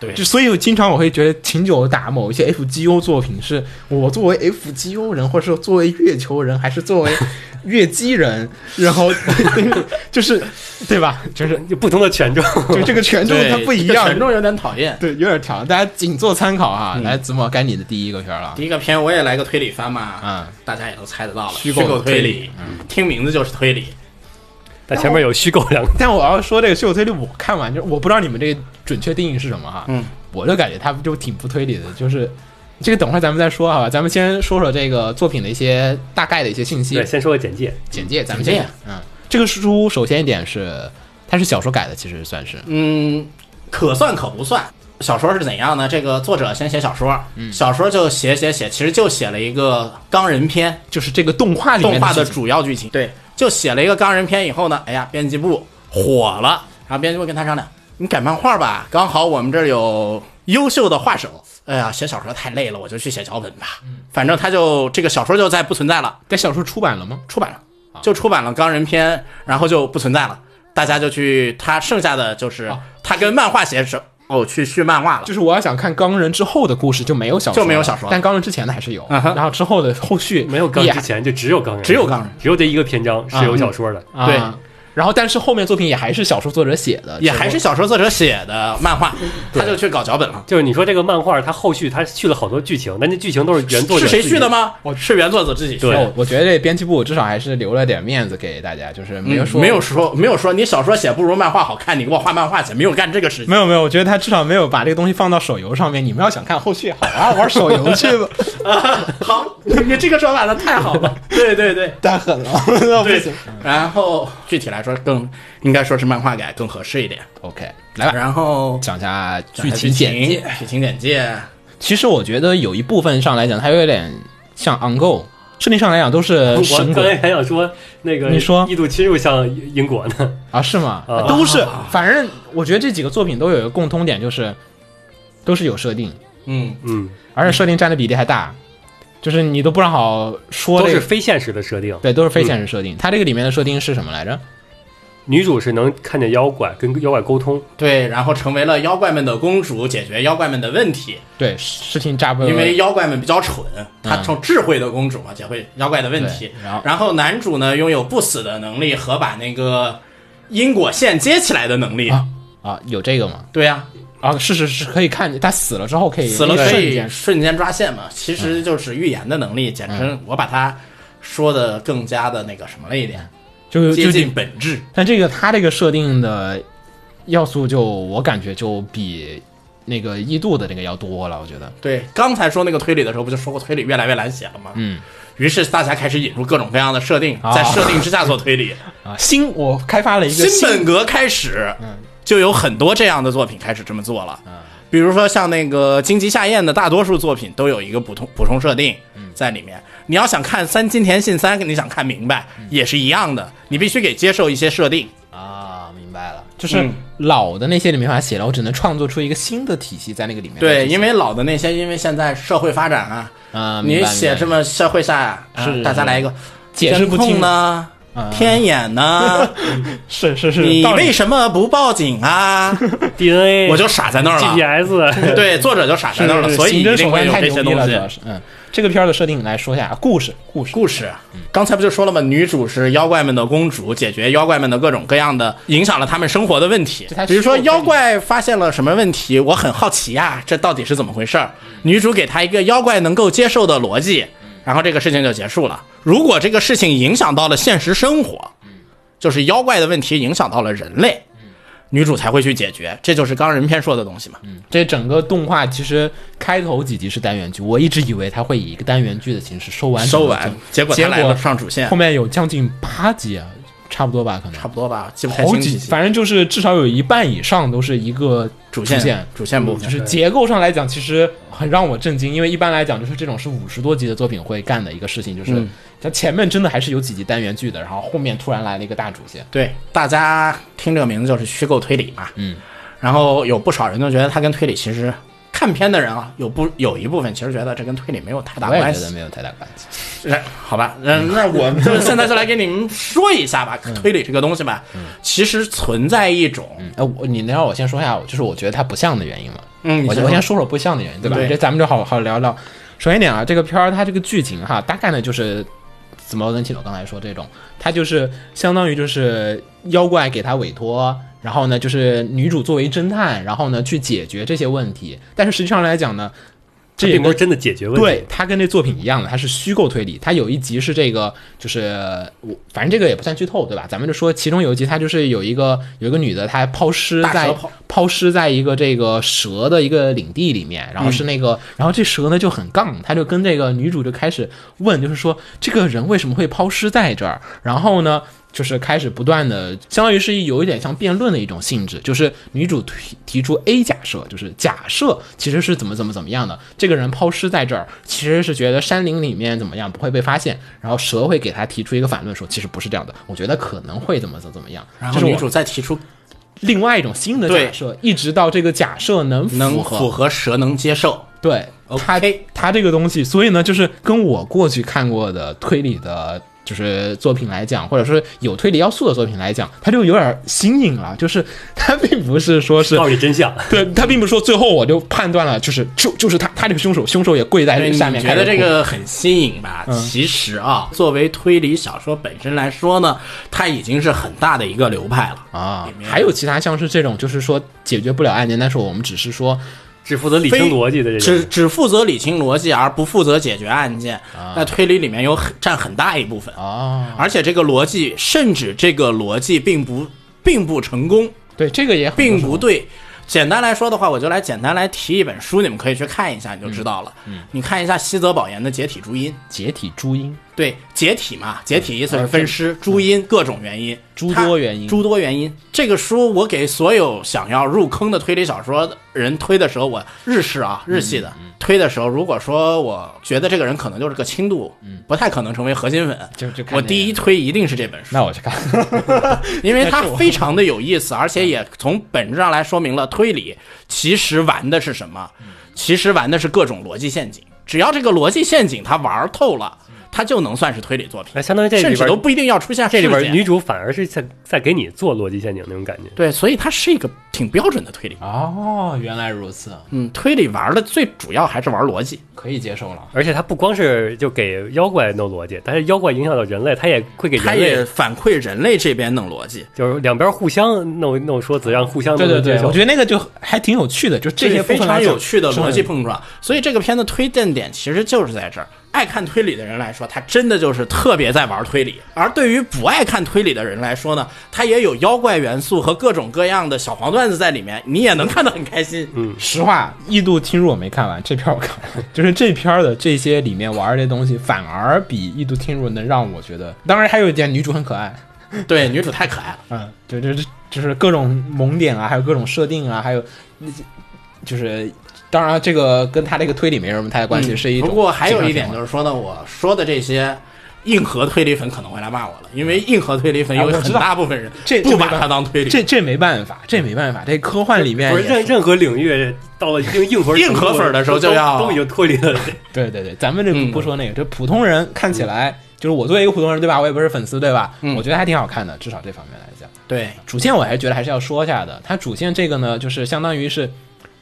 S5: 对
S3: 就所以，我经常我会觉得秦九打某一些 FGO 作品，是我作为 FGO 人，或者说作为月球人，还是作 为月姬人，然 后就是对吧？就是
S2: 就不同的权重。
S3: 就这个权重
S5: 对
S3: 它不一
S5: 这个
S3: 样，
S5: 权重有点讨厌。
S3: 对有点调，大家仅做参考啊。来，子墨，该你的第一个圈了
S5: 第。一个片我也来个推理番嘛，
S3: 嗯，
S5: 大家也都猜得到了，
S3: 虚
S5: 虚
S3: 构的
S5: 构
S3: 推
S5: 推
S3: 理嗯
S5: 理，听名字就是推理。
S2: 但前面有虚构两个，
S3: 但我要说这个虚有推理，我看完就我不知道你们这个准确定义是什么哈。
S5: 嗯，
S3: 我就感觉它就挺不推理的，就是这个等会儿咱们再说好吧。咱们先说说这个作品的一些大概的一些信息
S2: 对，先说个简介。
S3: 简介，咱们
S5: 简
S3: 先
S5: 介
S3: 讲。嗯，这个书首先一点是它是小说改的，其实算是
S5: 嗯，可算可不算。小说是怎样呢？这个作者先写小说，
S3: 嗯
S5: 小说就写写写，其实就写了一个冈仁篇，
S3: 就是这个动画里面
S5: 动画的
S3: 剧情
S5: 主要剧情。对，就写了一个冈仁篇以后呢，哎呀，编辑部火了，然后编辑部跟他商量，你改漫画吧，刚好我们这儿有优秀的画手。哎呀，写小说太累了，我就去写脚本吧。
S3: 嗯
S5: 反正他就这个小说就再不存在了，
S3: 在小说出版了吗？
S5: 出版了，就出版了冈仁篇，然后就不存在了。大家就去他剩下的就是
S3: 哦
S5: 他跟漫画写手哦去续漫画了
S3: 就。是我要想看冈仁之后的故事就没有小说了，
S5: 就没有小说了
S3: 但冈仁之前的还是有，
S5: 嗯哼
S3: 然后之后的后续
S2: 没有钢
S3: 也
S2: 之前就只有钢人，
S5: 只有钢人，
S2: 只有这一个篇章是有小说的。
S3: 啊
S5: 对
S3: 然后但是后面作品也还是小说作者写的，
S5: 也还
S3: 只
S5: 是小说作者写的漫画，他就去搞脚本了。
S2: 就是你说这个漫画，它后续它续了好多剧情，但这剧情都是原作者
S5: 是谁
S2: 自己
S5: 续的？吗？是原作者自己续
S3: 不过
S5: 的
S2: 对。
S3: 哦我我觉得这编辑部至少还是留了点面子给大家，就是嗯没有说、
S5: 嗯没有说没有说你小说写不如漫画好看，你给我画漫画去，没有干这个事情。
S3: 没有没有，我觉得他至少没有把这个东西放到手游上面。你们要想看后续，好啊，玩手游 去吧，
S5: 好，你这个说法的太好了。 对对对
S3: 太狠了，那不行
S5: 对。。然后具体来说更应该说是漫画改更合适一点。
S3: OK，来吧，
S5: 然后
S3: 讲一下剧
S5: 情
S3: 情简介。，
S5: 剧情简介，
S3: 其实我觉得有一部分上来讲，它有点像 On Go，设定上来讲都是神
S2: 我刚才
S3: 鬼
S2: 还想说那个，
S3: 你说
S2: 异度侵入像英国呢？
S3: 啊，是吗？
S2: 啊
S3: 都是，反正我觉得这几个作品都有一个共通点，就是都是有设定。
S5: 嗯，
S2: 嗯，
S3: 而且设定占的比例还大，就是你都不让好说
S2: 都
S3: 这
S2: 是
S3: 个。
S2: 非现实的设定。
S3: 对，都是非现实设定。它这个里面的设定是什么来着？
S2: 女主是能看见妖怪，跟妖怪沟通。
S5: 对，然后成为了妖怪们的公主，解决妖怪们的问题。
S3: 对，事情炸不
S5: 因为妖怪们比较蠢，她
S3: 嗯
S5: 成智慧的公主嘛，解决妖怪的问题
S3: 对。然后
S5: 男主呢拥有不死的能力和把那个因果线接起来的能力。
S3: 啊啊有这个吗？
S5: 对呀、
S3: 啊，是是是可以看见，他死了之后可以
S5: 死了可
S3: 瞬
S5: 以
S3: 间。嗯
S5: 瞬间抓线嘛，其实就是预言的能力，简直我把它说的更加的那个什么了一点，
S3: 嗯就
S5: 接
S3: 就
S5: 近本质。
S3: 但这个他这个设定的要素就，我感觉就比那个一度的那个要多了，我觉得。
S5: 对，刚才说那个推理的时候，不就说过推理越来越难写了吗？
S3: 嗯，
S5: 于是大家开始引入各种各样的设定
S3: 啊，
S5: 在设定之下做推理。
S3: 啊，新我开发了一个嗯
S5: 新本格开始，就有很多这样的作品开始这么做了。
S3: 啊
S5: 比如说像那个荆棘下咽的大多数作品都有一个补充补充设定
S3: 嗯
S5: 在里面。你要想看三金田信三，你想看明白
S3: 嗯
S5: 也是一样的，你必须给接受一些设定。
S3: 啊，明白了，就是
S5: 嗯
S3: 老的那些里没法写了，我只能创作出一个新的体系在那个里面来
S5: 对，
S3: 进行。
S5: 因为老的那些，因为现在社会发展啊，
S3: 啊，明
S5: 你
S3: 白
S5: 写这
S3: 明白
S5: 么社会下呀，啊
S3: 是
S5: 大家来一个
S3: 解释不
S5: 监
S3: 清
S5: 控呢
S3: 啊，
S5: 天眼呢，
S3: 是是是
S5: 你
S3: 道理
S5: 为什么不报警 啊？
S2: DNA，
S5: 我就傻在那儿了。
S2: GPS，
S5: 对，作者就傻在那儿了，
S3: 是
S5: 所以
S3: 刑
S5: 一
S3: 侦
S5: 定
S3: 手
S5: 会
S3: 段
S5: 有
S3: 太
S5: 这
S3: 牛
S5: 些
S3: 逼
S5: 东
S3: 了，主
S5: 西
S3: 要。是嗯，这个片儿的设定来说一下故事，故事，
S5: 故事，啊刚才不就说了吗？女主是妖怪们的公主，解决妖怪们的各种各样的影响了他们生活的问题
S3: 这才。
S5: 比如说
S3: 是
S5: 妖怪发现了什么问题，我很好奇呀、这到底是怎么回事儿？女主给他一个妖怪能够接受的逻辑，
S3: 嗯
S5: 然后这个事情就结束了。如果这个事情影响到了现实生活，就是妖怪的问题影响到了人类，
S3: 嗯
S5: 女主才会去解决。这就是刚人片说的东西嘛。
S3: 这整个动画其实开头几集是单元剧，我一直以为它会以一个单元剧的形式收完整
S5: 收
S3: 个
S5: 完
S3: 整，
S5: 结果
S3: 结
S5: 他来
S3: 果
S5: 了上主线
S3: 后。面有将近八集啊，差不多吧，可能
S5: 差不多吧，记不太
S3: 好
S5: 清
S3: 几，
S5: 楚。
S3: 反正就是至少有一半以上都是一个
S5: 主
S3: 线，
S5: 线主线部
S3: 就
S5: 分
S3: 是结构上来讲，其实很让我震惊，因为一般来讲，就是这种是五十多集的作品会干的一个事情，
S5: 嗯
S3: 就是它前面真的还是有几集单元剧的，然后后面突然来了一个大主线，
S5: 对，大家听这个名字就是虚构推理嘛。嗯，然后有不少人都觉得它跟推理其实看片的人啊，有不有一部分其实觉得这跟推理没有太大
S3: 我也
S5: 关
S3: 觉得
S5: 系。
S3: 没嗯有太大关系。
S5: 那好吧，那那我们就现在就来给你们说一 下
S3: 嗯
S5: 吧，推理这个东西吧，其实存在一种，
S3: 哎，我你能让我先说一下，就是我觉得它不像的原因吗？
S5: 嗯你
S3: 我
S5: 先
S3: 我
S5: 说
S3: 先说说不像的原因，对吧？
S5: 对
S3: 这咱们就好好聊聊。首先一点啊，这个片儿它这个剧情哈，大概呢就是怎么跟七总刚才说这种，它就是相当于就是妖怪给他委托，然后呢就是女主作为侦探，然后呢去解决这些问题。但是实际上来讲呢，这也
S2: 这并不
S3: 跟
S2: 是真的解决问题。
S3: 对，它跟这作品一样的，它是虚构推理。它有一集是这个，就是我反正这个也不算剧透，对吧？咱们就说其中有一集，它就是有一个有一个女的，她抛尸
S5: 大
S3: 在
S5: 蛇抛
S3: 抛尸在一个这个蛇的一个领地里面，然后
S5: 嗯
S3: 是那个，然后这蛇呢就很杠，它就跟这个女主就开始问，就是说这个人为什么会抛尸在这儿？然后呢？就是开始不断的，相当于是有一点像辩论的一种性质，就是女主提提出 A 假设，就是假设其实是怎么怎么怎么样的，这个人抛尸在这儿，其实是觉得山林里面怎么样不会被发现，然后蛇会给他提出一个反论说，其实不是这样的，我觉得可能会怎么怎么怎么样，
S5: 然
S3: 这
S5: 后
S3: 是我
S5: 女主再提出
S3: 另外一种新的
S5: 对
S3: 假设，一直到这个假设能符合，
S5: 能符合蛇能接受，
S3: 对
S5: OK
S3: 它它这个东西，所以呢，就是跟我过去看过的推理的。就是作品来讲，或者说有推理要素的作品来讲，它就有点新颖了。就是它并不是说是
S2: 告诉你真相。
S3: 对他并不是说最后我就判断了，就是就就是他，他这个凶手，凶手也跪在
S5: 对，你
S3: 哎下面。
S5: 觉得这个很新颖吧？
S3: 嗯
S5: 其实啊，作为推理小说本身来说呢，它已经是很大的一个流派了。
S3: 啊，还有其他像是这种，就是说解决不了案件，但是我们只是说
S2: 只负责理清逻辑的这
S5: 只
S2: 种，
S5: 只负责理清逻辑而不负责解决案件，那推理里面有很占很大一部分，
S3: 啊，
S5: 而且这个逻辑，甚至这个逻辑并不并不成功，
S3: 对这个也很
S5: 并不对。简单来说的话，我就来简单来提一本书，你们可以去看一下，你就知道了。你看一下西泽保研的《解体注音》，
S3: 解体朱茵，
S5: 对，解体嘛，解体意思是分尸，诸因各种原因，
S3: 啊诸
S5: 它
S3: 多原因
S5: 诸多原因。这个书我给所有想要入坑的推理小说的人推的时候，我日式啊，日系的、
S3: 嗯
S5: 推的时候，如果说我觉得这个人可能就是个轻度，不太可能成为核心粉，
S3: 嗯就就看
S5: 我
S3: 这
S5: 第
S3: 个
S5: 一推一定是这本书，
S3: 那我去看，
S5: 因为它非常的有意思，而
S3: 嗯
S5: 且也从本质上来说明了推理其实玩的是什么，
S3: 嗯
S5: 其实玩的是各种逻辑陷阱。只要这个逻辑陷阱它玩透了，
S3: 嗯
S5: 它就能算是推理作品。
S2: 那哎相当于这
S5: 甚
S2: 里
S5: 至都
S2: 边
S5: 不一定要出现
S2: 这里
S5: 事
S2: 边
S5: 件
S2: 女主反而是在在给你做逻辑陷阱那种感觉。
S5: 对，所以它是一个挺标准的推理。啊
S3: 哦，原来如此，
S5: 嗯，推理玩的最主要还是玩逻辑。
S3: 可以接受了。
S2: 而且它不光是就给妖怪弄逻辑，但是妖怪影响到人类，它也会给
S5: 它
S2: 人
S5: 也
S2: 类，
S5: 反馈人类这边弄逻辑，
S2: 就是两边互相弄弄说辞，让互相
S3: 对对对，我觉得
S2: 得
S3: 那个就还挺有趣的，就这些
S5: 非
S3: 部分
S5: 常
S3: 来讲
S5: 有趣的
S3: 是很
S5: 逻辑碰撞。所以这个片子推荐点其实就是在这儿。爱看推理的人来说，他真的就是特别在玩推理；而对于不爱看推理的人来说呢，他也有妖怪元素和各种各样的小黄段子在里面，你也能看得很开心。嗯，
S3: 实话，《异度听入》我没看完，这片儿我看完，就是这片儿的这些里面玩儿这东西，反而比《异度听入》能让我觉得。当然，还有一点，女主很可爱，
S5: 对，女主太可爱了。
S3: 嗯，就就是就是各种萌点啊，还有各种设定啊，还有那些就是，当然这个跟他这个推理没什么太大关系，是一种。。
S5: 嗯不过还有一点就是是说呢，我说的这些。硬核推理粉可能会来骂我了，因为硬核推理粉
S3: 啊
S5: 有
S3: 我
S5: 很
S3: 知道
S5: 大部分人
S3: 这这
S5: 不
S3: 没
S5: 把
S3: 办
S5: 它
S3: 法
S5: 当推理，
S3: 这这没办法，这没办法，这科幻里面
S2: 不是
S3: 也
S2: 任任何领域到了一定硬核
S5: 硬核粉的时候就要
S2: 都都已经脱离了。
S3: 对对对，咱们这
S5: 嗯
S3: 不说那个，就普通人看起来，就是我作为一个普通人，对吧？我也不是粉丝，对吧？
S5: 嗯
S3: 我觉得还挺好看的，至少这方面来讲。
S5: 对，
S3: 主线我还是觉得还是要说一下的。它主线这个呢，就是相当于是，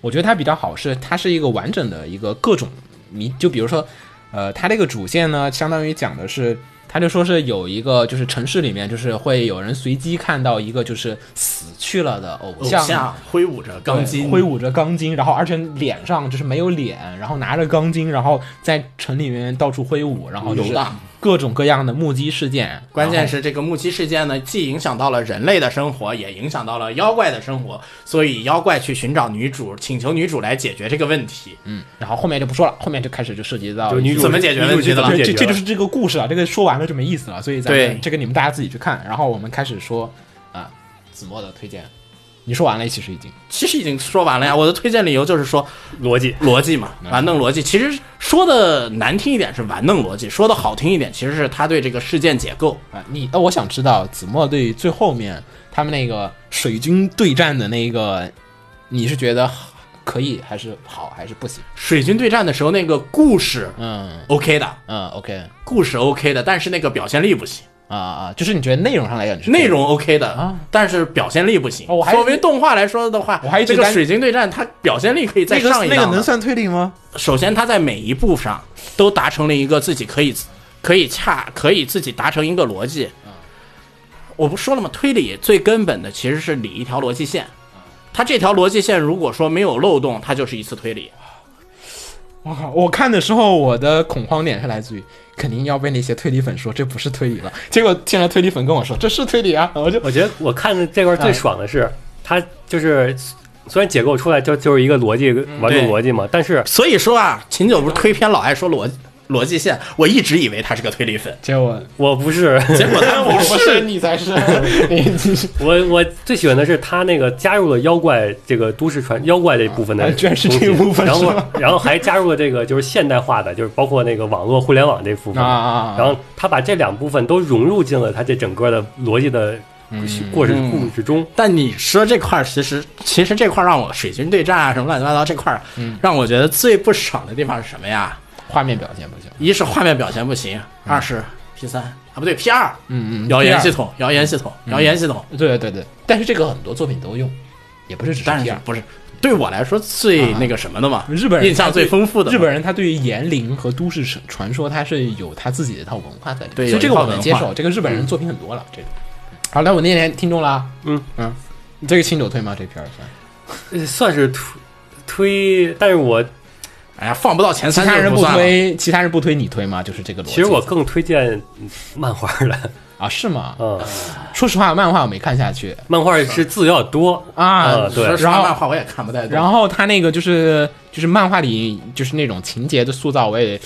S3: 我觉得它比较好是它是一个完整的一个各种谜，就比如说，呃，它这个主线呢，相当于讲的是。他就说是有一个，就是城市里面，就是会有人随机看到一个就是死去了的偶
S5: 偶
S3: 像，
S5: 像挥舞着钢筋，
S3: 挥舞着钢筋，然后而且脸上就是没有脸，然后拿着钢筋，然后在城里面到处挥舞，然后就是
S5: 游荡
S3: 各种各样的目击事件，
S5: 关键
S3: 然后
S5: 是这个目击事件呢，既影响到了人类的生活，也影响到了妖怪的生活，所以妖怪去寻找女主，请求女主来解决这个问题。
S3: 嗯，然后后面就不说了，后面就开始就涉及到
S2: 就女主
S5: 啊怎么解决问题的了
S3: 这
S2: 女主怎么解
S3: 这
S2: 决
S3: 这就
S2: 了
S3: 是这个故事啊，这个说完了就没意思了，所以咱
S5: 对
S3: 们这个你们大家自己去看。然后我们开始说啊，子墨的推荐，你说完了，其实已经
S5: 其实已经说完了呀，我的推荐理由就是说
S2: 逻辑。
S5: 逻辑嘛，玩弄逻辑。其实说的难听一点是玩弄逻辑，说的好听一点其实是他对这个事件解构。
S3: 啊，你呃，我想知道子墨对最后面他们那个水军对战的那个，你是觉得可以还是好还是不行？
S5: 水军对战的时候那个故事
S3: 嗯
S5: OK 的，
S3: 嗯，OK
S5: 故事 OK 的，但是那个表现力不行。
S3: 啊啊，就是你觉得内容上来讲，你是
S5: 内容 OK 的，
S3: 啊
S5: 但是表现力不行。
S3: 哦我还
S5: 作为动画来说的话，
S3: 我还一直
S5: 这个
S3: 担
S5: 水晶对战，它表现力可以再
S3: 那个
S5: 上一档
S3: 那
S5: 的。
S3: 个能算推理吗？
S5: 首先，它在每一步上都达成了一个自己可以可以恰可以自己达成一个逻辑。我不说了吗？推理最根本的其实是理一条逻辑线。它这条逻辑线如果说没有漏洞，它就是一次推理。
S3: 我靠！啊我看的时候，我的恐慌点是来自于肯定要被那些推理粉说这不是推 理了，结果现在推理粉跟我说这是推理啊，我就
S2: 我觉得我看的这块最爽的
S5: 哎
S2: 是，它就是虽然解构出来就就是一个逻辑
S5: 嗯
S2: 玩弄逻辑嘛，但是
S5: 所以说啊，秦九不是推偏老爱说逻逻辑线，我一直以为他是个推理粉，
S3: 结果
S2: 我不是，
S5: 结果他
S3: 我
S5: 不
S3: 不
S5: 是
S3: 是 你才是，你是
S2: 我我最喜欢的是他那个加入了妖怪这个都市传妖怪这部分的
S3: 啊
S2: 东西，
S3: 居然是这个部分
S2: 然
S3: 是
S2: 后
S3: 吗
S2: 然后还加入了这个就是现代化的，就是包括那个网络互联网这部分
S3: 啊啊啊
S2: 然后他把这两部分都融入进了他这整个的逻辑的
S3: 嗯
S2: 过程故事中，
S5: 但你说这块儿，其实其实这块儿让我水军对战啊什么乱七八糟这块儿，
S3: 嗯
S5: 让我觉得最不爽的地方是什么呀？
S3: 画面表现不行，
S5: 一是画面表现不行，二是 P 三啊不对 P 二，
S3: 嗯嗯嗯，嗯
S5: 谣言系
S3: 统，
S5: 统，谣言系统，谣言系统，
S3: 对对对，但是这个很多作品都用，也不是只是
S5: 但
S3: P
S5: 是
S3: 二，
S5: 不是对我来说最
S3: 啊
S5: 那个什么的嘛？
S3: 日本人
S5: 印象最丰富的嘛
S3: 日本人他对于言灵和都市传说，他是有他自己的一套文化在里面，
S5: 对
S3: 所以这个我
S5: 有一套
S3: 能
S5: 文
S3: 接
S5: 化
S3: 受。这个日本人作品很多了，这个。好，那我那天听众啦，
S2: 嗯
S3: 嗯，这个亲手推吗？这片儿 算
S2: 呃算是推推，但是我
S5: 哎呀，放不到前
S3: 其
S5: 三
S3: 他
S5: 就
S3: 人
S5: 不
S3: 不
S5: 算了。
S3: 推，其他人不推，你推吗？就是这个逻辑。
S2: 其实我更推荐漫画的，
S3: 啊，是吗？
S2: 嗯，
S3: 说实话，漫画我没看下去
S2: 漫画是字要多
S3: 啊
S2: 呃。对
S5: 说实话，
S3: 然后
S5: 漫画我也看不太懂。
S3: 然后他那个就是就是漫画里就是那种情节的塑造，我也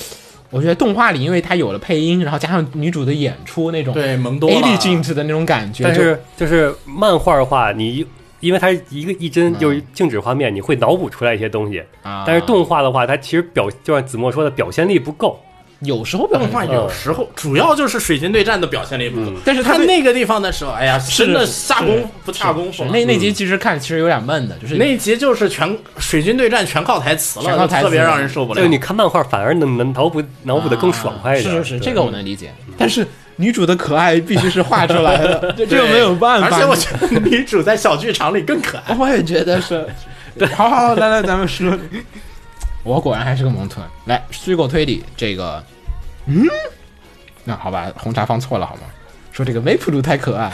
S3: 我觉得动画里，因为他有了配音，然后加上女主的演出那种
S5: 对萌多
S3: A
S5: 了
S3: D g i n t 的那种感觉，
S2: 但
S3: 就是
S2: 就是漫画的话，你因为它是一个一帧就是静止画面，你会脑补出来一些东西。
S3: 嗯啊
S2: 但是动画的话，它其实表就像子墨说的，表现力不够。
S3: 有时候表
S5: 动
S3: 现
S5: 画有时
S3: 嗯
S5: 候主要就是水军对战的表现力不足
S2: 嗯，
S3: 但是他
S5: 他
S3: 对
S5: 那个地方的时候，哎呀，
S3: 是
S5: 真的
S3: 是
S5: 下功不下功夫
S3: 是
S5: 了。
S3: 那那集其实看其实有点闷的，就是
S5: 那一集就是全水军对战全靠台词
S3: 全
S5: 了，
S3: 靠台词
S5: 特别让人受不
S2: 就是
S5: 了
S2: 你。看漫画，反而能能脑补脑补的更爽快一点。
S3: 啊是是是，
S2: 对
S3: 这个我能理解。嗯但是女主的可爱必须是画出来的，这这个
S5: 对
S3: 没有办法。
S5: 而且我觉得女主在小剧场里更可 爱。
S3: 我也觉得是。好好，好来来，咱们说。 我果然还是个萌豚。来，虚构推理这个，嗯，那好吧，红茶放错了好吗？说这个梅普鲁太可 爱，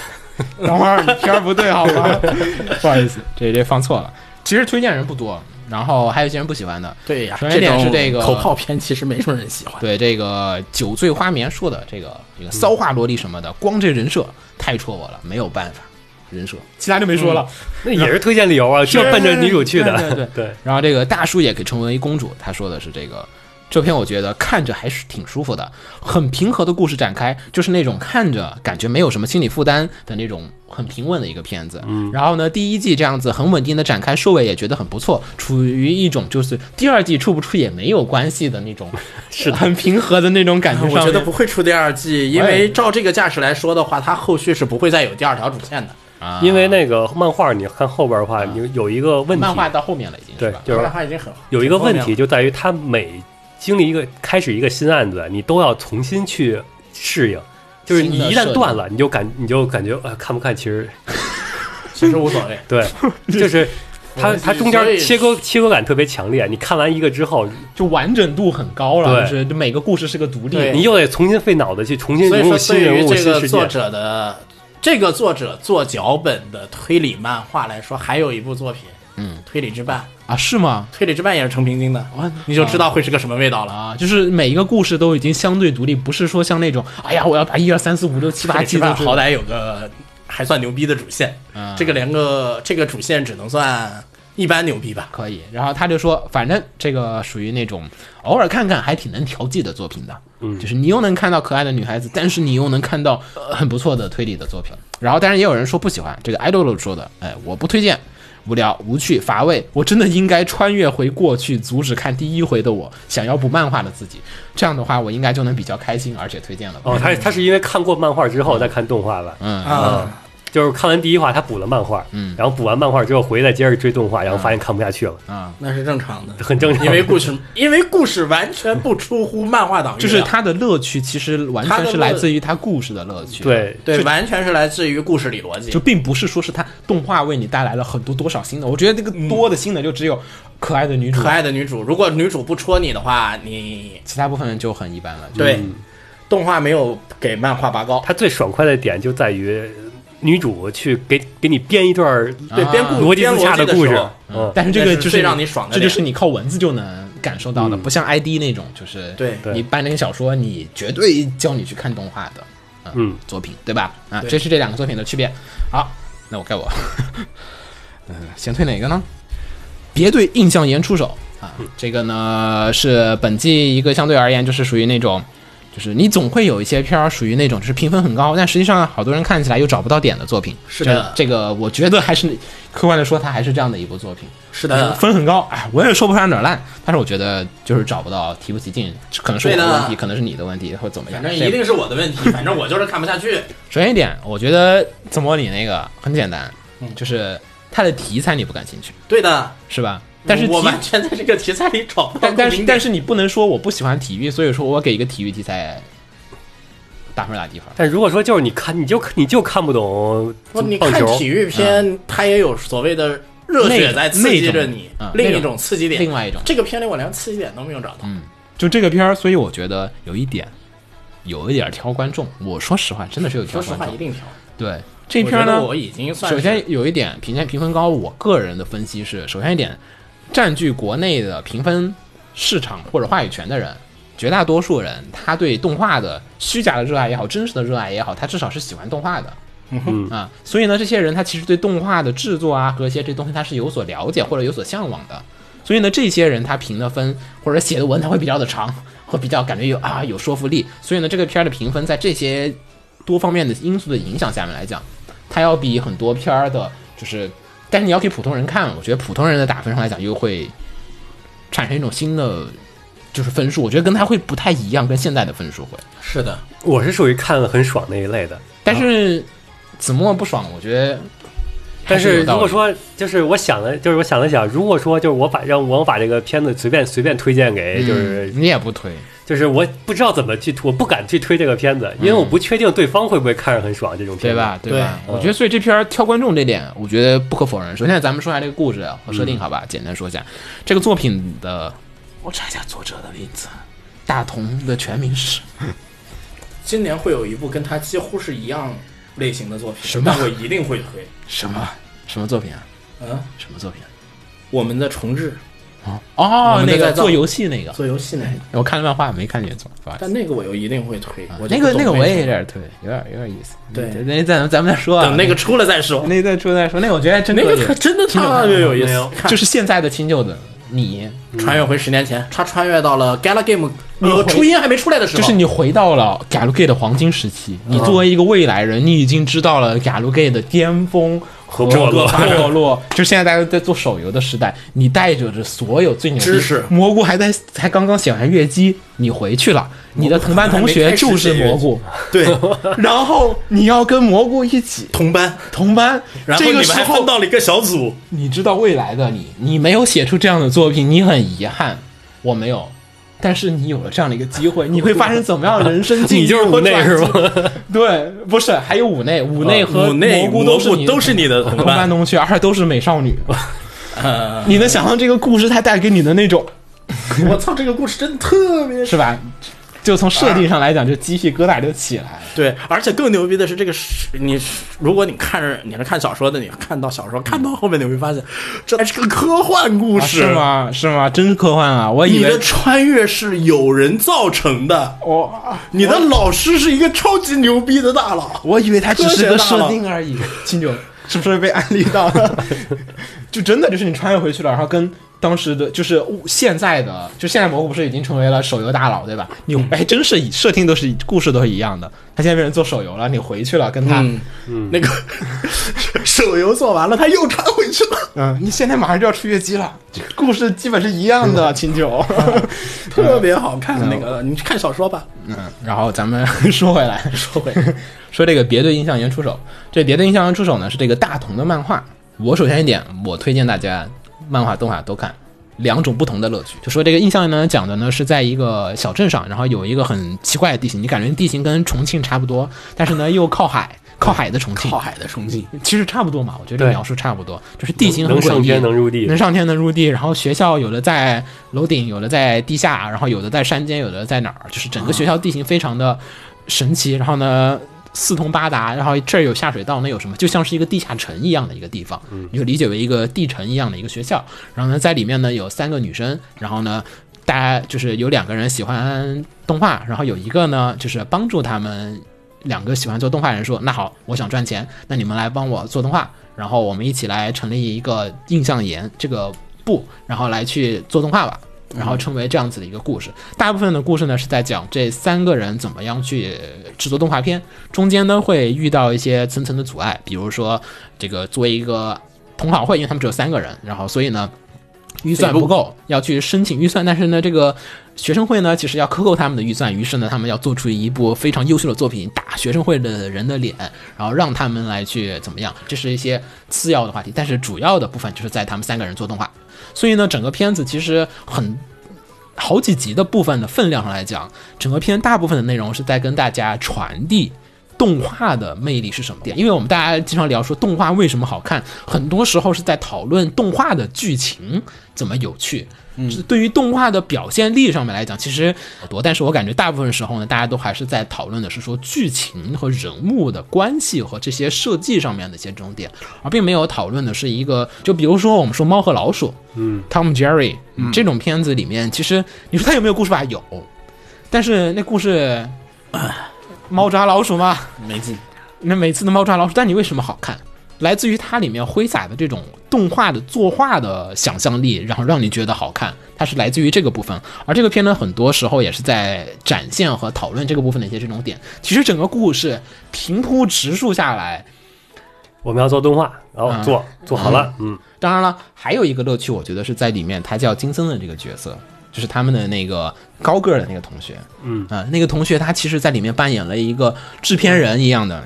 S3: 等会儿你片儿不对好吗？ 不好意思，这这放错了。其实推荐人不多，然后还有一些人不喜欢的。
S5: 对呀
S3: 首先一点是这个
S5: 口炮片，其实没什么人喜欢。
S3: 啊对这个酒醉花棉说的这个这个骚话萝莉什么的，光这人设太戳我了，没有办法，人设其他就没说了。
S2: 那也是推荐理由啊，就奔着女主去的。
S3: 对对
S2: 对，
S3: 然后这个大叔也可以成为公主，他说的是这个。这篇我觉得看着还是挺舒服的，很平和的故事展开，就是那种看着感觉没有什么心理负担的那种很平稳的一个片子。嗯，然后呢，第一季这样子很稳定的展开，收尾也觉得很不错，处于一种就是第二季出不出也没有关系的那种，是很平和的那种感觉上
S5: 嗯我
S3: 面。
S5: 觉得不会出第二季，因
S3: 哎
S5: 为照这个架势来说的话，它后续是不会再有第二条主线的。
S3: 啊，
S2: 因为那个漫画，你看后边的话，你有一个问题
S3: 漫，画到后面了已经是
S2: 对
S3: 吧，？
S2: 就
S5: 漫
S2: 是
S5: 画已经很
S2: 有一个问
S5: 后面
S2: 题
S5: 了
S2: 就在于它每经历一个开始一个新案子，你都要重新去适应。就是你一旦断了，你就感你就感觉呃看不看其实
S5: 其实无所谓。
S2: 对，就是它它中
S5: 所
S2: 间
S5: 以哎
S2: 切割切割感特别强烈。你看完一个之后，
S3: 就完整度很高了，
S2: 对
S3: 就是就每个故事是个独立的
S5: 对
S2: 你又得重新费脑子去重新
S5: 所以
S2: 融入
S5: 说，
S2: 新
S5: 对
S2: 人
S5: 于
S2: 物、
S5: 这
S2: 新
S5: 个
S2: 世
S5: 作
S2: 界。
S5: 者的这个作者做脚本的推理漫画来说，还有一部作品嗯，推理之绊，
S3: 啊，是吗？
S5: 推理之绊也是成平京的，
S3: 啊，
S5: 你就知道会是个什么味道了。
S3: 啊，就是每一个故事都已经相对独立，不是说像那种，哎呀，我要把一二三四五六七八
S5: 推理
S3: 季
S5: 之
S3: 都
S5: 绊
S3: 知
S5: 好
S3: 道。
S5: 歹有个还算牛逼的主线，
S3: 嗯
S5: 这个连个这个主线只能算一般牛逼吧。
S3: 可以，然后他就说，反正这个属于那种偶尔看看还挺能调剂的作品的，嗯，就是你又能看到可爱的女孩子，但是你又能看到呃很不错的推理的作品。然后，当然也有人说不喜欢，这个 idol 说的，哎，我不推荐，无聊、无趣、乏味，我真的应该穿越回过去，阻止看第一回的我，想要补漫画的自己。这样的话，我应该就能比较开心，而且推荐了吧。
S2: 哦，他他是因为看过漫画之后再看动画吧？
S3: 嗯
S2: 啊，就是看完第一话，他补了漫画，嗯，然后补完漫画之后回来接着追动画，
S5: 嗯
S2: 然后发现看不下去了，
S3: 啊，
S5: 那是正常的，
S2: 很正常
S5: 因为故事，因为故事完全不出乎漫画党预料，
S3: 就是它的乐趣其实完全是来自于它故事的乐趣。。
S2: 对，
S5: 对，完全是来自于故事里逻辑。
S3: 就并不是说是它动画为你带来了很多多少新的，我觉得这个多的新的就只有可爱的女主，
S5: 可爱的女主，如果女主不戳你的话，你
S3: 其他部分就很一般了。就
S5: 对、动画没有给漫画拔高，
S2: 他最爽快的点就在于女主去给给你编一段儿
S5: 对编故
S2: 逻辑
S5: 编
S2: 自洽
S5: 辑
S2: 故事
S5: 时候，
S2: 嗯，
S3: 但是这个
S5: 那是
S3: 就是
S5: 最让你爽的
S3: 这
S5: 点嗯
S3: 就是你靠文字就能感受到的，不像 ID 那种，就是
S5: 对
S2: 对
S3: 你搬那个小说，你绝对叫你去看动画的，
S2: 嗯，
S3: 作品对吧？啊，这是这两个作品的区别。好，那我该 我，嗯，先推哪个呢？别对印象岩出手啊，这个呢是本季一个相对而言就是属于那种，就是你总会有一些片儿属于那种就是评分很高，但实际上好多人看起来又找不到点的作品。
S5: 是的
S3: 这这个我觉得还是客观的说，它还是这样的一部作品。
S5: 是的，
S3: 分很高，哎，我也说不上哪儿烂，但是我觉得就是找不到提不起劲，可能是我
S5: 对
S3: 的
S5: 的
S3: 问题，可能是你的问题，或者怎么样。
S5: 反正
S3: 这
S5: 一定是我的问 题，反正我就是看不下去。
S3: 首先一点，我觉得自摸你那个很简单，就是它的题材你不感兴趣，
S5: 对的，
S3: 是吧？但是
S5: 我
S3: 题
S5: 完全在这个题材里找不到
S3: 但但
S5: 共
S3: 是
S5: 鸣点
S3: 但是你不能说我不喜欢体育，所以说我给一个体育题材打分打低分。
S2: 但如果说就是你看你就你就看不懂
S5: 不你
S2: 棒
S5: 看
S2: 球，
S5: 体育片，它也有所谓的热血在刺激着你
S3: 那种嗯，
S5: 另
S3: 那
S5: 一
S3: 种
S5: 种刺激点。
S3: 另外一种
S5: 这个片里我连刺激点都没有找到。
S3: 就这个片儿，所以我觉得有一点，有一点挑观众。我说实话，真的是有挑
S5: 说实
S3: 观
S5: 话，一
S3: 众。
S5: 定挑。
S3: 对这
S5: 我
S3: 片
S5: 觉
S3: 儿
S5: 得
S3: 呢，
S5: 我已经算
S3: 首
S5: 是
S3: 先有一点评价评分高，我个人的分析是，首先一点，占据国内的评分市场或者话语权的人，绝大多数人他对动画的虚假的热爱也好，真实的热爱也好，他至少是喜欢动画的。嗯啊，所以呢，这些人他其实对动画的制作啊和一些这东西他是有所了解或者有所向往的，所以呢，这些人他评的分或者写的文他会比较的长，会比较感觉有啊有说服力，所以呢，这个片儿的评分在这些多方面的因素的影响下面来讲，它要比很多片儿的，就是，但是你要给普通人看，我觉得普通人的打分上来讲，又会产生一种新的就是分数，我觉得跟它会不太一样，跟现在的分数会。
S5: 是的，
S2: 我是属于看了很爽那一类的。
S3: 但是、子墨不爽，我觉得还
S2: 但
S3: 是
S2: 是
S3: 有道
S2: 如
S3: 理
S2: 果说就是我想了，就是我想了想，如果说就是我把让我把这个片子随便随便推荐给就是、
S3: 嗯你也不推，
S2: 就是我不知道怎么去推，我不敢去推这个片子，因为我不确定对方会不会看着很爽这种
S3: 对
S2: 片子，
S3: 吧？？对嗯吧？
S2: 对
S3: 我觉得，所以这片儿挑观众这点，我觉得不可否认。首先，咱们说一下这个故事啊和设定，好吧？简单说一下这个作品的，嗯我查一下作者的名字，大同的全名是
S5: 今年会有一部跟它几乎是一样类型的作品，
S3: 什么
S5: 但我一定会推。
S3: 什么什么作品啊？
S5: 嗯，
S3: 什么作品啊？
S5: 我们的重置
S3: 哦
S5: 我，们
S3: 那
S5: 都
S3: 个
S5: 在造
S3: 做游戏那个，
S5: 做游戏那个，
S3: 我看了漫画没看原作，不好意思。
S5: 但那个我又一定会推。我就
S3: 那个
S5: 不懂
S3: 那个我
S5: 为什
S3: 也
S5: 么
S3: 有点推，有点有点意思。嗯
S5: 对
S3: 那咱咱们再说啊。
S5: 等那个出了再说。
S3: 那再说再说，那个我觉得还真
S5: 那
S3: 可
S5: 个可
S3: 以，
S5: 真的特别有意思，
S3: 就是是现在的新旧的你，
S5: 穿越回十年前，他穿越到了 Gala Game
S3: 回
S5: 呃初音还没出来的时候，
S3: 就是你回到了 Galgame 的黄金时期，你作为一个未来人，你已经知道了 Galgame 的巅峰和
S2: 没落
S3: 没落，就是现在大家在做手游的时代，你带着这所有最牛逼
S5: 知识
S3: 蘑菇还在才刚刚写完月姬，你回去了，你的同班同
S5: 还没
S3: 学
S5: 开始
S3: 就是蘑菇，
S5: 对
S3: 然后你要跟蘑菇一起
S5: 同班，
S3: 同班，
S5: 然后
S3: 这
S5: 你
S3: 个
S5: 们
S3: 时
S5: 还分
S3: 候
S5: 到了一个小组，
S3: 你知道未来的你，你没有写出这样的作品，你很遗憾，我没有。但是你有了这样的一个机 会，你会发生怎么样的人生境遇？
S2: 你就是五内是吗？
S3: 对，不是，还有五内，五内和
S5: 五内
S3: 菇
S5: 蘑
S3: 是
S5: 菇
S3: 你
S5: 都是你的同
S3: 同班
S5: 伴，
S3: 同学，而且都是美少 女。 你 能想象这个故事它带给你的那种，
S5: 我操，这个故事真的特别
S3: 是吧？就从设定上来讲，就鸡皮疙瘩就起来了。
S5: 对，而且更牛逼的是，这个是你如果你看着你是看小说的，你看到小说看到后面，你会发现这还是个科幻故
S3: 啊
S5: 事，
S3: 是？吗？是吗？真是科幻啊！我
S5: 你
S3: 以
S5: 的
S3: 为
S5: 穿越是有人造成的，
S3: 我
S5: 你的老师是一个超级牛逼的大佬。
S3: 我以为它只是个
S5: 科学大佬
S3: 设定而已。金九是不是被安利到了？ 就真的就是你穿越回去了，然后跟当时的，就是现在的，就现在蘑菇不是已经成为了手游大佬对吧？你还真是以设定都是以故事都是一样的，他现在变成做手游了，你回去了跟他，嗯
S5: 嗯，那个 手游做完了，他又穿回去了。
S3: 嗯你现在马上就要出月姬了，这个故事基本是一样的，秦九。
S5: 特别好看，那个
S3: 嗯
S5: 你去看小说吧。
S3: 然后咱们 说回来，说回来，说这个别对印象研出手。这别对印象研出手呢，是这个大同的漫画。我首先一点，我推荐大家漫画、动画都看，两种不同的乐趣。就说这个印象研呢，讲的呢是在一个小镇上，然后有一个很奇怪的地形，你感觉地形跟重庆差不多，但是呢又靠海，靠海的重庆，
S5: 靠海的冲击，
S3: 其实差不多嘛，我觉得这
S2: 对
S3: 描述差不多，就是地形很
S2: 能
S3: 诡异
S2: 上天能入地
S3: 能上天能入地，然后学校有的在楼顶，有的在地下，然后有的在山间，有的在哪儿，就是
S2: 啊
S3: 整个学校地形非常的神奇，然后呢四通八达，然后这儿有下水道，那有什么，就像是一个地下城一样的一个地方，你就理解为一个地城一样的一个学校，然后呢在里面呢有三个女生，然后呢大家就是有两个人喜欢动画，然后有一个呢就是帮助他们两个喜欢做动画人说：“那好，我想赚钱，那你们来帮我做动画，然后我们一起来成立一个印象研这个部，然后来去做动画吧。”然后成为这样子的一个故事。大部分的故事呢是在讲这三个人怎么样去制作动画片，中间呢会遇到一些层层的阻碍，比如说这个作为一个同好会，因为他们只有三个人，然后所以呢。预算不够，要去申请预算，但是呢，这个学生会呢，其实要克扣他们的预算，于是呢，他们要做出一部非常优秀的作品，打学生会的人的脸，然后让他们来去怎么样，这是一些次要的话题，但是主要的部分就是在他们三个人做动画，所以呢，整个片子其实很好几集的部分的分量上来讲，整个片大部分的内容是在跟大家传递。动画的魅力是什么点？因为我们大家经常聊说动画为什么好看，很多时候是在讨论动画的剧情怎么有趣。是对于动画的表现力上面来讲，其实很多，但是我感觉大部分时候呢，大家都还是在讨论的是说剧情和人物的关系和这些设计上面的一些重点，而并没有讨论的是一个，就比如说我们说《猫和老鼠》，嗯，《Tom Jerry》这种片子里面，其实你说它有没有故事吧？有，但是那故事，呃猫抓老鼠嘛，
S5: 没劲。
S3: 那每次的猫抓老鼠，但你为什么好看？来自于它里面挥洒的这种动画的作画的想象力，然后让你觉得好看，它是来自于这个部分。而这个片呢，很多时候也是在展现和讨论这个部分的一些这种点。其实整个故事平铺直述下来，
S2: 我们要做动画，然后做做好了，嗯，
S3: 当然了，还有一个乐趣，我觉得是在里面，他叫金森的这个角色，就是他们的那个高个儿的那个同学，嗯啊、那个同学他其实在里面扮演了一个制片人一样的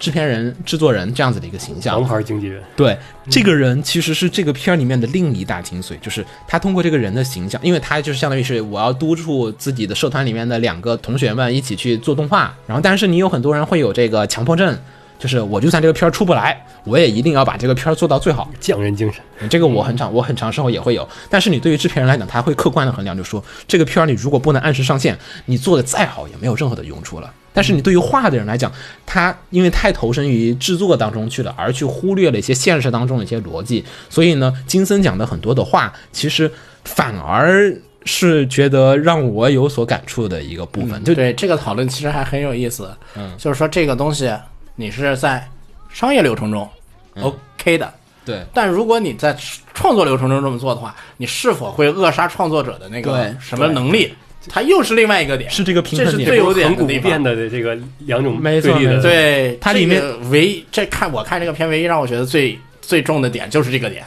S3: 制片人、制作人这样子的一个形象，
S2: 王牌经纪人，
S3: 对，这个人其实是这个片儿里面的另一大精髓，就是他通过这个人的形象，因为他就是相当于是我要督促自己的社团里面的两个同学们一起去做动画，然后但是你有很多人会有这个强迫症，就是我就算这个片儿出不来，我也一定要把这个片儿做到最好。
S2: 匠人精神，
S3: 这个
S5: 嗯
S3: 我很长，我很长时候也会有。但是你对于制片人来讲，他会客观的衡量，就说这个片儿你如果不能按时上线，你做的再好也没有任何的用处了。但
S5: 嗯
S3: 是你对于画的人来讲，他因为太投身于制作当中去了，而去忽略了一些现实当中的一些逻辑。所以呢，金森讲的很多的话，其实反而是觉得让我有所感触的一个部分。就
S5: 嗯对这个讨论其实还很有意思。嗯，就是说这个东西你是在商业流程中、OK
S3: 嗯
S5: 的，
S3: 对
S5: 但如果你在创作流程中这么做的话，你是否会扼杀创作者的那个
S3: 对
S5: 什么能力？它又是另外一个点，
S3: 是这个平衡
S5: 这是
S3: 点
S5: 最有点
S2: 很
S5: 的
S2: 古
S5: 地
S2: 变
S5: 方。
S2: 的这个两种
S3: 没错
S2: 对立
S3: 没
S2: 的，
S3: 错
S5: 对，
S3: 它里面
S5: 这个唯一这看我看这个片唯一让我觉得最最重的点就是这个点。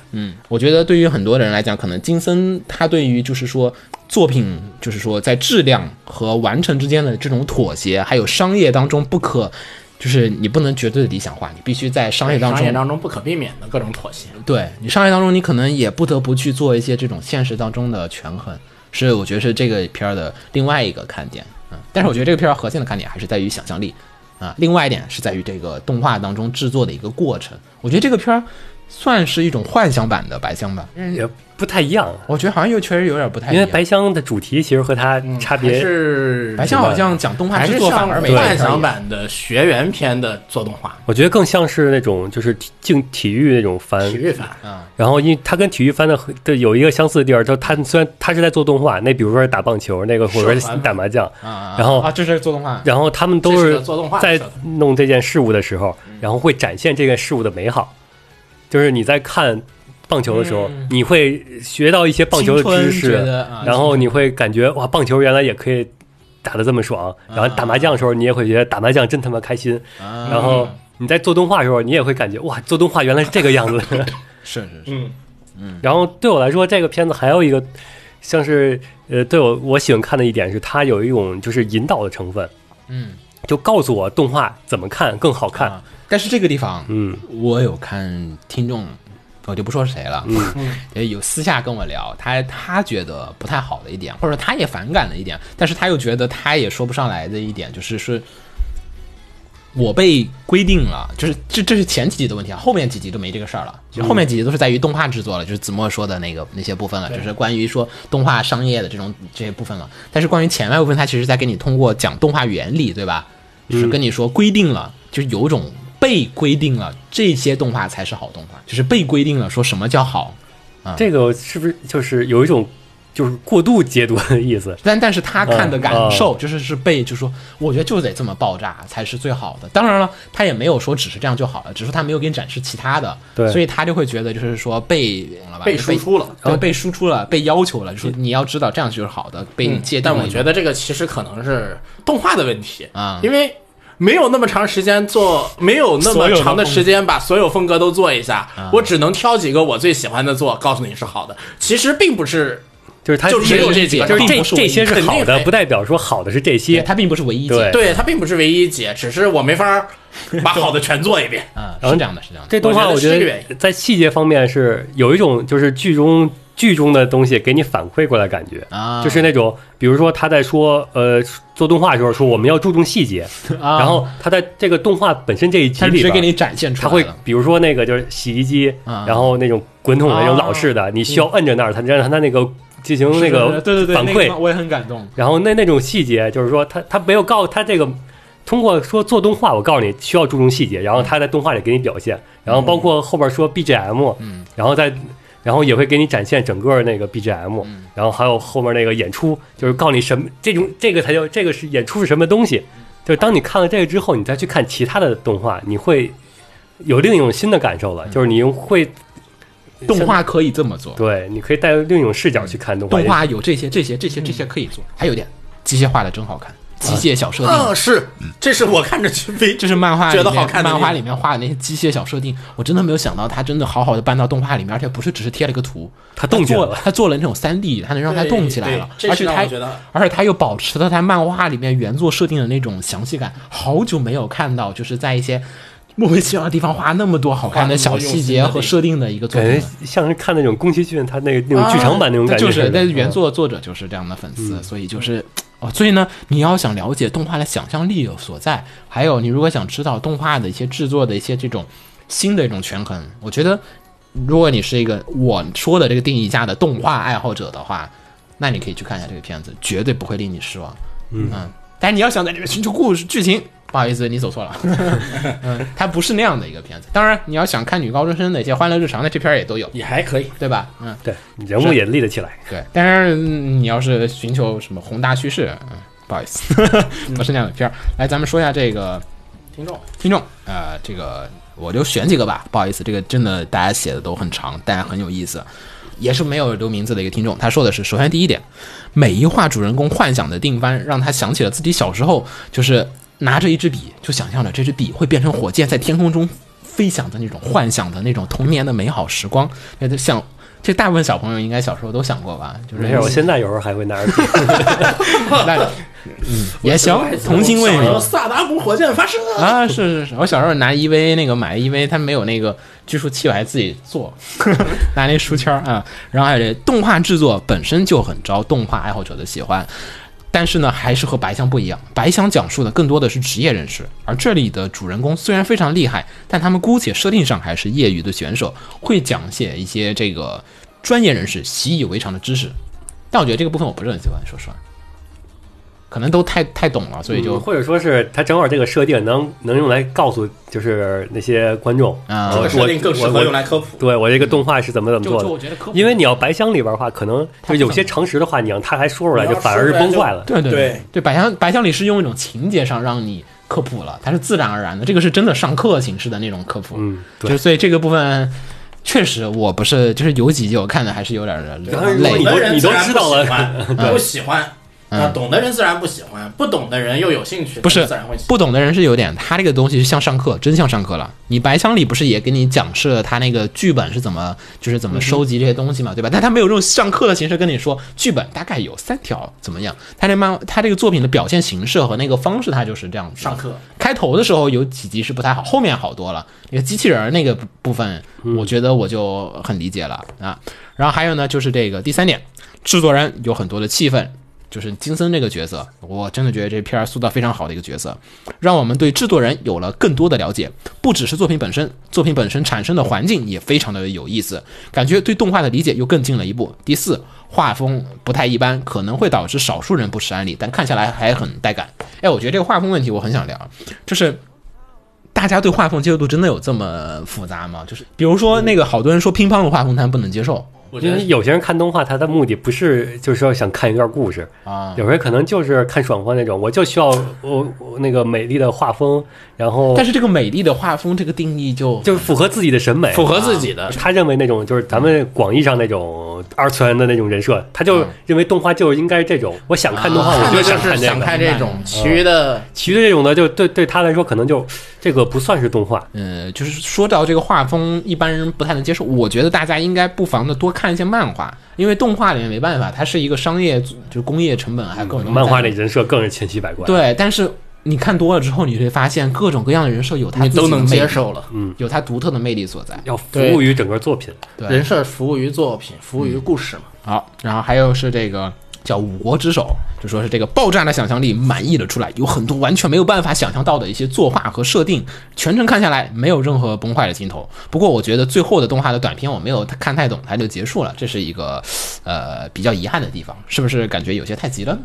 S3: 我觉得对于很多人来讲，可能金森他对于就是说作品，就是说在质量和完成之间的这种妥协，还有商业当中不可，就是你不能绝对的理想化，你必须在商业当
S5: 商
S3: 中
S5: 业当中不可避免的各种妥协。
S3: 对你商业当中，你可能也不得不去做一些这种现实当中的权衡，是我觉得是这个片儿的另外一个看点。嗯，但是我觉得这个片儿核心的看点还是在于想象力啊。另外一点是在于这个动画当中制作的一个过程。我觉得这个片儿算是一种幻想版的白箱吧。
S2: 也不太一样，啊
S3: 我觉得好像又确实有点不太一
S2: 因为
S3: 样。
S2: 白箱的主题其实和它差
S5: 嗯还
S2: 别、
S5: 是
S3: 白箱好像讲动画
S5: 还
S3: 制
S5: 是
S3: 作
S5: 像
S3: 反而没太
S5: 幻
S3: 想
S5: 想版的学员篇的做动画，
S2: 我觉得更像是那种就是体竞体育那种番
S5: 体，育番。
S2: 然后因为它跟体育番的很的有一个相似的地儿，就是它虽然它是在做动画，那比如说是打棒球，那个或者
S5: 手
S2: 是
S5: 环
S2: 打麻将，
S3: 啊，
S2: 然后
S3: 啊，这是做动画，
S2: 然后他们都
S5: 嗯这是
S2: 是
S5: 个做动画
S2: 在
S5: 的设嗯
S2: 弄这件事物的时候，然后会展现这件事物的美好。就是你在看棒球的时候，
S5: 嗯
S2: 你会学到一些棒球的
S3: 青春
S2: 知
S3: 觉
S2: 识，
S3: 得啊
S2: 然后你会感觉哇，棒球原来也可以打得这么
S5: 啊
S2: 爽。然后打麻将的时候，你也会觉得打麻将真他妈开心。
S5: 啊
S2: 然后你在做动画的时候，你也会感觉哇，做动画原来是这个样子。
S3: 是是是，
S5: 嗯，
S2: 然后对我来说，这个片子还有一个像是呃，对我我喜欢看的一点是，它有一种就是引导的成分，
S3: 嗯
S2: 就告诉我动画怎么看更好看。
S3: 啊。但是这个地方，
S2: 嗯
S3: 我有看听众，我就不说是谁了， 也有私下跟我聊，他他觉得不太好的一点，或者他也反感的一点，但是他又觉得他也说不上来的一点，就是是。我被规定了，就是这这是前几集的问题啊，后面几集都没这个事儿了。后面几集都是在于动画制作了，就是子墨说的那个那些部分了，就是关于说动画商业的这种这些部分了。但是关于前半部分，它其实在给你通过讲动画原理，对吧？
S2: 嗯
S3: 就是跟你说规定了，就是有种被规定了，这些动画才是好动画，就是被规定了说什么叫好，
S5: 啊
S2: 这个是不是就是有一种就是过度解读的意思？
S3: 但但是他看的感
S2: 嗯
S3: 受就是是被，就是说，我觉得就得这么爆炸才是最好的。当然了，他也没有说只是这样就好了，只是他没有给你展示其他的，
S2: 对
S3: 所以他就会觉得就是说被了吧
S5: 被输出了。
S2: 哦
S3: 对，被输出了，被要求了，就是你要知道这样就是好的，被你界定
S2: 嗯
S5: 但
S3: 了
S5: 我
S3: 一种。
S5: 觉得这个其实可能是动画的问题
S3: 啊
S5: 因为没有那么长时间做，没有那么长的时间把所有风格都做一下，我只能挑几个我最喜欢的做，告诉你是好的。其实并不是，
S2: 就是它
S5: 就只有这
S2: 些，
S5: 几个，
S2: 就是
S5: 并
S2: 这
S5: 不唯
S2: 这
S5: 一
S2: 些是好
S5: 肯定
S2: 的，
S5: 没
S2: 不代表说好的是这
S3: 对，
S2: 些。
S3: 他并不是唯一解，
S2: 对
S5: 对，它并不是唯一解，只是我没法儿把好的全做一遍。
S3: 啊，
S2: 然
S3: 是
S2: 后
S3: 这样的，是这样的。
S2: 这动画
S5: 我
S2: 我
S5: 觉
S2: 觉
S5: 得是这个原
S2: 得在细节方面是有一种就是剧中剧中的东西给你反馈过来的感觉
S3: 啊
S2: 就是那种比如说他在说呃做动画的时候说我们要注重细节，
S3: 啊
S2: 然后他在这个动画本身这一集
S3: 他直
S2: 里
S3: 接
S2: 边
S3: 给你展现出
S2: 它
S3: 来
S2: 会
S3: 了。
S2: 比如说那个就是洗衣机，
S3: 啊
S2: 然后那种滚筒的那种
S3: 啊
S2: 老式的，你需要摁着那儿，它让它它那个进行那个
S3: 是对对对，
S2: 反
S3: 那
S2: 馈
S3: 个，我也很感动。
S2: 然后那那种细节就是说它它没有告它这个。通过说做动画，我告诉你需要注重细节，然后它在动画里给你表现，然后包括后边说 BGM，嗯，然后再，然后也会给你展现整个那个 BGM，然后还有后面那个演出，就是告诉你什么这种这个才叫这个是演出是什么东西，就是当你看了这个之后，你再去看其他的动画，你会有另一种新的感受了，就是你会
S3: 动画可以这么做，
S2: 对，你可以带另一种视角去看动画。
S3: 动画有这些、这些、这些、
S2: 嗯
S3: 这些可以做，还有一点机械化的真好
S2: 啊
S3: 看，机械小设定，
S5: 嗯，是，这是我看着去非
S3: 这是漫画里
S5: 觉
S3: 面
S5: 得好看的
S3: 漫
S5: 地方
S3: 画里面画的那些机械小设定，我真的没有想到他真的好好的搬到动画里面，而且不是只是贴了个图，
S2: 它动起来
S3: 做
S2: 了
S3: 他做了那种三 D，他能让它
S5: 对
S3: 动起来了，
S5: 对
S3: 而且
S5: 这是
S3: 他
S5: 让我觉得
S3: 而且他又保持了他漫画里面原作设定的那种详细感，好久没有看到就是在一些。莫名其妙的地方画那么多好看的小细节和设定的一个作
S2: 感
S3: 品
S2: 觉
S3: 了，
S2: 像是看那种宫崎骏他那个那种剧场版那种感觉
S3: 啊就
S2: 似的，
S3: 是但是原
S2: 嗯
S3: 作作者就是这样的粉丝，所以就是哦，所以呢，你要想了解动画的想象力有所在，还有你如果想知道动画的一些制作的一些这种新的一种权衡，我觉得如果你是一个我说的这个定义下的动画爱好者的话，那你可以去看一下这个片子，绝对不会令你失望。嗯但是你要想在里面寻求故事剧情。不好意思，你走错 了。嗯，它不是那样的一个片子。当然，你要想看女高中生的一些欢乐日常的，这片儿也都有，
S5: 也还可以。
S3: 对吧？嗯，
S2: 对人物也立得起来。
S3: 对，但是嗯你要是寻求什么宏大叙事，嗯，不好意思， 不是那样的片儿。来，咱们说一下这个
S5: 听众，
S3: 听众，呃，这个我就选几个吧，不好意思，这个真的大家写的都很长，但很有意思，也是没有留名字的一个听众，他说的是，首先第一点，每一话主人公幻想的定番，让他想起了自己小时候，就是拿着一支笔，就想象着这支笔会变成火箭在天空中飞翔的那种幻想的那种童年的美好时光，那就像。这大部分小朋友应该小时候都想过吧，就是
S2: 没事，我现在有时候还会拿着笔。
S3: 那嗯也行，童心未泯。
S5: 萨达姆火箭发射。
S3: 啊，是是是，我小时候拿 EV 那个买 EV，它没有那个计数器，我还自己做， 拿那书签儿啊。然后还有这动画制作本身就很招动画爱好者的喜欢，但是呢，还是和白箱不一样。白箱讲述的更多的是职业人士，而这里的主人公虽然非常厉害，但他们姑且设定上还是业余的选手，会讲解一些这个专业人士习以为常的知识。但我觉得这个部分我不是很喜欢，说实话，可能都太太懂了，所以就
S2: 或者说是他正好这个设定能能用来告诉就是那些观众，
S3: 啊
S2: 呃
S5: 这个设定
S2: 我
S5: 更适
S2: 我
S5: 合用来科普。
S2: 对我这个动画是怎么怎么
S3: 就
S2: 做
S3: 就
S2: 的。
S3: 我觉得科普
S2: 因为你要白箱里边的话，可能就有些常识的话，你让他还说出来，
S5: 你要
S2: 就反而是崩坏了。
S3: 对对
S5: 对
S3: 对，百香百香里是用一种情节上让你科普了，它是自然而然的，这个是真的上课形式的那种科普。
S2: 嗯，
S3: 就
S2: 对
S3: 是。所以这个部分确实我不是，就是有几集我看的还是有点儿
S2: 当然如果
S3: 累
S2: 你
S5: 懂
S2: 都
S5: 的人
S2: 你
S5: 自
S2: 都
S5: 然
S2: 知道了
S5: 不喜 欢，不喜欢。
S3: 嗯
S5: 啊，懂的人自然不喜欢，不懂的人又有兴趣，
S3: 不是
S5: 自然会喜欢
S3: 不懂的人是有点，他这个东西是像上课，真像上课了。你白箱里不是也给你讲示了他那个剧本是怎么，就是
S5: 嗯
S3: 怎么收集这些东西嘛，对吧？但他没有用上课的形式跟你说剧本大概有三条怎么样。他这漫他这个作品的表现形式和那个方式，他就是这样子。
S5: 上课
S3: 开头的时候有几集是不太好，后面好多了。那个机器人儿那个部部分，我觉得我就很理解了啊。然后还有呢，就是这个第三点，制作人有很多的气氛，就是金森这个角色，我真的觉得这片儿塑造非常好的一个角色，让我们对制作人有了更多的了解。不只是作品本身，作品本身产生的环境也非常的有意思，感觉对动画的理解又更进了一步。第四，画风不太一般，可能会导致少数人不识安利，但看下来还很带感。哎，我觉得这个画风问题我很想聊，就是。大家对画风接受度真的有这么呃复杂吗？就是比如说那个好多人说乒乓的画风他们不能接受
S5: 我觉
S2: 因
S5: 得
S2: 为有些人看动画，他的目的不是就是说想看一段故事，
S3: 啊，
S2: 有人可能就是看爽快那种，我就需要我我那个美丽的画风，然后
S3: 但是这个美丽的画风这个定义就
S2: 就是符合自己的审美，
S5: 符合自己的，
S2: 他认为那种就是咱们广义上那种二次元的那种人设，他就认为动画就是应该这种。我想看动画，
S3: 啊
S2: 我
S5: 看
S2: 就
S5: 的就
S2: 看
S5: 是
S2: 这
S5: 想
S2: 个。
S5: 看这种，其余的
S2: 其实这种呢，就对对他来说，可能就这个不算是动画。
S3: 呃，就是说到这个画风，一般人不太能接受。我觉得大家应该不妨的多看一些漫画，因为动画里面没办法，它是一个商业，就是工业成本还有各种
S5: 嗯
S3: 东西在
S2: 漫画里人设更是千奇百怪。
S3: 对，但是你看多了之后，你会发现各种各样的人设有它
S5: 你
S3: 自己
S5: 都
S3: 的
S5: 能
S3: 魅
S5: 接
S3: 力，嗯
S5: 受了。
S3: 有它独特的魅力所在。
S2: 要服务于整个作品。
S3: 对，
S5: 人设服务于作品，服务于故事嘛。
S3: 好，然后还有是这个叫五国之首，就说是这个爆炸的想象力满溢了出来，有很多完全没有办法想象到的一些作画和设定，全程看下来没有任何崩坏的镜头。不过我觉得最后的动画的短片我没有看太懂，它就结束了，这是一个呃比较遗憾的地方，是不是感觉有些太急了呢？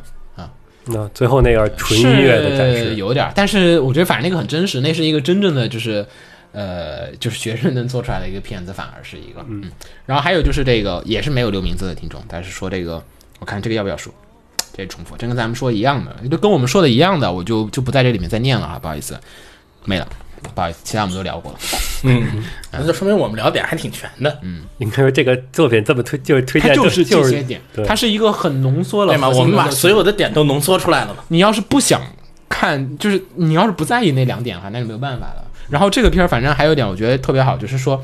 S2: 那最后那个纯音乐的展
S3: 是
S2: 示，
S3: 有点儿，但是我觉得反正那个很真实，那是一个真正的就是，呃，就是学生能做出来的一个片子，反而是一个嗯。然后还有就是这个也是没有留名字的听众，但是说这个，我看这个要不要说？这重复，这跟咱们说一样的，就跟我们说的一样的，我就就不在这里面再念了啊，不好意思，没了，不好意思，其他我们都聊过了。
S5: 那就说明我们聊点还挺全的，
S2: 你看说这个作品这么推，就是推
S3: 它
S2: 荐，
S3: 就是
S2: 就
S3: 这
S2: 是
S3: 些点，
S2: 对
S3: 它是一个很浓缩了
S5: 对吗？
S3: 核心
S5: 我们
S3: 的
S5: 把
S3: 东西
S5: 所有的点都浓缩出来了嘛。
S3: 你要是不想看，就是你要是不在意那两点哈，那就没有办法了。然后这个片儿反正还有一点我觉得特别好，就是说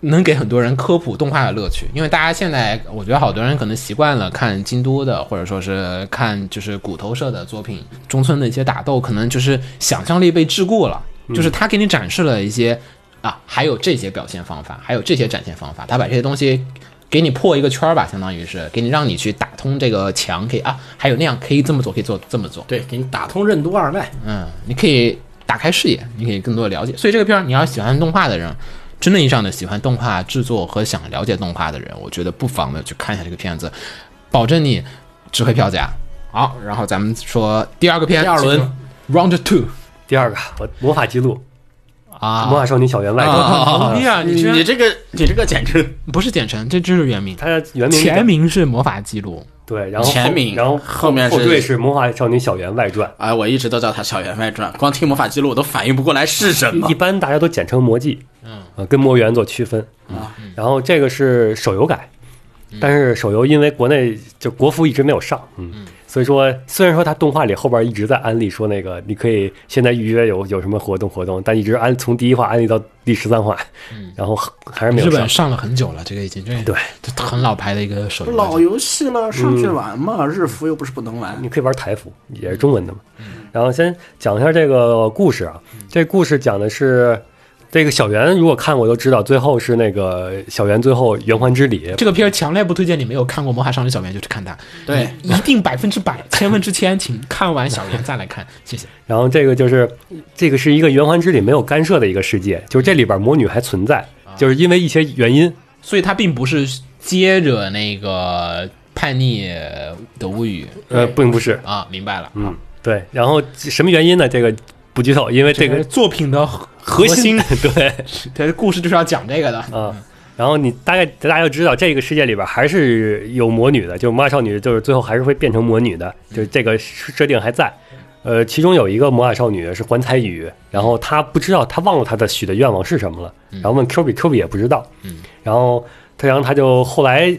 S3: 能给很多人科普动画的乐趣，因为大家现在我觉得好多人可能习惯了看京都的，或者说是看就是骨头社的作品，中村的一些打斗，可能就是想象力被桎梏了，就是他给你展示了一些啊，还有这些表现方法，还有这些展现方法，他把这些东西给你破一个圈儿吧，相当于是给你让你去打通这个墙，可以啊，还有那样可以这么做，可以做这么做，
S5: 对，给你打通任督二脉。
S3: 嗯，你可以打开视野，你可以更多的了解。所以这个片儿，你要喜欢动画的人，真正意义上的喜欢动画制作和想了解动画的人，我觉得不妨的去看一下这个片子，保证你值回票价。好，然后咱们说第二个片，
S5: 第二轮
S3: round two
S2: 第二个，我魔法记录《魔
S3: 啊，
S2: 法少女小圆外传》
S3: 啊
S2: 啊，
S3: 呀，你居
S5: 你
S3: 然
S5: 这个，你这个简直
S3: 不是简称，这就是原名，
S2: 它原名
S3: 前名是魔法记录，
S2: 对，然后后
S7: 前名
S2: 然后
S7: 后面是
S2: 后哦缀是《魔法少女小圆外传
S7: 哎，我一直都叫它小圆外传，光听魔法记录我都反应不过来是什》，么
S2: 一。般大家都简称魔记，
S3: 嗯
S2: 呃，跟魔圆做区分
S7: 啊。
S2: 然后这个是手游改，但是手游因为国内就国服一直没有上，嗯，所以说虽然说它动画里后边一直在安利说那个你可以现在预约有有什么活动活动，但一直安从第一话安利到第十三话，然后还是没
S3: 日
S2: 有
S3: 本
S2: 上。
S3: 上了很久了，这个已经这
S2: 对，
S3: 这很老牌的一个手游了，
S7: 老游戏了，上去玩嘛，日服又不是不能玩。
S2: 你可以玩台服，
S3: 嗯
S2: 也是
S3: 嗯
S2: 中文的嘛。然后先讲一下这个故事啊，这故事讲的是这个小圆如果看过都知道，最后是那个小圆最后圆环之礼，
S3: 这个片儿强烈不推荐你没有看过《魔法少女小圆》就去看它，
S7: 对
S3: 你一定百分之百、千分之千，请看完小圆再来看，谢谢。
S2: 然后这个就是这个是一个圆环之里没有干涉的一个世
S3: 嗯
S2: 界，就是这里边魔女还存在，
S3: 啊
S2: 就是因为一些原因，
S3: 所以它并不是接着那个叛逆的物语
S2: 呃，并不是，
S3: 啊，明白了。
S2: 嗯，对。然后什么原因呢？这个不剧透，因为这
S3: 是
S2: 个
S3: 作品的核核
S2: 核心 对
S3: 对，故事就是要讲这个的。
S2: 啊。然后你大概大家就知道，这个世界里边还是有魔女的，就是魔法少女，就是最后还是会变成魔女的，就是这个设定还在。呃，其中有一个魔法少女是环彩羽，然后她不知道，她忘了她的许的愿望是什么了，然后问 Q 比 Q 比也不知道，然后她然后她就后来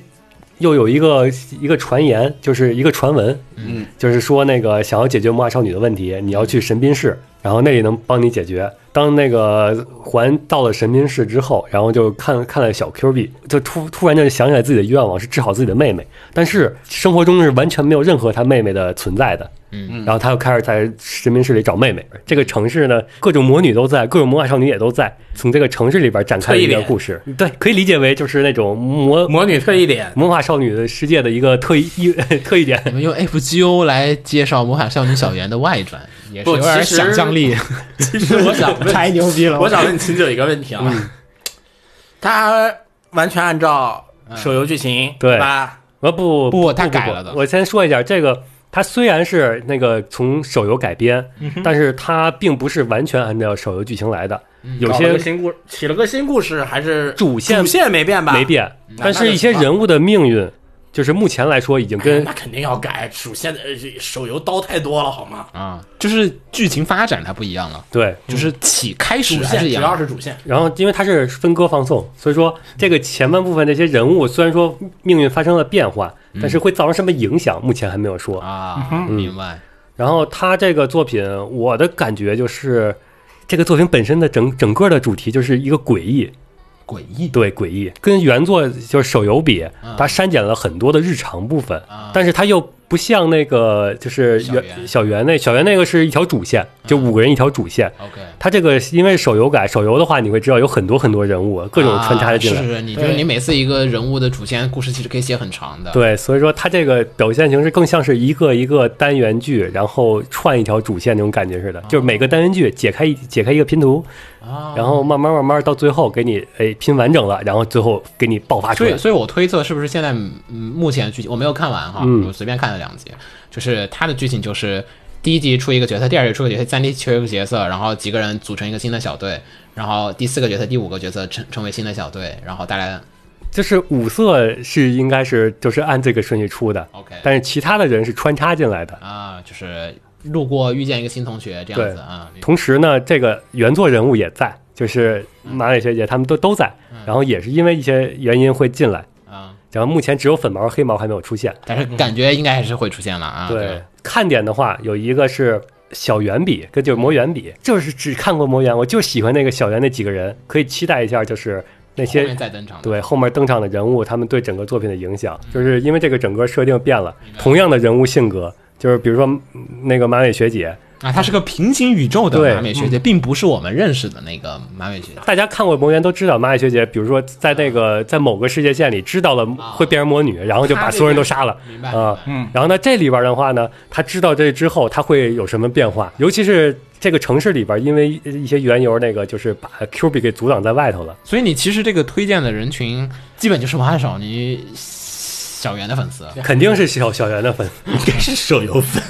S2: 又有一个一个传言，就是一个传闻，
S7: 嗯，
S2: 就是说那个想要解决魔法少女的问题，你要去神兵室，然后那里能帮你解决。当那个环到了神兵室之后，然后就看看了小 Q B，就突突然就想起来自己的愿望是治好自己的妹妹，但是生活中是完全没有任何他妹妹的存在的。嗯，然后他又开始在神兵室里找妹妹。这个城市呢，各种魔女都在，各种魔法少女也都在。从这个城市里边展开了一
S7: 推
S2: 个
S7: 理
S2: 故事，对，可以理解为就是那种魔
S7: 魔女特异点，
S2: 魔法少女的世界的一个特异 一特异点。
S3: 我们用 FGO 来介绍《魔法少女小圆》的外传，也是
S7: 不
S3: 有点
S7: 其实
S3: 想象力，
S5: 其实我想问，
S3: 太牛逼了！
S5: 我想问秦九一个问题啊，他完全按照手游剧情
S2: 对
S5: 吧？
S2: 啊不
S3: 不他
S2: 不
S3: 改了的
S2: 我先说一下，这个它虽然是那个从手游改编，
S5: 嗯
S2: 但是它并不是完全按照手游剧情来的，有
S5: 嗯搞了
S2: 些
S5: 个新故起了个新故事，还是
S2: 主线
S5: 主线没变吧？
S2: 没，变，
S5: 嗯
S2: 但
S5: 那
S2: 是
S5: 就
S2: 一些
S5: 行了
S2: 人物的命运，就是目前来说已经跟
S5: 哎那肯定要改主线的呃手游刀太多了好吗？
S3: 啊，就是剧情发展它不一样了，
S2: 对。
S3: 就是起开始
S5: 主
S3: 还
S5: 线
S3: 是一
S5: 只
S3: 样
S5: 要
S3: 的。
S5: 是主线，
S2: 然后，因为它是分割放送，所以说这个前半部分这些人物虽然说命运发生了变化，
S5: 嗯
S2: 但是会造成什么影响，目前还没有说。
S3: 啊，
S2: 嗯
S3: 明白。
S2: 然后他这个作品，我的感觉就是，这个作品本身的整整个的主题就是一个诡异，
S3: 诡异啊
S2: 对，诡异，跟原作就是手游比，它删减了很多的日常部分，但是它又不像那个就是
S3: 小圆啊
S2: 原小圆那小圆那个是一条主线，就五个人一条主线。
S3: ，OK，
S2: 它这个因为手游改手游的话，你会知道有很多很多人物各种穿插着进来，
S3: 啊是是，你就是你每次一个人物的主线故事其实可以写很长的。
S2: 对，所以说它这个表现形式更像是一个一个单元剧，然后串一条主线那种感觉似的，就是每个单元剧解开一解开一个拼图，
S3: 啊
S2: 然后慢慢慢慢到最后给你哎拼完整了，然后最后给你爆发出
S3: 所
S2: 来
S3: 以，。所以我推测是不是现在嗯目前的剧情我没有看完哈，
S2: 嗯
S3: 我随便看了两集，就是它的剧情就是第一集出一个角色，第二集出一个角色，第三集出一个角色，然后几个人组成一个新的小队，然后第四个角色、第五个角色成成为新的小队，然后大家
S2: 就是五色是应该是就是按这个顺序出的
S3: OK
S2: 但是其他的人是穿插进来的。
S3: 啊就是路过遇见一个新同学这样子啊，
S2: 同时呢，这个原作人物也在，就是马里学姐他们都都在，
S3: 嗯
S2: 然后也是因为一些原因会进来。
S3: 啊，
S2: 然后目前只有粉毛和黑毛还没有出现。
S3: 但是感觉应该还是会出现了啊，对吧，
S2: 看点的话有一个是。小圆笔跟就是魔圆笔，就是只看过魔圆，我就喜欢那个小圆那几个人，可以期待一下，就是那
S3: 后
S2: 些
S3: 面再登场的
S2: 对后面登场的人物，他们对整个作品的影响，
S3: 嗯
S2: 就是因为这个整个设定变了，同样的人物性格，就是比如说嗯那个马尾学姐，
S3: 啊，它是个平行宇宙的
S2: 对嗯
S3: 马美学姐，并不是我们认识的那个马美学姐。
S2: 大家看过《魔缘》都知道，马尾学姐，比如说在那
S3: 啊
S2: 个在某个世界线里知道了会变成魔女，然后就把所有人都杀了
S3: 明白
S2: 啊。
S3: 明
S2: 然后呢，这里边的话呢，她知道这之后，她会有什么变化？尤其是这个城市里边，因为一些缘由，那个就是把 Q B 给阻挡在 外头了。
S3: 所以你其实这个推荐的人群，基本就是麻辣少女小圆的粉丝。
S2: 肯定是小小圆的粉，
S5: 应该是手游粉。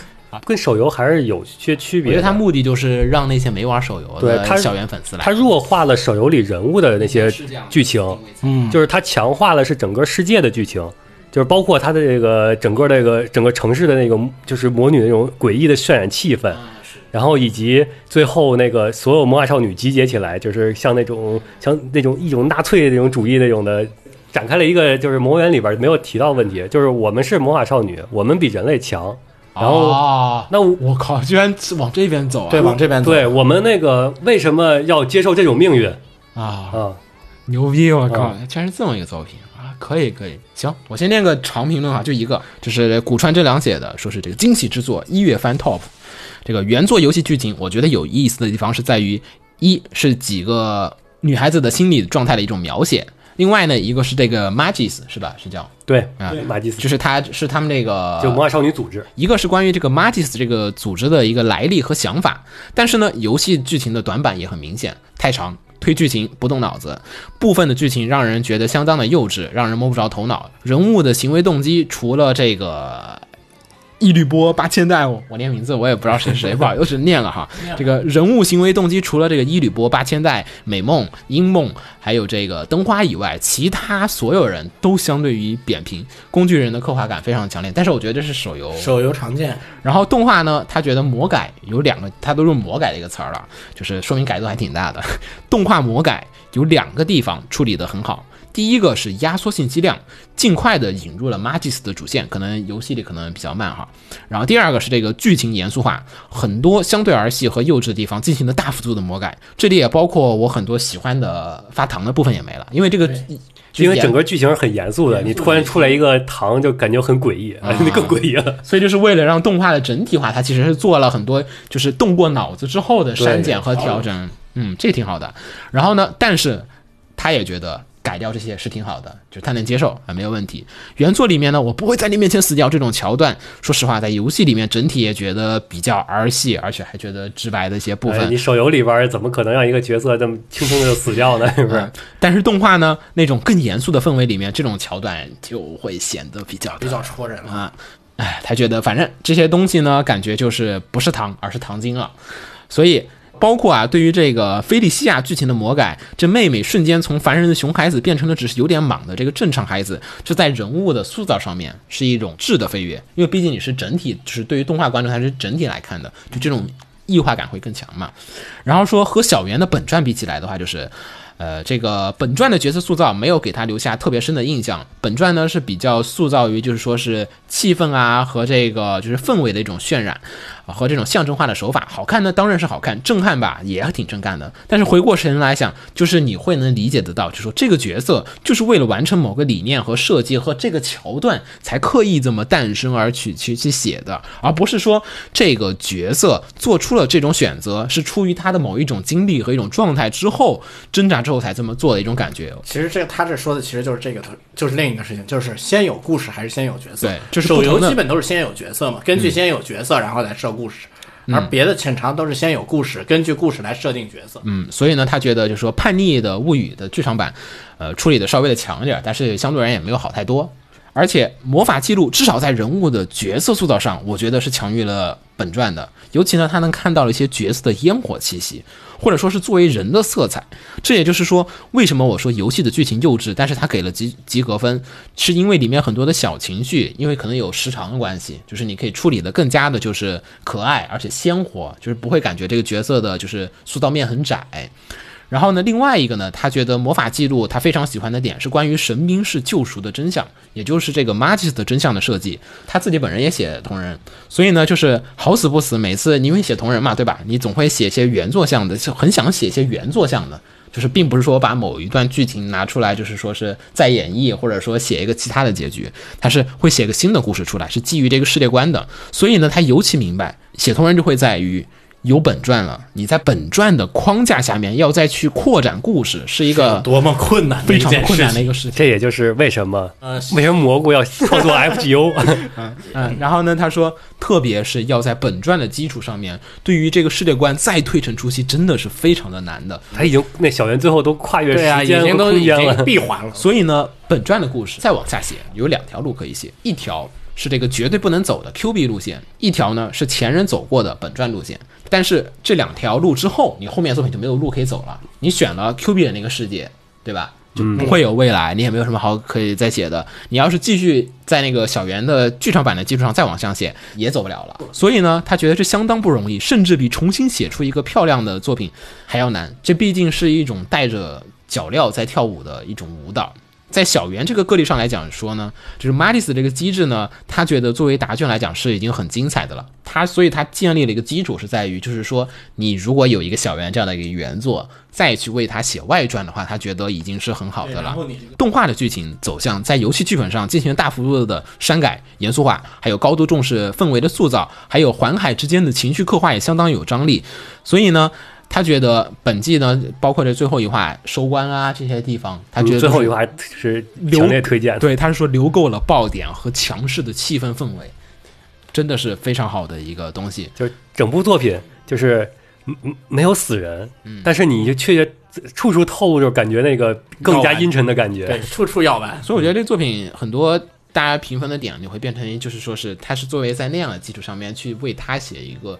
S2: 跟手游还是有些区
S3: 啊我
S2: 别
S3: 觉
S2: 的。
S3: 得他目的就是让那些没玩手游
S2: 对他
S3: 的小圆粉丝来。
S2: 它弱化了手游里人物的那些剧情，
S3: 嗯，
S2: 就是它强化了是整个世界的剧情，就是包括它的这个整个这个整个城市的那个就是魔女那种诡异的渲染气氛，然后以及最后那个所有魔法少女集结起来，就是像那种像那种一种纳粹的那种主义那种的。展开了一个就是魔缘里边没有提到问题，就是我们是魔法少女，我们比人类强。然后、
S3: 哦、
S2: 那我
S3: 我靠，居然往这边走啊！
S5: 对，往这边走。
S2: 对我们那个为什么要接受这种命运
S3: 啊，
S2: 啊？
S3: 牛逼！我靠，居哦然是这么一个作品啊！可以，可以，行，我先念个长评论哈，就一个，就是古川真良写的，说是这个惊喜之作，一月番 TOP。这个原作游戏剧情，我觉得有意思的地方是在于，一是几个女孩子的心理状态的一种描写。另外呢，一个是这个 Magis 是吧？是叫
S2: 对
S3: 啊，
S2: 马基斯
S3: 就是他是他们这个
S2: 就魔法少女组织，
S3: 一个是关于这个 Magis 这个组织的一个来历和想法，但是呢，游戏剧情的短板也很明显，太长，推剧情不动脑子，部分的剧情让人觉得相当的幼稚，让人摸不着头脑。人物的行为动机除了这个。 一律波八千代，我我念名字我也不知道谁是谁，不好意思念了哈。这个人物行为动机除了这个一律波八千代、美梦、樱梦，还有这个灯花以外，其他所有人都相对于扁平，工具人的刻画感非常强烈。但是我觉得这是手游
S5: 手游常见，
S3: 然后动画呢，他觉得魔改有两个，他都用魔改这个词儿了，就是说明改动还挺大的。动画魔改有两个地方处理得很好，第一个是压缩信息量，尽快的引入了 Magis 的主线，可能游戏里可能比较慢哈。然后第二个是这个剧情严肃化，很多相对儿戏和幼稚的地方进行了大幅度的魔改，这里也包括我很多喜欢的发糖的部分也没了，因为这个。就
S2: 因为
S3: 演
S2: 整个剧情是很严肃的，你突然出来一个糖，就感觉很诡异， 啊、更诡异了。
S3: 所以就是为了让动画的整体化，它其实是做了很多就是动过脑子之后的删减和调整，嗯，这挺好的。然后呢，但是他也觉得改掉这些是挺好的，就是他能接受啊，没有问题。原作里面呢，我不会在你面前死掉这种桥段，说实话，在游戏里面整体也觉得比较儿戏，而且还觉得直白的一些部分。
S2: 哎你手游里边怎么可能让一个角色这么轻松的就死掉呢？是不是
S3: 嗯？，但是动画呢，那种更严肃的氛围里面，这种桥段就会显得比较
S5: 比较戳人了。
S3: 啊，哎，他觉得反正这些东西呢，感觉就是不是糖，而是糖精了。所以包括啊，对于这个菲利西亚剧情的魔改，这妹妹瞬间从凡人的熊孩子变成了只是有点莽的这个正常孩子，这在人物的塑造上面是一种质的飞跃，因为毕竟你是整体，就是对于动画观众还是整体来看的，就这种异化感会更强嘛。然后说和小圆的本传比起来的话，就是。呃，这个本传的角色塑造没有给他留下特别深的印象。本传呢是比较塑造于就是说是气氛啊和这个就是氛围的一种渲染，啊和这种象征化的手法。好看呢当然是好看，震撼吧也挺震撼的。但是回过神来想，就是你会能理解得到，就说这个角色就是为了完成某个理念和设计和这个桥段才刻意这么诞生而去去去写的，而不是说这个角色做出了这种选择是出于他的某一种经历和一种状态之后挣扎之后才这么做的一种感觉。哦
S5: 其实这他这说的其实就是这个，就是另一个事情，就是先有故事还是先有角色？
S3: 对就是不
S5: 手游
S3: 同的嗯
S5: 基本都是先有角色嘛，根据先有角色然后来设故事，而别的很常都是先有故事，根据故事来设定角色。
S3: 嗯，所以呢，他觉得就是说《叛逆的物语》的剧场版，呃，处理的稍微的强一点，但是相对而言也没有好太多。而且魔法记录至少在人物的角色塑造上，我觉得是强于了本传的。尤其呢，他能看到了一些角色的烟火气息，或者说是作为人的色彩。这也就是说，为什么我说游戏的剧情幼稚，但是它给了及及格分，是因为里面很多的小情绪，因为可能有时长的关系，就是你可以处理的更加的就是可爱，而且鲜活，就是不会感觉这个角色的就是塑造面很窄。然后呢，另外一个呢，他觉得魔法记录他非常喜欢的点是关于神兵是救赎的真相，也就是这个 Magis 的真相的设计。他自己本人也写同人，所以呢，就是好死不死，每次你因为写同人嘛，对吧？你总会写一些原作像的，就很想写一些原作像的。就是并不是说把某一段剧情拿出来，就是说是再演绎，或者说写一个其他的结局，他是会写个新的故事出来，是基于这个世界观的。所以呢，他尤其明白写同人就会在于有本传了，你在本传的框架下面要再去扩展故事，是一个
S5: 多么困难的
S3: 非
S5: 一
S3: 常
S5: 件
S3: 困
S5: 事
S3: 难的
S5: 情！
S3: 一个事情。
S2: 这也就是为什么
S5: 呃，
S2: 为什么蘑菇要创作 FGO，
S3: 嗯，然后呢，他说，特别是要在本传的基础上面，对于这个世界观再推陈出新，真的是非常的难的。
S2: 他已经那小圆最后都跨越
S5: 对啊，
S2: 时
S5: 已
S2: 间
S5: 经
S2: 和
S5: 都
S2: 空
S5: 已
S2: 间了
S5: 经。闭环 了。
S3: 所以呢，本传的故事再往下写有两条路可以写，一条是这个绝对不能走的 Q B 路线，一条呢是前人走过的本传路线。但是这两条路之后，你后面作品就没有路可以走了。你选了 Q B 的那个世界，对吧？就不会有未来，你也没有什么好可以再写的。你要是继续在那个小圆的剧场版的基础上再往上写，也走不了了。所以呢，他觉得这相当不容易，甚至比重新写出一个漂亮的作品还要难。这毕竟是一种带着脚镣在跳舞的一种舞蹈。在小圆这个个例上来讲说呢，就是 Madis 这个机制呢，他觉得作为答卷来讲是已经很精彩的了。他所以他建立了一个基础是在于，就是说你如果有一个小圆这样的一个原作，再去为他写外传的话，他觉得已经是很好的了。动画的剧情走向在游戏剧本上进行了大幅度的删改、严肃化，还有高度重视氛围的塑造，还有环海之间的情绪刻画也相当有张力。所以呢，他觉得本季呢，包括这最后一话收官啊这些地方，他觉得
S2: 嗯最后一
S3: 话。
S2: 话是强烈推荐的。
S3: 对，他是说留够了爆点和强势的气氛氛围，真的是非常好的一个东西。
S2: 就是整部作品就是嗯嗯没有死人，但是你就确处处透露，就感觉那个更加阴沉的感
S5: 对，
S2: 觉。
S5: 处处要完。
S3: 所以我觉得这作品很多大家评分的点，你会变成就是说是他是作为在那样的基础上面去为他写一个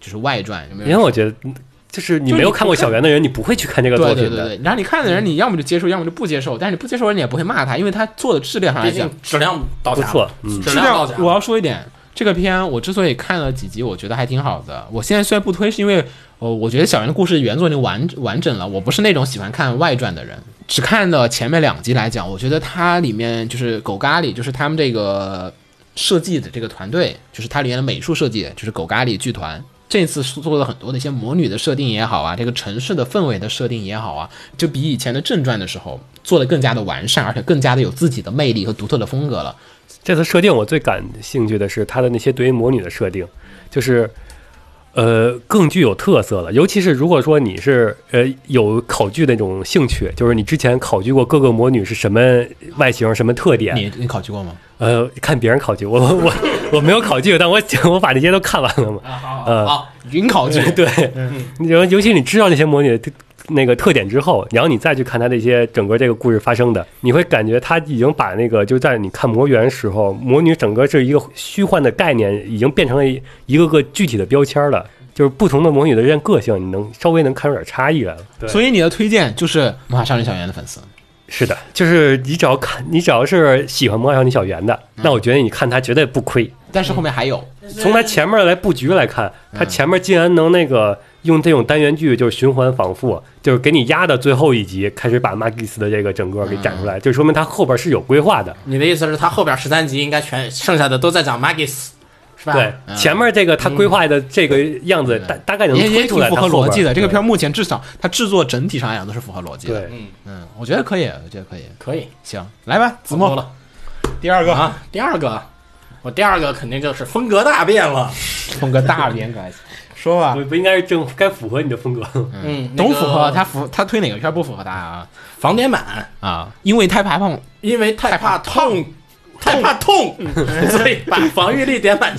S3: 就是外传，有没
S2: 因为
S3: 有？
S2: 我觉得，嗯就是你
S3: 就
S2: 没有
S3: 你不
S2: 看过
S3: 看
S2: 小圆的人，你不会去看这个
S3: 对
S2: 作品
S3: 对
S2: 的。嗯
S3: 对对，然后你看的人，你要么就接受，要么就不接受。但是你不接受人，你也不会骂他，因为他做的质量上来
S5: 毕
S3: 讲
S5: 竟，质量到
S2: 不
S5: 家，
S2: 错，嗯，
S5: 质
S3: 质
S5: 量到家
S3: 量。我要说一点，这个片我之所以看了几集，我觉得还挺好的。我现在虽然不推，是因为呃，我觉得小圆的故事原作已经完完整了。我不是那种喜欢看外传的人，只看了前面两集来讲，我觉得它里面就是狗咖喱，就是他们这个设计的这个团队，就是它里面的美术设计，就是狗咖喱剧团。这次做了很多的一些魔女的设定也好啊，这个城市的氛围的设定也好啊，就比以前的正传的时候做的更加的完善，而且更加的有自己的魅力和独特的风格了。
S2: 这次设定我最感兴趣的是它的那些对于魔女的设定，就是呃更具有特色了。尤其是如果说你是呃有考据那种兴趣，就是你之前考据过各个魔女是什么外形、什么特点，
S3: 你你考据过吗？
S2: 呃，看别人考据，我我我我没有考据，但我 我把这些都看完了嘛。
S3: 啊
S2: 呃，
S5: 好，
S3: 云考据
S2: 对，然后尤其你知道那些魔女的那个特点之后，然后你再去看它这些整个这个故事发生的，你会感觉它已经把那个就在你看魔缘时候，魔女整个是一个虚幻的概念，已经变成了一一个个具体的标签了。就是不同的魔女的这样个性，你能稍微能看出点差异来了。对
S3: 所以你的推荐就是《魔法少女小圆》的粉丝，
S2: 是的，就是你只要看，你只要是喜欢魔法少女小圆的，那我觉得你看它绝对不亏。
S3: 但是后面还有，
S2: 从他前面来布局来看，他
S3: 嗯
S2: 前面竟然能那个用这种单元剧，就是循环反复，就是给你压到最后一集开始把 Magis 的这个整个给展出来，
S3: 嗯
S2: 就说明他后边是有规划的。
S5: 你的意思是，他后边十三集应该全剩下的都在讲 Magis，是吧？
S2: 对，前面这个他规划的这个样子，大大概能
S3: 嗯也也
S2: 推
S3: 挺
S2: 出来
S3: 符
S2: 他
S3: 合
S2: 后边
S3: 逻辑的。这个
S2: 对
S3: 片儿目前至少它制作整体上来讲都是符合逻辑的。
S2: 对，
S3: 嗯，我觉得可以，我觉得可以。
S5: 可以，
S3: 行，来吧，子
S5: 摸
S3: 墨，
S5: 了。
S3: 第二个
S5: 啊，第二个，我第二个肯定就是风格大变了。
S3: 通个大 边关系，说吧
S2: 不，不应该是正该符合你的风格。
S5: 嗯
S3: 都
S5: 那个
S3: 符合，他符他推哪个片儿不符合他啊
S5: 防颠满，
S3: 啊？因为他排放
S5: 因为太怕痛，太怕痛，嗯所以把防御力点满，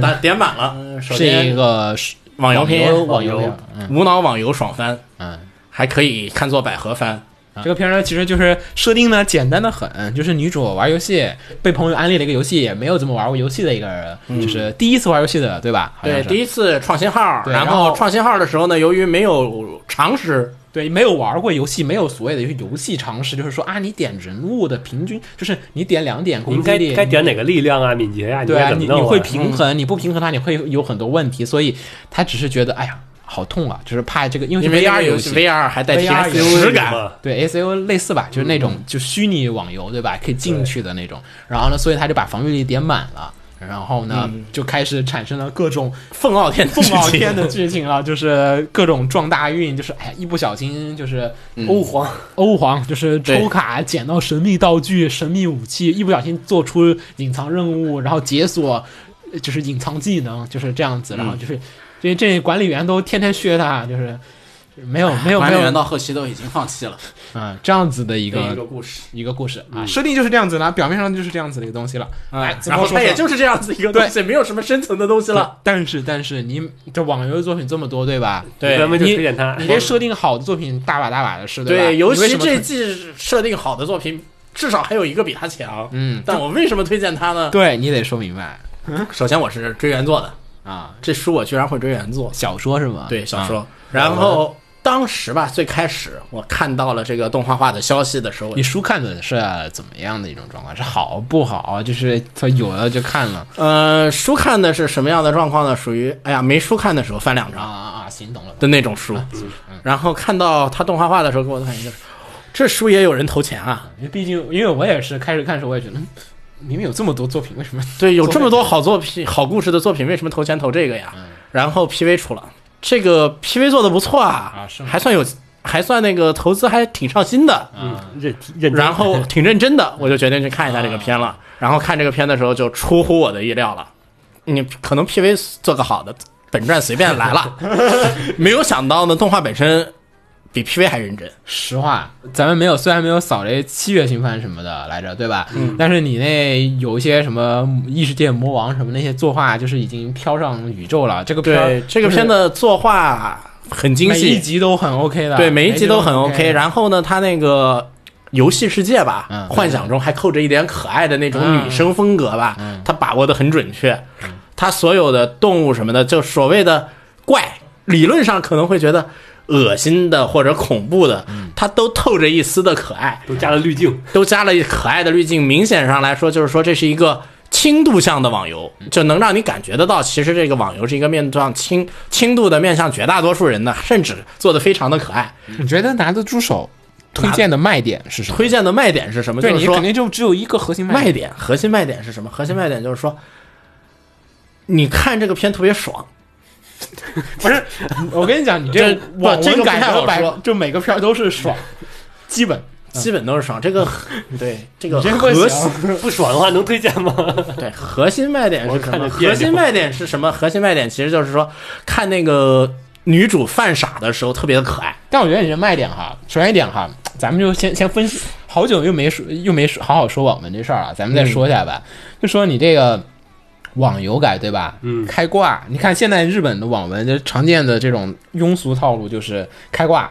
S5: 打点满了。首
S3: 嗯是一
S5: 先，
S3: 个
S5: 嗯网游片
S3: 游网游片儿，嗯
S5: 无脑网游爽翻，
S3: 嗯。
S5: 还可以看作百合番。
S3: 啊这个片儿呢，其实就是设定呢简单的很，就是女主玩游戏被朋友安利了一个游戏，也没有怎么玩过游戏的一个人，
S2: 嗯
S3: 就是第一次玩游戏的，对吧？好像
S5: 对，
S3: 是
S5: 第一次创新号，
S3: 对
S5: 然
S3: 然后
S5: 后创新号的时候呢，由于没有常识，
S3: 对没有玩过游戏，没有所谓的就是游戏常识，就是说啊，你点人物的平均，就是你点两点
S2: 你
S3: 攻
S2: 应
S3: 击
S2: 该
S3: 力，
S2: 该点哪个力量啊、敏捷啊，
S3: 对啊，
S2: 该怎
S3: 你
S2: 么
S3: 你
S2: 弄啊？
S3: 会平衡，你不平衡它，你会有很多问题，所以他只是觉得哎呀好痛啊，就是怕这个，因为
S5: 因
S3: 是
S5: 为
S3: VR
S5: VR 游戏
S3: 戏
S5: VR 还带
S3: VR 有
S5: PS 实
S2: 是
S5: 感，
S2: 吧
S3: 对 S O 类似吧，就是那种就虚拟网游嗯对吧，可以进去的那种。然后呢，所以他就把防御力点满了。然后呢，就开始产生了各种
S5: 凤傲天，
S3: 嗯凤傲天的剧情啊，就是各种撞大运，就是哎呀，一不小心就是
S2: 欧 皇，
S3: 欧皇，就是抽
S5: 对
S3: 卡捡到神秘道具、神秘武器，一不小心做出隐藏任务，然后解锁呃就是隐藏技能，就是这样子。然后就是这这管理员都天天削他，就是没有没有
S5: 管
S3: 没
S5: 理员
S3: 有
S5: 到后期都已经放弃了。
S3: 嗯这样子的一个
S5: 故事，
S3: 一个故事啊，设定就是这样子了，表面上就是这样子的一个东西了。哎，怎
S5: 然
S3: 么
S5: 后
S3: 说
S5: 它也
S3: 是
S5: 就是这样子一个东西，没有什么深层的东西了。
S3: 但是但是你这网游作品这么多对吧？
S5: 对
S2: 咱们就
S3: 你
S2: 推荐他。啊
S3: 你这设定好的作品大把大把的是吧？
S5: 对，尤
S3: 你为
S5: 其
S3: 什么
S5: 这
S3: 推
S5: 季设定好的作品，至少还有一个比他强。
S3: 嗯，
S5: 但我为什么推荐他呢？
S3: 对你得说明白
S5: 首先，我是追原作的，
S3: 啊，
S5: 这书我居然会追原作，
S3: 小说是吗？
S5: 对小
S3: 啊
S5: 说。然后当时吧，最开始我看到了这个动画化的消息的时候，
S3: 你书看的是怎么样的一种状况？是好不好？就是他有了就看了
S5: 呃，书看的是什么样的状况呢？属于哎呀，没书看的时候翻两
S3: 啊
S5: 张
S3: 啊啊！行，懂了。嗯
S5: 的那种书。然后看到他动画化的时候，给我的感觉就是，这书也有人投钱啊。
S3: 因为毕竟，因为我也是开始看的时候，我也觉得，嗯，明明有这么多作品，为什么
S5: 对，有这么多好作品、好故事的作品，为什么投钱投这个呀？然后 PV 出了，这个 PV 做的不错啊，
S3: 啊是吗
S5: 还算有，还算那个投资还挺上心的，
S2: 嗯，认认真
S5: 然后挺认真的，我就决定去看一下这个片了。然后看这个片的时候，就出乎我的意料了。你可能 PV 做个好的，本传随便来了。没有想到呢，动画本身比 PV 还认真。
S3: 实话，咱们没有，虽然没有扫雷七月新番什么的来着，对吧？嗯。但是你那有一些什么异世界魔王什么那些作画，就是已经飘上宇宙了。这个片儿
S5: 对，这个片的作画很精
S3: 每一
S5: 细，
S3: 集都很 OK 的，
S5: 对，每一集都很
S3: OK。
S5: OK。然后呢，它那个游戏世界吧，
S3: 嗯
S5: 幻想中还扣着一点可爱的那种
S3: 嗯
S5: 女生风格吧，它把握的很准确。它所有的动物什么的，就所谓的怪，理论上可能会觉得恶心的或者恐怖的，
S3: 嗯
S5: 它都透着一丝的可爱。
S2: 都加了滤镜，
S5: 都加了可爱的滤镜，明显上来说就是说这是一个轻度向的网游，
S3: 嗯
S5: 就能让你感觉得到，其实这个网游是一个面向轻轻度的面向绝大多数人的，甚至做的非常的可爱。
S3: 你觉得拿得住手，推荐的卖点是什么？
S5: 推荐的卖点是什么？
S3: 对
S5: 就是
S3: 你
S5: 说
S3: 肯定就只有一个核心
S5: 卖
S3: 点。
S5: 点，核心卖点是什么？核心卖点就是说，你看这个片特别爽，
S3: 不是，我跟你讲，你
S5: 这
S3: 这
S5: 不
S3: 网
S5: 这个
S3: 文
S5: 不
S3: 感
S5: 太好
S3: 觉百
S5: 说，
S3: 就每个片儿都是爽，基本。
S5: 基本都是爽。这 个对这个
S3: 你这
S5: 核
S3: 个不
S5: 心
S3: 行
S2: 不爽的话能推荐吗？
S5: 对，核心卖点是
S2: 我
S5: 什
S2: 看
S5: 么？
S2: 着别扭
S5: 核心卖点是什么？核心卖点其实就是说，看那个女主犯傻的时候特别的可爱。
S3: 但我觉得你这卖点哈，首先一点哈，咱们就先先分析，好久又没说又没说好好说网文这事儿了，啊咱们再说一下吧。就说你这个网游改对吧？嗯，开挂，你看现在日本的网文就常见的这种庸俗套路就是开挂，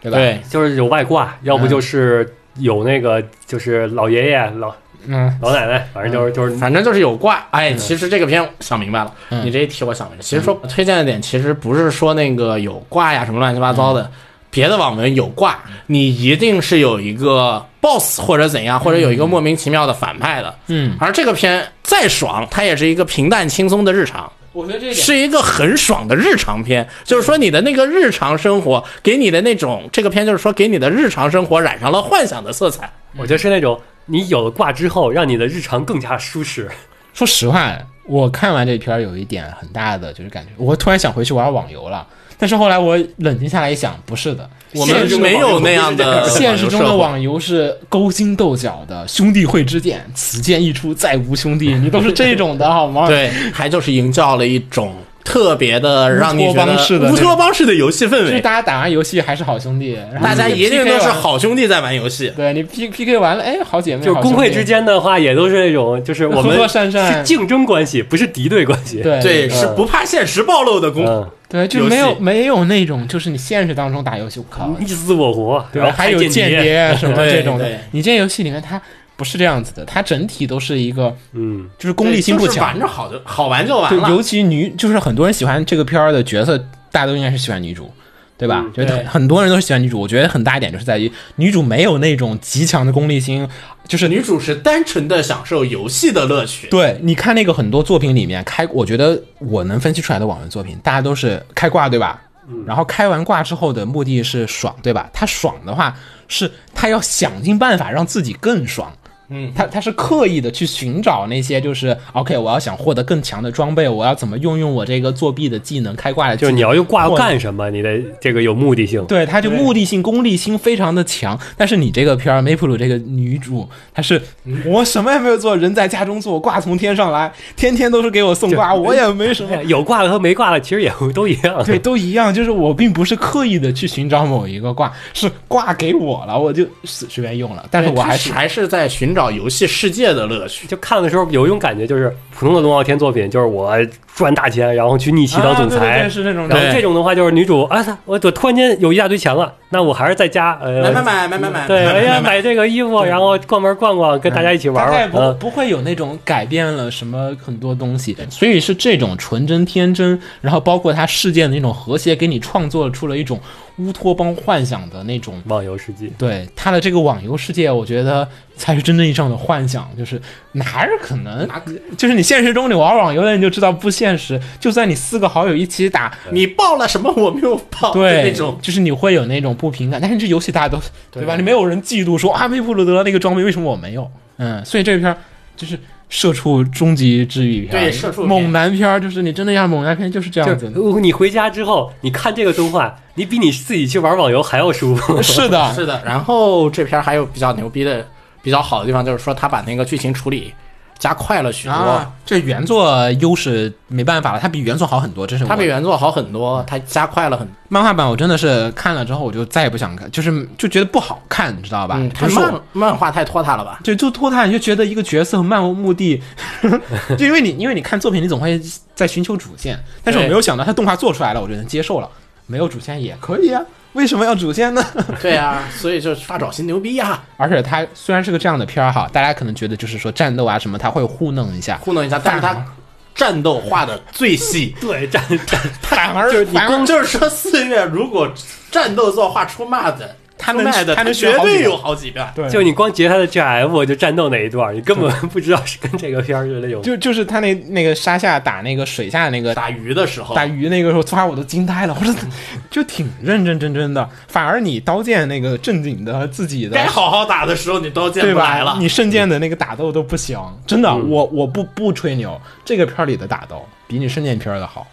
S3: 对吧？，
S2: 就是有外挂，要
S3: 嗯
S2: 不就是有那个就是老爷爷、老
S3: 嗯，
S2: 老奶奶，反正就是就是
S5: 反正就是有挂。哎，其实这个片想明白了，
S3: 嗯
S5: 你这一提我想明白了。其实说推荐的点，其实不是说那个有挂呀什么乱七八糟
S3: 嗯
S5: 的。别的网文有挂，你一定是有一个 boss 或者怎样，或者有一个莫名其妙的反派的。
S3: 嗯，
S5: 而这个片再爽，它也是一个平淡轻松的日常。
S3: 我觉得这一
S5: 是一个很爽的日常片，就是说你的那个日常生活给你的那种，这个片就是说给你的日常生活染上了幻想的色彩。
S2: 我觉得是那种你有了挂之后，让你的日常更加舒适。
S3: 说实话，我看完这片儿有一点很大的就是感觉，我突然想回去玩网游了。但是后来我冷静下来一想，不是的，
S5: 我们
S3: 现实
S5: 没有那样 的
S3: 现实中的
S5: 网游社会
S3: 网游是勾心斗角的，兄弟会之剑，此剑一出再无兄 弟，你都是这种的好吗？，
S5: 对，还就是营造了一种特别的让你觉
S3: 乌托邦式的
S5: 得
S3: 那
S5: 乌
S3: 种
S5: 托邦式的游戏氛
S3: 就是嗯
S5: 围。
S3: 大家打完游戏还是好兄弟，然后
S5: 嗯大家
S3: 你
S5: 一定都
S3: PK
S5: 是
S3: 完。
S5: 好兄弟在玩游戏，
S3: 对你 P P K 完了，哎，好姐妹，
S2: 就是
S3: 好
S2: 工
S3: 兄
S2: 会
S3: 弟
S2: 之，间的话，也都是那种就是我
S3: 和
S2: 们
S3: 和善善
S2: 是竞争关系，不是敌对关系。
S3: 对嗯
S5: 对，是不怕现实暴露的攻。
S2: 嗯，
S3: 对，就
S5: 游戏嗯
S3: 没有没有那种就是你现实当中打游戏，我靠，
S2: 你死我活，
S3: 对
S2: 然
S3: 吧？
S2: 后
S3: 还有间
S2: 间
S3: 谍 啊什么
S5: 对
S3: 这种的
S5: 对。
S3: 你这游戏里面它不是这样子的，它整体都是一个
S2: 嗯，
S3: 就是功利心不
S5: 就是
S3: 强
S5: 玩，着好就好玩就完
S3: 对，
S5: 了。
S3: 尤其女就是很多人喜欢这个片儿的角色，大家都应该是喜欢女主。对吧？觉得
S5: 嗯对
S3: 很很多人都是喜欢女主，我觉得很大一点就是在于女主没有那种极强的功利心，就是
S5: 女主是单纯的享受游戏的乐趣，
S3: 对，你看那个很多作品里面开，我觉得我能分析出来的网文作品，大家都是开挂，对吧？
S2: 嗯
S3: 然后开完挂之后的目的是爽，对吧？他爽的话，是他要想尽办法让自己更爽。嗯，他他是刻意的去寻找那些就是 OK，我要想获得更强的装备，我要怎么用用我这个作弊的技能开挂的技
S2: 就是
S3: 能，
S2: 你要用挂
S3: 或者
S2: 干什么，你得这个有目的性。
S3: 对，他就目的性、功利心非常的强。但是你这个片儿梅普鲁这个女主，她是我什么也没有做，人在家中坐，挂从天上来，天天都是给我送挂，我也没 什么。
S2: 有挂了和没挂了，其实也 都一样。
S3: 对，都一样，就是我并不是刻意的去寻找某一个挂，是挂给我了，我就随随便用了。但是我还
S5: 还
S3: 是
S5: 还是在寻找游戏世界的乐趣。
S2: 就看的时候有一种感觉，就是普通的龙傲天作品，就是我赚大钱，然后去逆袭当总
S3: 啊对对
S2: 裁
S3: 对，是那种
S2: 然
S3: 的。
S2: 后这种的话就是女主啊，我我突然间有一大堆钱了，那我还是在家呃
S5: 买买买买买买，
S2: 对，
S5: 买
S2: 哎
S5: 买
S2: 呀，
S5: 买
S2: 买这个衣服，然后逛门逛逛，跟大家一起玩
S3: 大概
S2: 玩。
S3: 不、
S2: 嗯，
S3: 不会有那种改变了什么很多东西，所以是这种纯真天真，然后包括它事件的那种和谐，给你创作出了一种乌托邦幻想的那种
S2: 网游世界，
S3: 对他的这个网游世界，我觉得才是真正意义上的幻想，就是哪有可能？就是你现实中你玩网游的你就知道不现实，就算你四个好友一起打，
S5: 你报了什么？我没有报，
S3: 对，
S5: 那种
S3: 就是你会有那种不平感。但是这游戏大家都对吧？你没有人嫉妒说啊，威普鲁德那个装备为什么我没有？嗯，所以这片儿就是社畜终极治愈片，
S5: 对社畜片
S3: 猛男片儿，就是你真的像猛男片就是这
S2: 就
S3: 样
S2: 是
S3: 子的。
S2: 如果你回家之后，你看这个动画，你比你自己去玩网游还要舒服。
S5: 呃
S3: 是的，
S5: 是的。然后这片儿还有比较牛逼的、比较好的地方，就是说他把那个剧情处理加快了许多。
S3: 啊，这原作优势没办法了，它比原作好很多，这是我
S5: 它比原作好很多，它加快了很多。
S3: 漫画版，我真的是看了之后我就再也不想看，就是就觉得不好看，你知道吧？
S5: 嗯，
S3: 不
S5: 它
S3: 是我
S5: 漫漫画太拖沓了吧？
S3: 就就拖沓，你就觉得一个角色和漫无目的， 就因为你因为你看作品，你总会在寻求主线，但是我
S2: 对。
S3: 没有想到他动画做出来了，我就能接受了，没有主线也可以啊，为什么要主线呢？
S5: 对啊，所以就是发爪心牛逼呀、啊
S3: 而且它虽然是个这样的片儿哈，大家可能觉得就是说战斗啊什么，它会糊弄一下，
S5: 糊弄一下，但是它战斗画的最细
S2: 对，战战
S3: 反而就是你
S5: 反
S3: 光
S5: 正就是说，四月如果战斗作画出骂的，
S3: 他能
S5: 出卖的
S3: 他能学
S5: 绝
S3: 好几
S5: 对
S3: 遍
S5: 有好几遍。
S3: 对
S2: 就你光截他的 GF 就战斗哪一段，你根本不知道是跟这个片儿是那种。
S3: 就就是他那那个沙夏打那个水下那个
S5: 打鱼的时候，
S3: 打鱼那个时候，抓我都惊呆了，我说 就挺认认真真的，反而你刀剑那个正经的自己 的
S5: 该好好打的时候，你刀剑
S3: 对
S5: 不来
S3: 吧
S5: 了？。嗯
S3: 你圣剑的那个打斗都不行，真的，我我不不吹牛，这个片儿里的打斗比你圣剑片儿的好，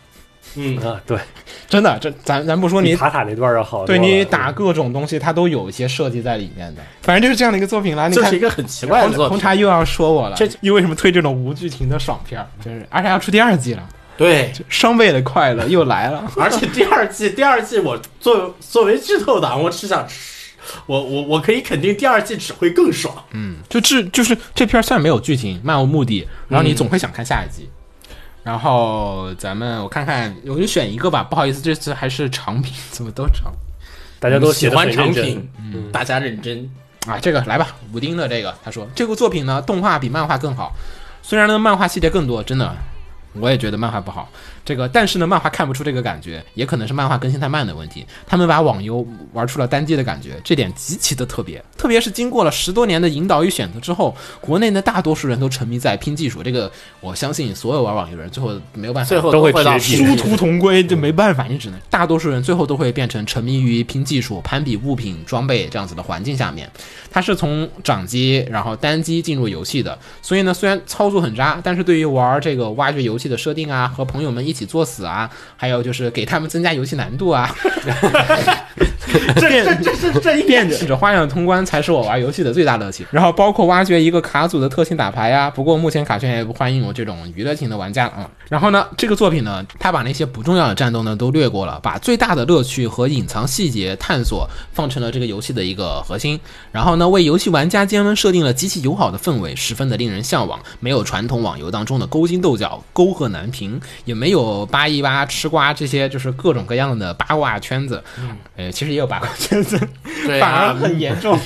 S5: 嗯，
S2: 啊，对，
S3: 真的，这咱咱不说
S2: 比
S3: 你。
S2: 塔塔那段要好多
S3: 对
S2: 了。
S3: 你打各种东西，它都有一些设计在里面的。反正就是这样的一个作品啦。你
S5: 这
S3: 看
S5: 是一，个很奇怪的
S3: 红
S5: 作
S3: 红
S5: 品。
S3: 茶又要说我了，
S5: 这
S3: 你为什么推这种无剧情的爽片儿？就是，而且还要出第二季了，
S5: 对，
S3: 双倍的快乐又来了。
S5: 而且第二季，第二季我作作为剧透党，我只想吃，我我我可以肯定第二季只会更爽。
S3: 就这就是这片儿虽然没有剧情，漫无目的，然后你总会想看下一集。然后咱们我看看，我就选一个吧。不好意思，这次还是长评，怎么都长
S2: 大家都
S5: 喜
S2: 写得
S5: 欢
S2: 很
S5: 长
S2: 认真
S5: 评，大家认真。
S3: 啊？这个来吧，补丁的这个，他说这部作品呢，动画比漫画更好，虽然呢漫画细节更多，真的。我也觉得漫画不好，这个但是呢，漫画看不出这个感觉，也可能是漫画更新太慢的问题。他们把网游玩出了单机的感觉，这点极其的特别。特别是经过了十多年的引导与选择之后，国内呢大多数人都沉迷在拼技术，这个我相信所有玩网游人最后没有办法，
S5: 最后
S2: 都会
S5: 会到
S2: 提
S5: 输
S3: 殊途同归，这没办法，你只能大多数人最后都会变成沉迷于拼技术、攀比物品、装备这样子的环境下面。它是从掌机，然后单机进入游戏的，所以呢，虽然操作很渣，但是对于玩这个挖掘游戏的设定啊，和朋友们一起作死啊，还有就是给他们增加游戏难度啊，
S5: 这这这这这一
S3: 变
S5: 点
S3: 着花样通关才是我玩游戏的最大乐趣。 然后包括挖掘一个卡组的特性打牌呀、不过目前卡圈也不欢迎我这种娱乐型的玩家了啊。然后呢，这个作品呢，他把那些不重要的战斗呢都略过了，把最大的乐趣和隐藏细节探索放成了这个游戏的一个核心。然后呢，为游戏玩家间设定了极其友好的氛围，十分的令人向往。没有传统网游当中的勾心斗角、沟壑难平，也没有八一八、吃瓜这些就是各种各样的八卦圈子。呃，其实也有八卦圈子，
S5: 对
S3: 反而
S5: 啊，
S3: 很严重，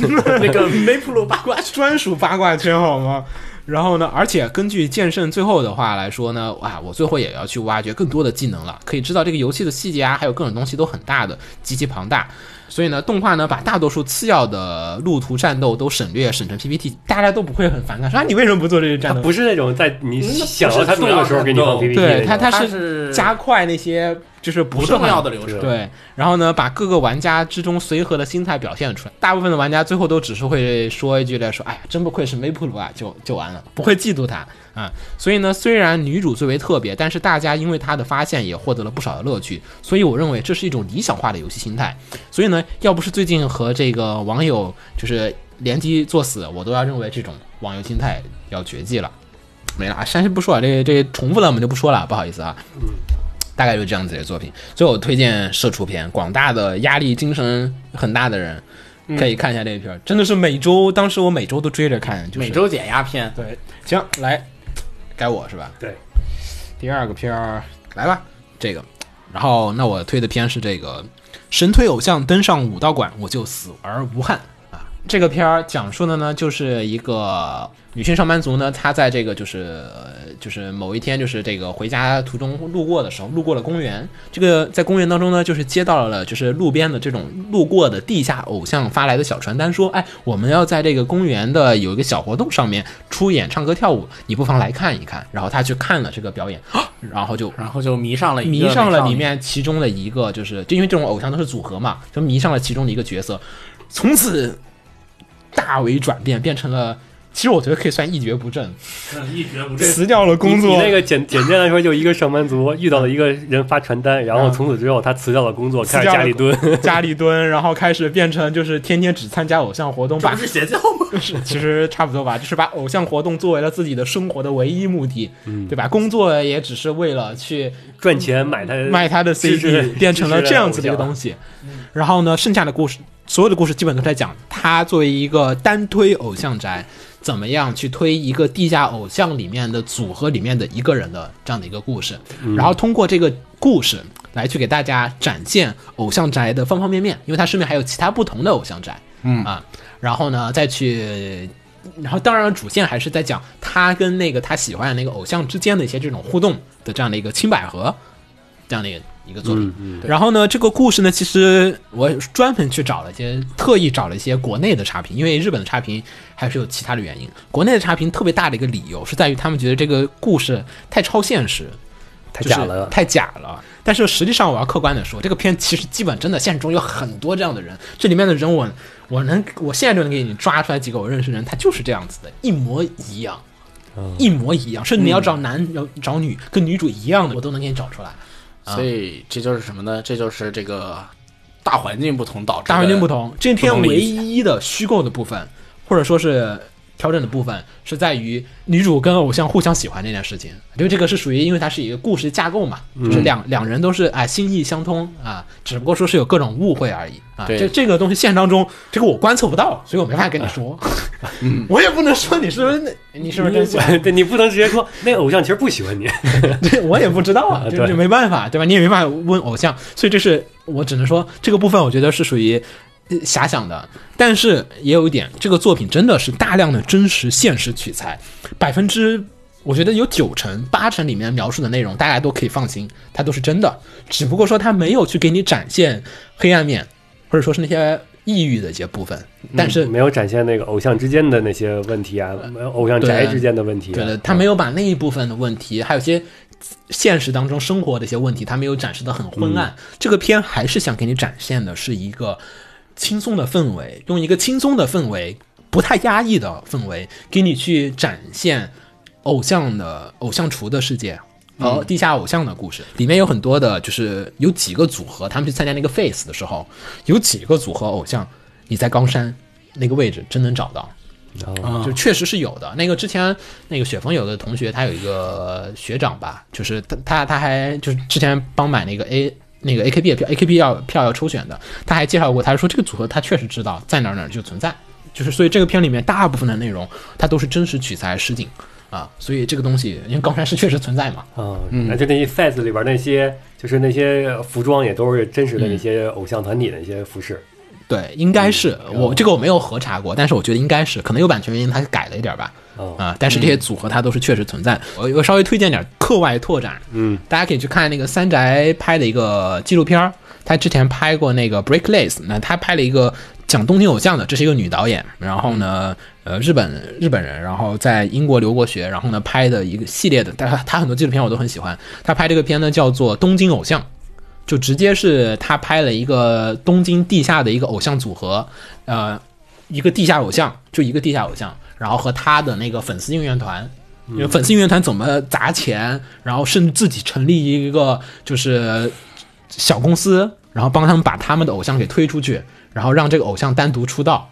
S5: 那个梅普鲁八卦圈
S3: 专属八卦圈好吗？然后呢，而且根据剑圣最后的话来说呢，啊，我最后也要去挖掘更多的技能了，可以知道这个游戏的细节啊，还有各种东西都很大的，极其庞大。所以呢，动画呢把大多数次要的路途战斗都省略，省成 PPT，大家都不会很反感，说啊你为什么不做这些
S2: 他
S3: 战斗？
S2: 不是那种在你想到他动的时候给你放 PPT，
S3: 对他，他
S5: 它
S3: 是
S5: 是
S3: 加快那些就是不
S5: 不
S3: 是很
S5: 重要的流程。
S3: 对，然后呢，把各个玩家之中随和的心态表现出来。大部分的玩家最后都只是会说一句来说，哎呀，真不愧是梅普鲁啊，就就完了，不会嫉妒他啊、所以呢，虽然女主最为特别，但是大家因为她的发现也获得了不少的乐趣。所以我认为这是一种理想化的游戏心态。所以呢，要不是最近和这个网友就是联机作死，我都要认为这种网游心态要绝迹了。没了，啊，删是不说了，这这重复了我们就不说了，不好意思啊。大概就是这样子的作品。所以我推荐社畜片，广大的压力精神很大的人可以看一下这一片儿，真的是每周，当时我每周都追着看，就是
S5: 每周减压片，
S3: 对，行，来，该我是吧？
S2: 对，
S3: 第二个片儿来吧，这个，然后那我推的片是这个神推偶像登上武道馆，我就死而无憾。啊。这个片儿讲述的呢，就是一个女性上班族呢，她在这个就是呃就是某一天就是这个回家途中路过的时候，路过了公园。这个在公园当中呢，就是接到了就是路边的这种路过的地下偶像发来的小传单，说，哎，我们要在这个公园的有一个小活动上面出演唱歌跳舞，你不妨来看一看。然后她去看了这个表演，然后就
S5: 然后就迷上了一个
S3: 迷上
S5: 美
S3: 了
S5: 少
S3: 里
S5: 女
S3: 面其中的一个，就是就因为这种偶像都是组合嘛，就迷上了其中的一个角色，从此大为转变，变成了。其实我觉得可以算一蹶不振，
S5: 嗯一蹶不振。
S3: 辞掉了工
S2: 你
S3: 作。
S2: 那个简简单来说，就一个上班族遇到了一个人发传单，然后从此之后 他辞掉了工作，开始家里蹲。
S3: 家里蹲，然后开始变成就是天天只参加偶像活动，
S5: 这
S3: 把
S5: 不是邪教吗？
S3: 就是 其实差不多吧，就是把偶像活动作为了自己的生活的唯一目的，
S5: 嗯
S3: 对吧？工作也只是为了去
S2: 赚钱买他
S3: 卖他 的
S2: 支持
S3: CD，变成了这样子的一个
S2: 支持
S3: 东西。然后呢，剩下的故事，所有的故事基本都在讲他作为一个单推偶像宅，怎么样去推一个地下偶像里面的组合里面的一个人的这样的一个故事。然后通过这个故事来去给大家展现偶像宅的方方面面，因为他身边还有其他不同的偶像宅。嗯啊，然后呢，再去然后当然主线还是在讲他跟那个他喜欢的那个偶像之间的一些这种互动的这样的一个青百合这样的一个一个作品。
S2: 嗯
S3: 然后呢，这个故事呢，其实我专门去找了一些，特意找了一些国内的差评，因为日本的差评还是有其他的原因。国内的差评特别大的一个理由是在于他们觉得这个故事太超现实，
S2: 太
S3: 就是
S2: 假了。
S3: 太假了。但是实际上，我要客观的说，这个片其实基本真的现实中有很多这样的人，这里面的人我我能我现在就能给你抓出来几个我认识的人，他就是这样子的，一模一样，
S2: 嗯
S3: 一模一样，甚至你要找男要找女跟女主一样的，我都能给你找出来。
S5: 所以这就是什么呢？这就是这个大环境不同导致的
S3: 大环境不同，这篇
S2: 不同理
S3: 唯
S2: 解
S3: 一的虚构的部分，或者说是调整的部分，是在于女主跟偶像互相喜欢这件事情，因为这个是属于，因为它是一个故事架构嘛，就是两两人都是哎心意相通啊，只不过说是有各种误会而已啊。
S5: 对
S3: 这这个东西现实当中，这个我观测不到，所以我没法跟你说， 我也不能说你是不是你是不是真喜欢
S2: 对，你不能直接说那偶像其实不喜欢 你，
S3: 对 我也不知道啊，
S2: 啊
S3: 这
S2: 对
S3: 这没办法，对吧？你也没办法问偶像，所以这是我只能说这个部分，我觉得是属于呃遐想的。但是也有一点，这个作品真的是大量的真实现实取材，百分之我觉得有九成八成里面描述的内容，大家都可以放心，它都是真的，只不过说它没有去给你展现黑暗面，或者说是那些抑郁的一些部分，但是
S2: 没有展现那个偶像之间的那些问题啊，没有偶像宅之间的问题、啊。
S3: 对的，他没有把那一部分的问题，还有一些现实当中生活的一些问题，他没有展示的很昏暗。
S7: 嗯
S3: 这个片还是想给你展现的是一个轻松的氛围，用一个轻松的氛围，不太压抑的氛围，给你去展现偶像的偶像厨的世界。
S7: 嗯
S3: 和地下偶像的故事里面有很多的，就是有几个组合，他们去参加那个 Face 的时候，有几个组合偶像，你在冈山那个位置真能找到，就确实是有的。那个之前那个雪峰有个同学，他有一个学长吧，就是他他他还就是之前帮买那个 A 那个 AKB 的票，AKB 要票要抽选的，他还介绍过，他说这个组合他确实知道在哪儿哪儿就存在，就是所以这个片里面大部分的内容它都是真实取材实景啊，所以这个东西因为高山是确实存在嘛，
S2: 啊，那就那些 f a s 里边那些，就是那些服装也都是真实的那些偶像团体的一些服饰。
S3: 对，应该是
S2: 嗯
S3: 我
S2: 哦
S3: 这个我没有核查过，但是我觉得应该是，可能有版权原因，它改了一点吧。
S2: 哦
S3: 啊，但是这些组合它都是确实存在。我我稍微推荐点课外拓展，
S2: 嗯，
S3: 大家可以去看那个三宅拍的一个纪录片儿，他之前拍过那个《Break Lace》，那他拍了一个讲东京偶像的，这是一个女导演，然后呢，呃，日本日本人，然后在英国留过学，然后呢拍的一个系列的，但他他很多纪录片我都很喜欢，他拍这个片呢叫做《东京偶像》。就直接是他拍了一个东京地下的一个偶像组合，呃，一个地下偶像，就一个地下偶像，然后和他的那个粉丝应援团，因为粉丝应援团怎么砸钱，然后甚至自己成立一个就是小公司，然后帮他们把他们的偶像给推出去，然后让这个偶像单独出道。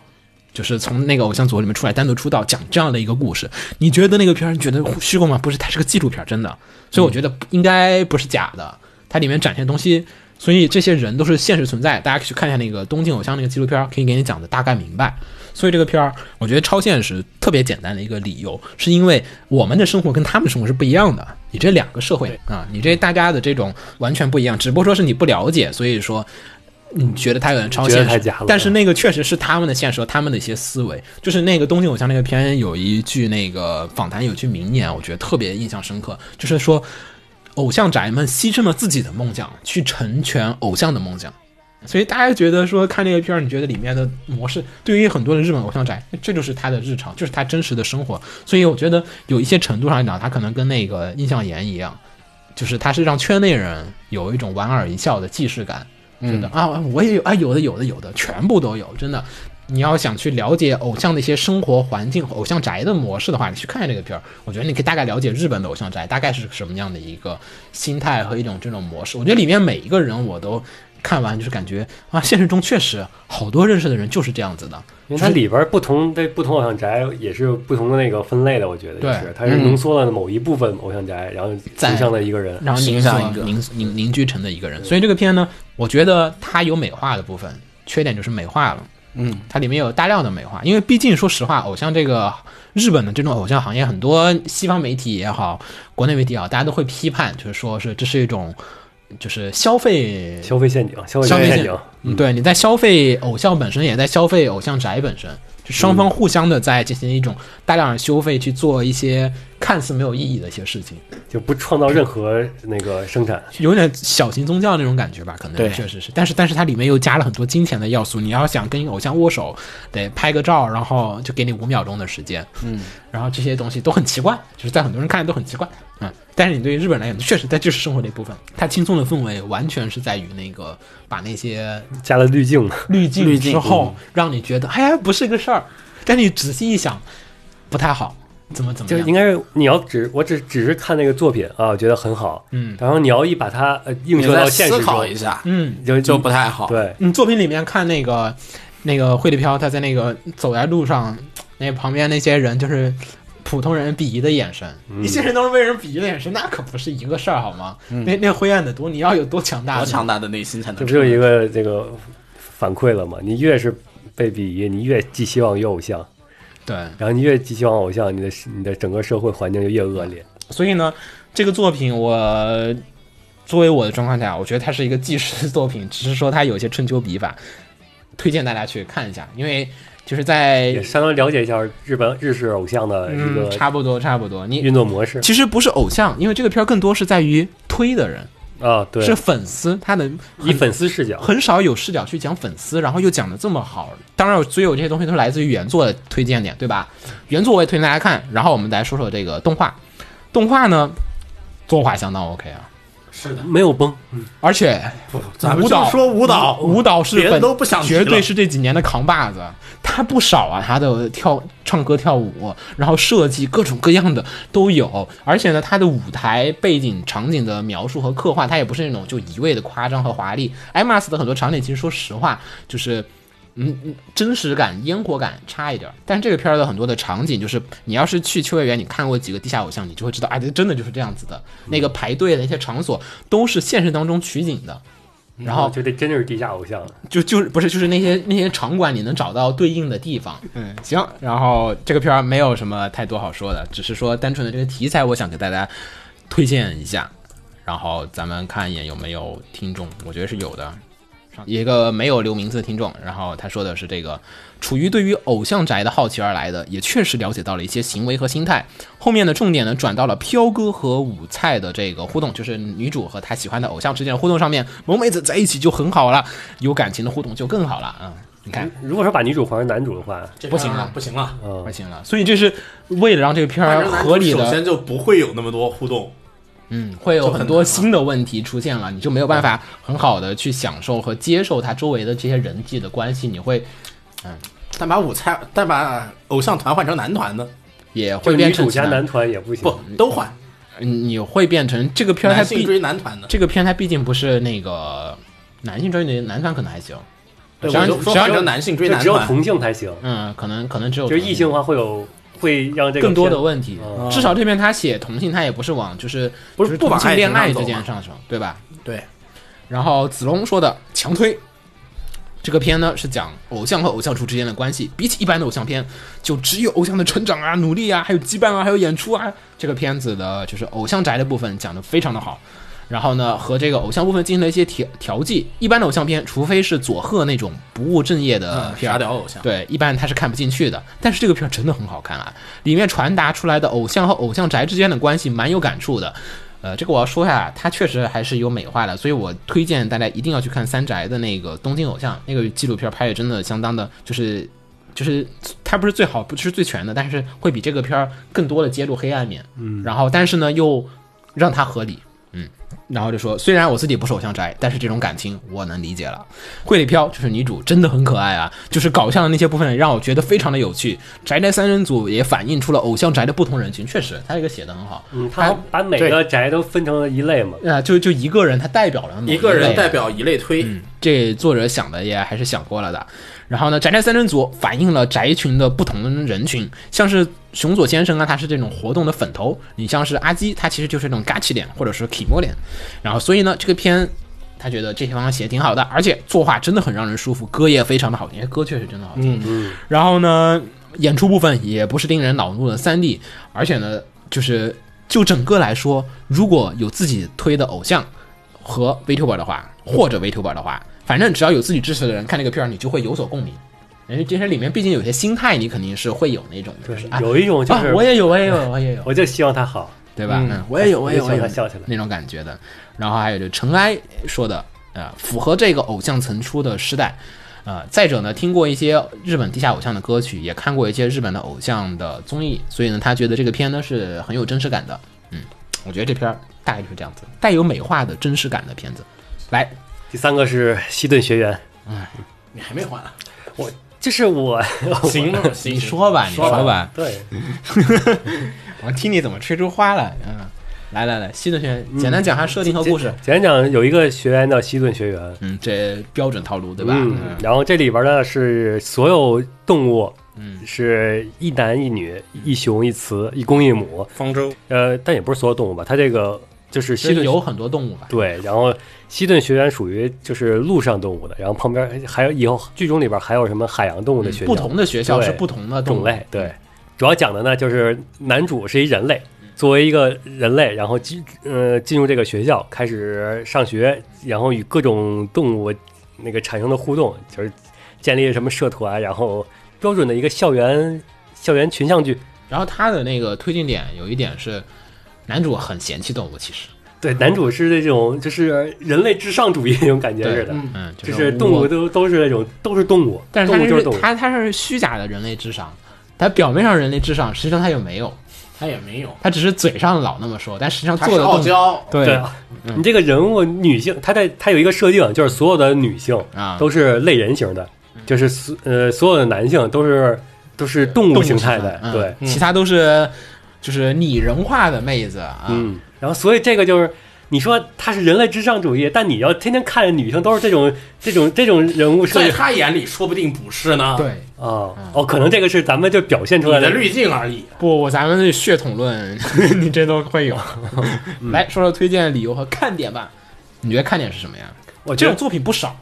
S3: 就是从那个偶像组合里面出来单独出道，讲这样的一个故事。你觉得那呃个片儿你觉得虚构吗？不是，它是个纪录片，真的。所以我觉得应该不是假的，它里面展现的东西，所以这些人都是现实存在。大家可以去看一下那个《东京偶像》那个纪录片儿，可以给你讲的大概明白。所以这个片儿，我觉得超现实特别简单的一个理由，是因为我们的生活跟他们的生活是不一样的。你这两个社会啊，你这大家的这种完全不一样，只不过说是你不了解，所以说你觉得它有点超
S2: 觉
S3: 现
S2: 得
S3: 实，
S2: 太假了
S3: 但是那个确实是他们的现实和他们的一些思维。就是那个《东京偶像》那个片有一句那个访谈有一句名言，我觉得特别印象深刻，就是说偶像宅们牺牲了自己的梦想去成全偶像的梦想。所以大家觉得说看这个片儿，你觉得里面的模式，对于很多的日本偶像宅，这就是他的日常，就是他真实的生活。所以我觉得有一些程度上来讲，他可能跟那个印象岩一样，就是他是让圈内人有一种莞尔一笑的既视感。真的、啊，我也有啊，有的有的有的，全部都有，真的。你要想去了解偶像的一些生活环境和偶像宅的模式的话，你去看一下这个片儿，我觉得你可以大概了解日本的偶像宅大概是什么样的一个心态和一种这种模式。我觉得里面每一个人我都看完就是感觉啊，现实中确实好多认识的人就是这样子的，
S2: 因为它里边不同的不同偶像宅也是有不同的那个分类的，我觉得
S3: 对
S2: 也是，它是浓缩了某一部分偶像宅，然后
S3: 在
S2: 形成了一个人。
S3: 然后凝
S7: 形
S3: 聚
S7: 象一个
S3: 凝凝凝聚成的一个人。所以这个片呢，我觉得它有美化的部分，缺点就是美化了。嗯，它里面有大量的美化，因为毕竟说实话，偶像这个日本的这种偶像行业，很多西方媒体也好，国内媒体也好，大家都会批判，就是说是这是一种就是消费
S2: 消费陷阱，消费
S3: 消费
S2: 陷
S3: 陷
S2: 阱，
S3: 嗯，对，你在消费偶像本身，也在消费偶像宅本身，就双方互相的在进行一种大量的消费，去做一些看似没有意义的一些事情，
S2: 就不创造任何那个生产。
S3: 有点小型宗教那种感觉吧，可
S7: 对
S3: 能确实是。但是，但是它里面又加了很多金钱的要素，你要想跟偶像握手，得拍个照，然后就给你五秒钟的时间，嗯，然后这些东西都很奇怪，就是在很多人看来都很奇怪，嗯。但是你对于日本人来讲，确实在就是生活的一部分，它轻松的氛围完全是在于那个把那些
S2: 加了滤镜嘛，
S3: 滤镜之后，让你觉得哎呀不是个事儿，但你仔细一想，不太好，怎么怎么
S2: 就
S3: 样？
S2: 应该是你要只我只只是看那个作品啊，我觉得很好，
S3: 嗯
S2: 然后你要一把它呃映
S7: 你
S2: 射到
S7: 再
S2: 现
S7: 思
S2: 实
S7: 考
S2: 中，
S7: 一下，
S3: 嗯，
S2: 就
S7: 就不太好。
S2: 对，
S3: 你嗯作品里面看那个那个惠利飘，他在那个走在路上，那旁边那些人就是普通人鄙夷的眼神，一些人都是为人鄙夷的眼神，那可不是一个事儿好吗？那那灰暗的毒，你要有多强大？
S7: 多强！大的内心才能
S2: 这不
S7: 承
S2: 就
S7: 认
S2: 一个这个反馈了吗？你越是被鄙夷，你越寄希望于偶像，
S3: 对，
S2: 然后你越寄希望偶像，你的你的整个社会环境就越恶劣。
S3: 所以呢，这个作品我作为我的状况下，我觉得它是一个纪实作品，只是说它有一些春秋笔法，推荐大家去看一下，因为就是在
S2: 也稍微了解一下日本日式偶像的一
S3: 嗯，
S2: 个
S3: 差不多差不多，你
S2: 运作模式
S3: 其实不是偶像，因为这个片儿更多是在于推的人，
S2: 啊，对，
S3: 是粉丝，他能
S2: 以粉丝视角，
S3: 很少有视角去讲粉丝，然后又讲的这么好。当然，所有这些东西都是来自于原作的推荐点，对吧？原作我也推荐大家看。然后我们来说说这个动画，动画呢作画相当 OK 啊，
S2: 没有崩，
S3: 而且
S7: 咱们
S3: 舞
S7: 就
S3: 蹈
S7: 说舞蹈，
S3: 舞蹈是
S7: 别的
S3: 本
S7: 都不想提了
S3: 绝对是这几年的扛把子。他不少啊，他的跳、唱歌、跳舞，然后设计各种各样的都有。而且呢，他的舞台背景场景的描述和刻画，他也不是那种就一味的夸张和华丽。IMAX 的很多场景，其实说实话，就是嗯，嗯，真实感、烟火感差一点儿。但是这个片儿的很多的场景，就是你要是去秋叶原，你看过几个地下偶像，你就会知道，哎，这真的就是这样子的。那个排队的一些场所都是现实当中取景的，然后
S2: 就这真就是地下偶像了，
S3: 就就是不是就是那些那些场馆你能找到对应的地方。嗯，行。然后这个片儿没有什么太多好说的，只是说单纯的这个题材，我想给大家推荐一下。然后咱们看一眼有没有听众，我觉得是有的。上一个没有留名字的听众，然后他说的是这个，处于对于偶像宅的好奇而来的，也确实了解到了一些行为和心态。后面的重点呢转到了飘哥和五菜的这个互动，就是女主和她喜欢的偶像之间的互动上面，萌妹子在一起就很好了，有感情的互动就更好了啊、你
S7: 嗯
S3: 看，
S2: 如果说把女主还成男主的话，
S5: 这
S3: 不行
S5: 片儿
S3: 了
S5: 不行了。
S2: 嗯
S3: 不，行了，所以这是为了让这个片儿合理
S5: 首
S3: 的，
S5: 先就不会有那么多互动，
S3: 嗯，会有
S5: 就很
S3: 很多
S5: 难了
S3: 新的问题出现了，你就没有办法很好的去享受和接受他周围的这些人际的关系，你会
S5: 但把舞菜，但把偶像团换成男团呢？
S3: 也会
S2: 就女
S3: 变成
S2: 主加
S3: 其他
S2: 男团也不行，
S5: 不，都换，
S3: 嗯你会变成这个片儿它
S5: 男性
S3: 毕
S5: 追男团呢？
S3: 这个片它毕竟不是那个男性专业的男团可能还行，
S5: 对，
S3: 只要
S5: 我就说
S3: 只要
S5: 换成男性追
S2: 就
S5: 男
S2: 只有
S5: 团，
S2: 同性才行，
S3: 嗯，可能可能只有
S2: 就是异性的话会有会让这个
S3: 更多
S2: 片
S3: 的问题。
S2: 嗯
S3: 至少这边他写同性，他也不是往就是
S5: 哦不
S3: 就是是
S5: 不
S3: 同
S5: 往
S3: 性
S5: 爱
S3: 恋
S5: 情上
S3: 爱
S5: 走
S3: 之
S5: 嘛
S3: 间上升，对吧？
S5: 对。
S3: 然后子龙说的强推，这个片呢是讲偶像和偶像厨之间的关系，比起一般的偶像片，就只有偶像的成长啊、努力啊、还有羁绊啊、还有演出啊。这个片子的就是偶像宅的部分讲得非常的好。然后呢，和这个偶像部分进行了一些调调剂。一般的偶像片，除非是佐贺那种不务正业的
S5: 嗯
S3: 片儿，
S5: 沙雕偶像
S3: 对，一般他是看不进去的。但是这个片儿真的很好看啊，里面传达出来的偶像和偶像宅之间的关系蛮有感触的。呃，这个我要说一下，它确实还是有美化的，所以我推荐大家一定要去看三宅的那个《东京偶像》那个纪录片，拍的真的相当的，就是就是它不是最好，不是最全的，但是会比这个片儿更多的揭露黑暗面。嗯，然后但是呢又让它合理。嗯，然后就说，虽然我自己不是偶像宅，但是这种感情我能理解了。惠里飘就是女主，真的很可爱啊，就是搞笑的那些部分让我觉得非常的有趣。宅宅三人组也反映出了偶像宅的不同人群，确实，他这个写的很好。呃
S2: 嗯，他把每个宅都分成了一类嘛，
S3: 啊，就就一个人，他代表了某
S5: 一个人
S3: 类
S5: 代表一类推，
S3: 这作者想的也还是想过了的。然后呢，宅宅三人组反映了宅群的不同的人群，像是熊左先生啊，他是这种活动的粉头；你像是阿基，他其实就是那种嘎气脸或者是 Kimo 脸。然后所以呢，这个片他觉得这些方面写的挺好的，而且作画真的很让人舒服，歌也非常的好听，因为歌确实真的好听。
S2: 嗯
S3: 然后呢，演出部分也不是令人恼怒的三 D，而且呢，就是就整个来说，如果有自己推的偶像和 Vtuber 的话，或者 Vtuber 的话，反正只要有自己支持的人看这个片儿，你就会有所共鸣。因为这些里面毕竟有些心态，你肯定是会有那种的，就是啊
S2: 有一种就
S3: 啊
S2: 是，
S3: 我也有，我也有，我也有，
S2: 我就希望他好，
S3: 对吧？嗯，我
S2: 我
S3: 也有，我也
S2: 就
S3: 有，
S2: 希
S3: 我也有
S2: 望他笑起来。
S3: 那种感觉的。然后还有就尘埃说的，呃，符合这个偶像层出的时代。呃，再者呢，听过一些日本地下偶像的歌曲，也看过一些日本的偶像的综艺，所以呢，他觉得这个片呢是很有真实感的。嗯，我觉得这片儿大概就是这样子，带有美化的真实感的片子。来，
S2: 第三个是西顿学员，
S3: 哎
S5: 你还没还啊？
S2: 这是我
S5: 行了，行
S3: 你说吧，你说
S5: 吧，
S3: 吧，
S2: 对
S3: 我听你怎么吹出花来。嗯，来来来，新的学员，简单讲下设定和故事。
S2: 简单讲，有一个学员叫西顿学员，
S3: 嗯，这标准套路对吧？
S2: 嗯，然后这里边呢是所有动物，嗯，是一男一女、一雄一雌、一公一母，
S5: 方舟
S2: 呃，但也不是所有动物吧，它这个就是
S3: 其
S2: 西
S3: 实
S2: 顿
S3: 有很多动物吧，
S2: 对，然后西顿学员属于就是陆上动物的，然后旁边还有以后剧中里边还有什么海洋动物的学校，
S3: 嗯不同的学校是
S2: 对
S3: 不同的动物
S2: 种类，对，主要讲的呢就是男主是一人类，
S3: 嗯
S2: 作为一个人类，然后进呃进入这个学校开始上学，然后与各种动物那个产生的互动，就是建立什么社团，然后标准的一个校园校园群像剧。
S3: 然后他的那个推进点有一点是，男主很嫌弃动物，其实
S2: 对，男主是这种就是人类至上主义那种感觉
S3: 对
S2: 似的，
S3: 嗯，
S2: 就是是动物
S3: 我，
S2: 都都是那种都是动物，
S3: 但是
S2: 动
S3: 他
S2: 物就是动物
S3: 是。他他是虚假的人类智商，他表面上人类智商，实际上他又没有，
S5: 他也没有，
S3: 他只是嘴上老那么说，但实际上
S5: 他
S3: 做
S5: 是
S3: 的
S5: 傲
S3: 动作
S5: 娇，
S2: 对
S3: 对
S2: 啊，你这个人物女性，她在她有一个设定，就是所有的女性
S3: 啊
S2: 都是类人型的，就是所呃所有的男性都是都是动物形态的，
S3: 嗯
S2: 对，
S3: 其他都是就是拟人化的妹子啊，
S2: 嗯，然后所以这个就是。你说她是人类至上主义，但你要天天看着女性都是这种这种这种人物设
S5: 在
S2: 计
S5: 他眼里说不定不是呢，，
S3: 对，
S2: 啊哦，可能这个是咱们就表现出
S5: 你
S2: 来
S5: 的
S2: 的
S5: 滤镜而已。
S3: 不，咱们这血统论 你这都会有，
S2: 嗯
S3: 来说说推荐理由和看点吧，你觉得看点是什么呀？
S2: 我觉
S3: 这
S2: 得
S3: 种作品不少，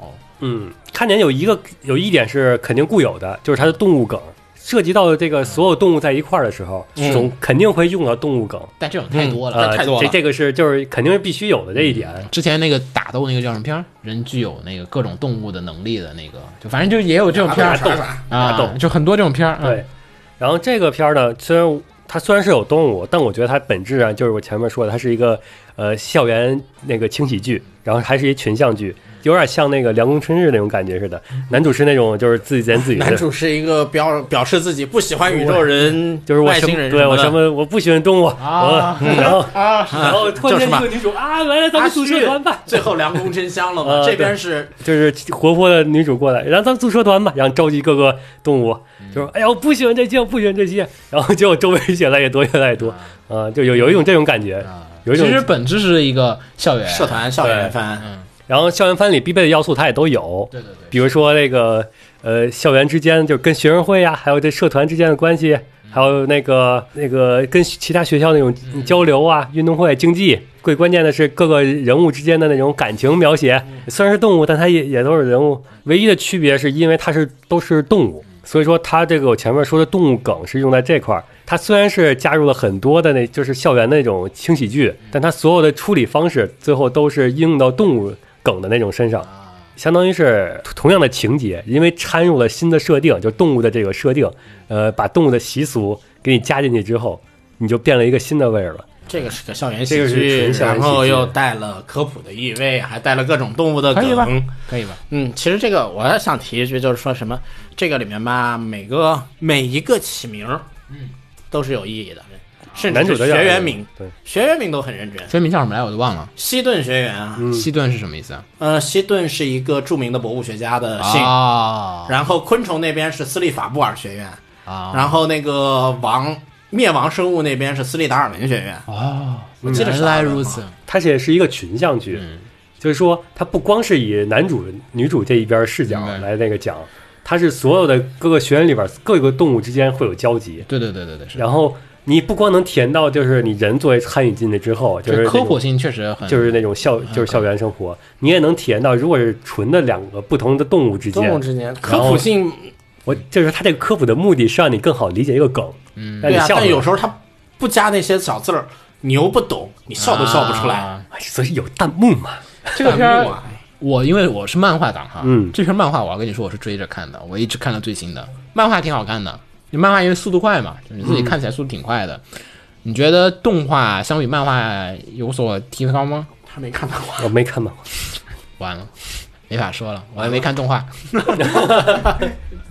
S2: 嗯，看点有一个有一点是肯定固有的，就是它的动物梗，涉及到这个所有动物在一块儿的时候，总肯定会用到动物梗。
S3: 但嗯这种太多了，
S2: 呃，
S5: 太多了
S2: 这这个是就是肯定是必须有的这一点。
S3: 之前那个打斗那个叫什么片儿？人具有那个各种动物的能力的那个，就反正就也有这种片儿
S5: 打斗啥
S2: 打斗
S3: 啊，就很多这种片儿。
S2: 对
S3: 嗯，，
S2: 然后这个片儿呢，虽然它虽然是有动物，但我觉得它本质上就是我前面说的，它是一个呃校园那个轻喜剧，然后还是一群像剧，有点像那个《凉宫春日》那种感觉似的。男主是那种就是自己言自语的，
S5: 男主是一个表表示自己不喜欢宇宙人，
S2: 就是我
S5: 外
S2: 什
S5: 星
S2: 么
S5: 人，
S2: 对我什
S5: 什么
S2: 么我不喜欢动物，
S3: 啊
S2: 我然后然后突然
S5: 就
S2: 间
S5: 是嘛
S2: 一个女主啊，来来咱们组社团吧
S5: 的，，最后凉宫真香了嘛
S2: 呃，
S5: 这边是
S2: 就是活泼的女主过来，然后咱们组社团吧，然后召集各个动物，
S3: 嗯
S2: 就说哎呀我不喜欢这些，我不喜欢这些，然后结果周围越来越多，越来越多，啊，就有有一种这种感觉，有一
S3: 啊其
S2: 种
S3: 实本质是一个校园
S5: 社，团校园
S3: 嗯
S5: 番，
S2: 然后校园番里必备的要素它也都有，
S3: 对对对，
S2: 比如说那个呃，校园之间就跟学生会呀、还有这社团之间的关系，还有那个那个跟其他学校那种交流啊，运动会、竞技。最关键的是各个人物之间的那种感情描写，虽然是动物，但它也也都是人物。唯一的区别是因为它是都是动物，所以说它这个我前面说的动物梗是用在这块儿。它虽然是加入了很多的那就是校园那种轻喜剧，但它所有的处理方式最后都是应用到动物梗的那种身上。相当于是同样的情节，因为掺入了新的设定，就动物的这个设定，呃，把动物的习俗给你加进去之后，你就变了一个新的味儿了。
S5: 这个是个校园
S2: 这
S5: 喜
S2: 个是
S5: 剧
S2: 纯，校园
S5: 然后
S2: 喜剧
S5: 又带了科普的意味，还带了各种动物的
S3: 可以吧
S5: 梗。
S3: 可以吧？
S5: 嗯，其实这个我想提一句，就是说什么这个里面吧，每个每一个起名，嗯，都是有意义的，甚
S2: 男
S5: 至
S2: 主
S5: 是
S2: 的
S5: 学员名，
S2: 对，
S5: 学员名都很认真。
S3: 学名叫什么来我都忘了。
S5: 西顿学员啊，
S2: 嗯
S3: 西顿是什么意思啊？
S5: 呃，西顿是一个著名的博物学家的姓，
S3: 啊
S5: 然后昆虫那边是斯利法布尔学院，
S3: 啊
S5: 然后那个王灭亡生物那边是斯利达尔文学院。
S3: 哦，
S5: 记得是
S3: 原来如此，
S5: 嗯
S2: 它这也是一个群像剧，就是说他不光是以男主女主这一边视角
S3: 明白
S2: 来那个讲，他是所有的各个学院里边各个动物之间会有交集，
S3: 对对对对对，是。
S2: 然后你不光能体验到就是你人作为参与进去之后，就是
S3: 这
S2: 那
S3: 科
S2: 种
S3: 普性确实很，
S2: 就是那种校就是校园生活，你也能体验到，如果是纯的两个不同的动物之间，
S8: 动物之
S5: 啊
S8: 间科普性
S2: 我就是他这个科普的目的是让你更好理解一个梗，嗯，
S5: 对
S2: 让你
S5: 啊，
S2: 笑出来。
S5: 但有时候他不加那些小字儿，你又不懂，你笑都笑不出来。
S3: 啊
S2: 哎所以有弹幕嘛，
S3: 这个片
S5: 弹幕
S3: 儿
S5: 啊，
S3: 我因为我是漫画党哈，
S2: 嗯
S3: 这篇漫画我要跟你说，我是追着看的，我一直看到最新的。漫画挺好看的，你漫画因为速度快嘛，你自己看起来速度挺快的。你觉得动画相比漫画有所提高吗？
S5: 他没看漫画，
S2: 我没看漫画，
S3: 完了，没法说了，我还没看动 画，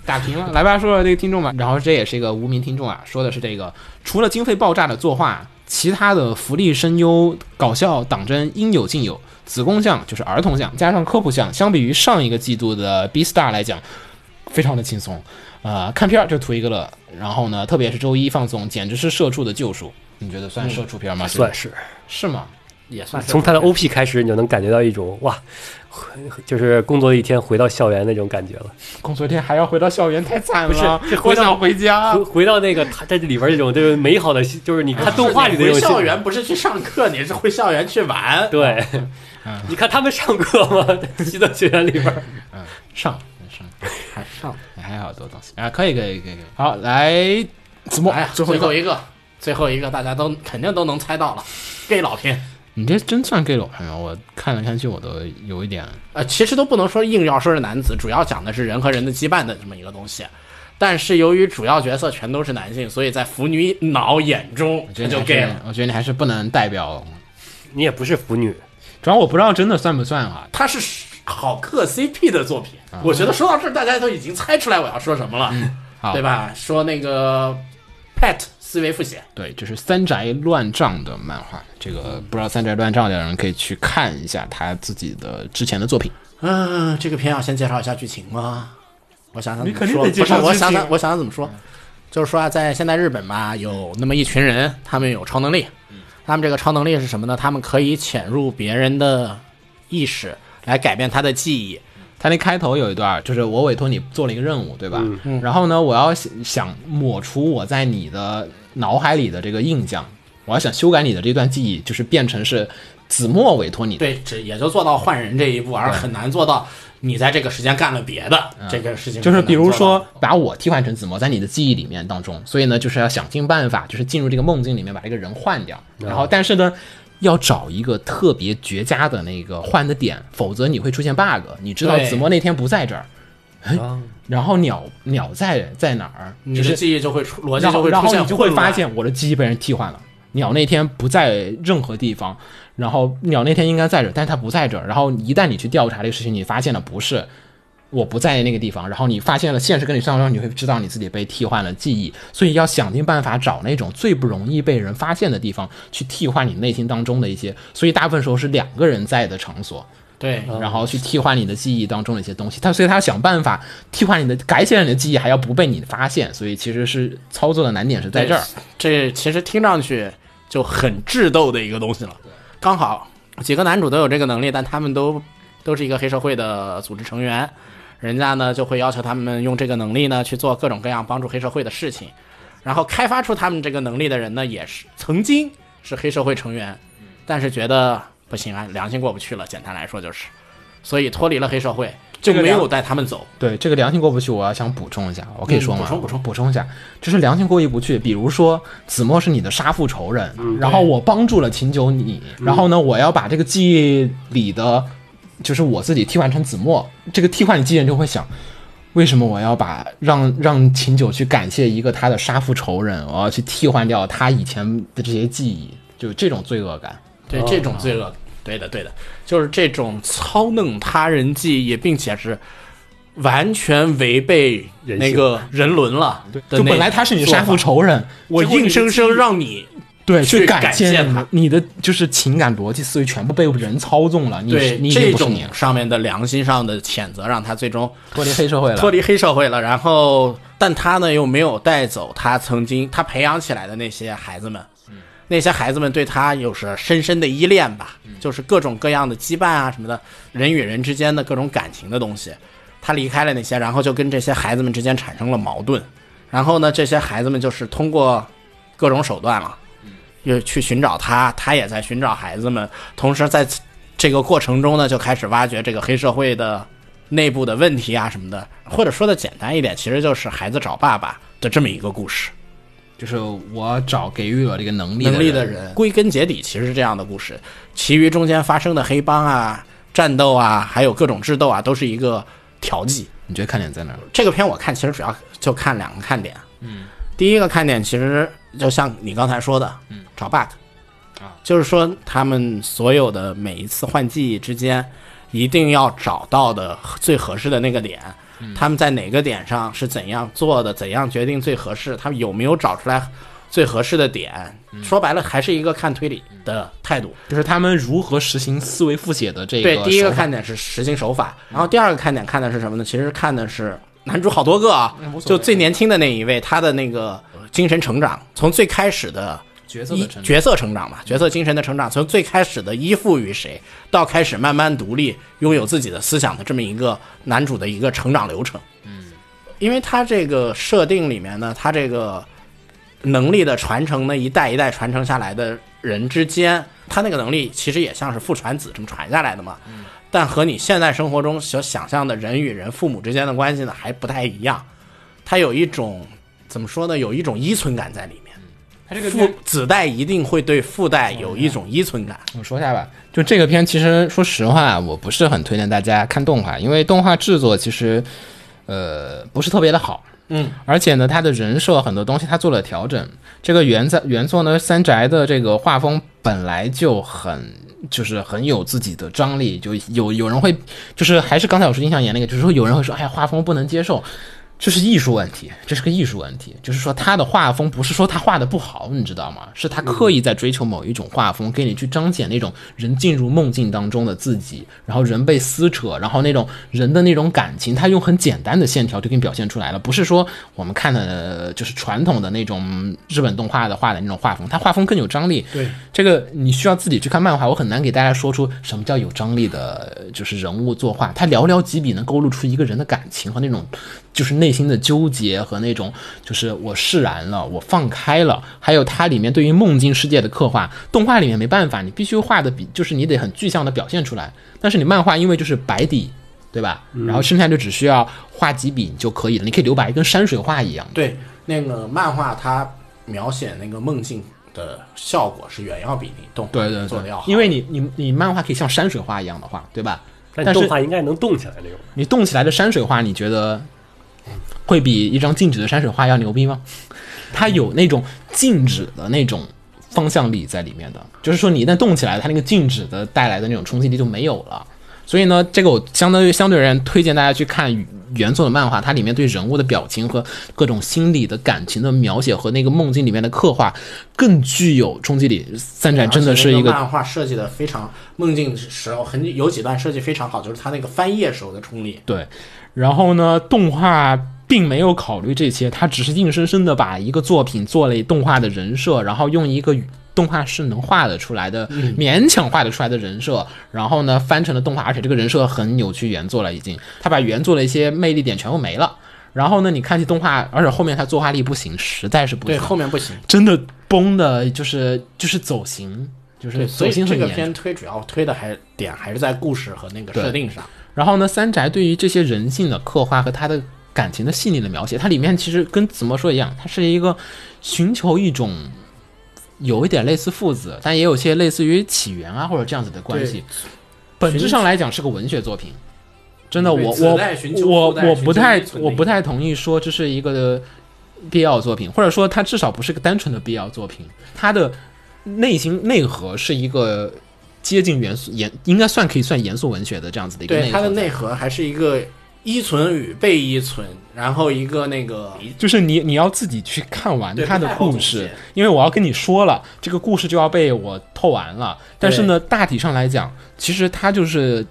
S3: 打平了。来吧，说说这个听众吧。然后这也是一个无名听众啊，说的是这个除了经费爆炸的作画，其他的福利、声优、搞笑、党争应有尽有。子宫项就是儿童项，加上科普项，相比于上一个季度的 B Star 来讲，非常的轻松。呃，看片儿就图一个乐，然后呢，特别是周一放纵，简直是社畜的救赎。你觉得算社畜片吗？
S2: 嗯算是
S3: 是吗？
S5: 也算是
S2: 从他的 OP 开始，你就能感觉到一种哇，回就是工作了一天回到校园那种感觉了，
S3: 工作天还要回到校园，太惨了！
S2: 这回
S3: 我
S2: 到
S3: 想回
S5: 啊
S3: 家。
S2: 回回到那个他在这里边这种就是美好的，就是你看动画里的那
S5: 回
S2: 种
S5: 校
S2: 心
S5: 园不是去上课，你是回校园去玩。
S2: 对。 你看他们上课吗？在西德学院里边，
S3: 上上
S8: 还上
S3: 还好多东西啊，可以可以可以。可以好，来啊子墨，
S5: 哎呀，
S8: 最 后
S5: 最
S8: 一个
S5: 后一个，最后一个，大家都肯定都能猜到了，gay 老片。
S3: 你这真算 gay 佬朋友，我看来看去我都有一点
S5: 呃，其实都不能说硬要说是男子，主要讲的是人和人的羁绊的这么一个东西。但是由于主要角色全都是男性，所以在腐女脑眼中
S3: 我觉
S5: 这
S3: 得你
S5: 就
S3: 还
S5: gay
S3: 是
S5: 了。
S3: 我觉得你还是不能代表。
S2: 你也不是腐女，
S3: 主要我不知道真的算不算啊，
S5: 它是好磕 CP 的作品，我觉得说到这儿，大家都已经猜出来我要说什么了，
S3: 好
S5: 对吧？说那个 Pet 思维复写，
S3: 对，就是三宅乱丈的漫画，这个不知道三宅乱丈的人可以去看一下他自己的之前的作品。
S5: 嗯、这个片要先介绍一下剧情吗？我想想怎么
S8: 定
S5: 说，
S8: 得介绍
S5: 不是我
S8: 剧
S5: 想
S8: 情
S5: 想，我想想怎么说，就是说啊，在现代日本吧，有那么一群人，他们有超能力，他们这个超能力是什么呢？他们可以潜入别人的意识来改变他的记忆。
S3: 他那开头有一段儿，就是我委托你做了一个任务，对吧？
S5: 嗯
S3: 然后呢，我要想想抹除我在你的脑海里的这个印象，我要想修改你的这段记忆，就是变成是子墨委托你的。
S5: 对，只也就做到换人这一步，而很难做到你在这个时间干了别的、这个事情。
S3: 就是比如说，把我替换成子墨，在你的记忆里面当中，所以呢，就是要想尽办法，就是进入这个梦境里面把这个人换
S5: 啊
S3: 掉。然后，但是呢，要找一个特别绝佳的那个换的点，否则你会出现 bug。你知道
S5: 对啊
S3: 子墨那天不在这儿，哎 然后鸟鸟在在哪儿？
S5: 你
S3: 就
S5: 的
S3: 是
S5: 记忆就会出逻辑
S3: 然
S5: 就
S3: 后
S5: 会
S3: 然
S5: 出
S3: 后
S5: 现
S3: 你就会
S5: 混
S3: 发
S5: 乱
S3: 现我的记忆被人替换了。鸟那天不在任何地方，然后鸟那天应该在这儿，但是它不在这儿。然后一旦你去调查这个事情，你发现了不是我不在那个地方，然后你发现了现实跟你相撞，你会知道你自己被替换了记忆。所以要想尽办法找那种最不容易被人发现的地方去替换你内心当中的一些。所以大部分时候是两个人在的场所，
S5: 对，
S3: 然后去替换你的记忆当中的一些东西。他所以他要想办法替换你的改写你的记忆，还要不被你发现。所以其实是操作的难点是在这儿。
S5: 这其实听上去就很智斗的一个东西了。刚好几个男主都有这个能力，但他们都都是一个黑社会的组织成员，人家呢就会要求他们用这个能力呢去做各种各样帮助黑社会的事情。然后开发出他们这个能力的人呢，也是曾经是黑社会成员，
S3: 嗯
S5: 但是觉得不行啊，良心过不去了。简单来说就是，所以脱离了黑社会，就
S3: 这个
S5: 没
S3: 良
S5: 有带他们走。
S3: 对这个良心过不去，我要想补充一下，我可以说吗？
S5: 嗯补充补充
S3: 补充一下，就是良心过意不去。比如说子墨是你的杀父仇人，
S5: 嗯
S3: 然后我帮助了秦九你，然后呢，我要把这个记忆里的，就是我自己替换成子墨，这个替换你记忆人就会想。为什么我要把让让秦九去感谢一个他的杀父仇人，我要去替换掉他以前的这些记忆，就这种罪恶感。
S5: 对这种罪
S3: 嗯
S5: 恶，对的对的，就是这种操弄他人记忆，并且是完全违背
S2: 人性
S5: 那个人伦了。对，
S3: 就本来他是你的杀父，仇人，
S5: 我硬生生让你
S3: 对，
S5: 去
S3: 去
S5: 感
S3: 谢
S5: 谢
S3: 你
S5: 他
S3: 你的就是情感逻辑思维全部被人操纵了，你是
S5: 对
S3: 你已经
S5: 这
S3: 不是
S5: 种
S3: 你了，
S5: 上面的良心上的谴责，让他最终
S3: 脱离黑社会了，
S5: 脱离黑社会了。然
S3: 嗯
S5: 后，但他呢又没有带走他曾经他培养起来的那些孩子们，那些孩子们对他有着深深的依恋吧，
S3: 嗯
S5: 就是各种各样的羁绊啊什么的，人与人之间的各种感情的东西。他离开了那些，然后就跟这些孩子们之间产生了矛盾。然后呢，这些孩子们就是通过各种手段了，啊
S3: 嗯
S5: 又去寻找他，他也在寻找孩子们。同时在这个过程中呢，就开始挖掘这个黑社会的内部的问题啊什么的，或者说的简单一点，其实就是孩子找爸爸的这么一个故事。
S3: 就是我找给予我这个能力
S5: 能力
S3: 的
S5: 的人，归根结底其实是这样的故事。其余中间发生的黑帮啊、战斗啊，还有各种智斗啊，都是一个调剂。
S3: 你觉得看点在哪儿？
S5: 这个片我看其实主要就看两个看点，嗯，第一个看点其实就像你刚才说的，嗯，找 bug，啊，就是说他们所有的每一次换季之间，一定要找到的最合适的那个点。他们在哪个点上是怎样做的？怎样决定最合适？他们有没有找出来最合适的点？说白了，还是一个看推理的态度。
S3: 就是他们如何实行思维复写的这
S5: 对，第一
S3: 手
S5: 个
S3: 法嗯
S5: 看点是实行手法，然后第二个看点看的是什么呢？其实看的是男主好多个啊，
S3: 哎
S5: 就最年轻的那一位，他的那个呃精神成长，从最开始的
S3: 角色
S5: 一
S3: 的成长嗯
S5: 角色成长嘛，角色精神的成长，从最开始的依附于谁，到开始慢慢独立、拥有自己的思想的这么一个男主的一个成长流程。嗯，因为他这个设定里面呢，他这个能力的传承呢，一代一代传承下来的人之间，他那个能力其实也像是父传子这么传下来的嘛。但和你现在生活中所想象的人与人、父母之间的关系呢，还不太一样。它有一种怎么说呢？有一种依存感在里面。
S3: 他这个
S5: 父子代一定会对父代有一种依存感。
S3: 我嗯说一下吧，就这个片，其实说实话，我不是很推荐大家看动画，因为动画制作其实，呃，不是特别的好。嗯，而且呢，他的人设很多东西他做了调整。这个原在原作呢，三宅的这个画风本来就很就是很有自己的张力，就有有人会就是还是刚才我说印象岩那个，就是说有人会说，哎呀，画风不能接受，这是艺术问题，这是个艺术问题。就是说，他的画风不是说他画的不好，你知道吗？是他刻意在追求某一种画风，给你去彰显那种人进入梦境当中的自己，然后人被撕扯，然后那种人的那种感情，他用很简单的线条就给你表现出来了。不是说我们看的呃就是传统的那种日本动画的画的那种画风，他画风更有张力。对，这个你需要自己去看漫画，我很难给大家说出什么叫有张力的，就是人物作画，他寥寥几笔能勾勒出一个人的感情和那种就是内心的纠结和那种就是我释然了，我放开了，还有它里面对于梦境世界的刻画，动画里面没办法，你必须画的比就是你得很具象的表现出来，但是你漫画因为就是白底。对吧？然后剩下就只需要画几笔就可以了，你可以留白，跟山水画一样。
S5: 对，那个漫画它描写那个梦境的效果是远要比你动画
S3: 对对
S5: 做的要好。
S3: 因为你你你漫画可以像山水画一样的画，对吧？
S2: 但
S3: 但是
S2: 动画应该能动起来那种。
S3: 你动起来的山水画，你觉得会比一张静止的山水画要牛逼吗？它有那种静止的那种方向力在里面的，就是说你一旦动起来，它那个静止的带来的那种冲击力就没有了。所以呢，这个我相当于相对而言推荐大家去看原作的漫画，它里面对人物的表情和各种心理的感情的描写和那个梦境里面的刻画更具有冲击力。三
S5: 而
S3: 展
S5: 且
S3: 哎真的是
S5: 那
S3: 一
S5: 个
S3: 个
S5: 漫画设计的非常梦境时候很有几段设计非常好，就是它那个翻页时候的冲力。
S3: 对，然后呢，动画并没有考虑这些，它只是硬生生的把一个作品做了动画的人设，然后用一个动画是能画得出来的，
S5: 嗯
S3: 勉强画得出来的人设，然后呢翻成了动画，而且这个人设很扭曲原作了，已经，他把原作的一些魅力点全部没了。然后呢，你看起动画，而且后面他作画力不行，实在是不
S5: 对，
S3: 行，
S5: 后面不行。嗯
S3: 真的崩的，就是就是走形，就是
S5: 对，所
S3: 走
S5: 以
S3: 形
S5: 这
S3: 很
S5: 个
S3: 严重。
S5: 片推主要推的还点还是在故事和那个设定上。
S3: 然后呢，三宅对于这些人性的刻画和他的感情的细腻的描写，它里面其实跟怎么说一样，它是一个寻求一种有一点类似父子，但也有些类似于起源啊或者这样子的关系。本质上来讲是个文学作品，真的，
S5: 对
S3: 我
S5: 子
S3: 我
S5: 代寻求
S3: 我
S5: 父代
S3: 我
S5: 寻
S3: 不
S5: 求
S3: 太
S5: 依存的
S3: 我
S5: 一
S3: 不
S5: 种
S3: 太同意说这是一个必要作品，或者说它至少不是个单纯的必要作品，它的内心内核是一个。接近严肃严，应该算可以算严肃文学的这样子的一个内
S5: 对，
S3: 核
S5: 它的
S3: 在
S5: 内核还是一个依存与被依存，然后一个那个
S3: 就是你你要自己去看完
S5: 对
S3: 他的
S5: 不太好
S3: 故
S5: 总
S3: 事
S5: 结，
S3: 因为我要跟你说了，这个故事就要被我透完了。但是呢，大体上来讲，其实它就是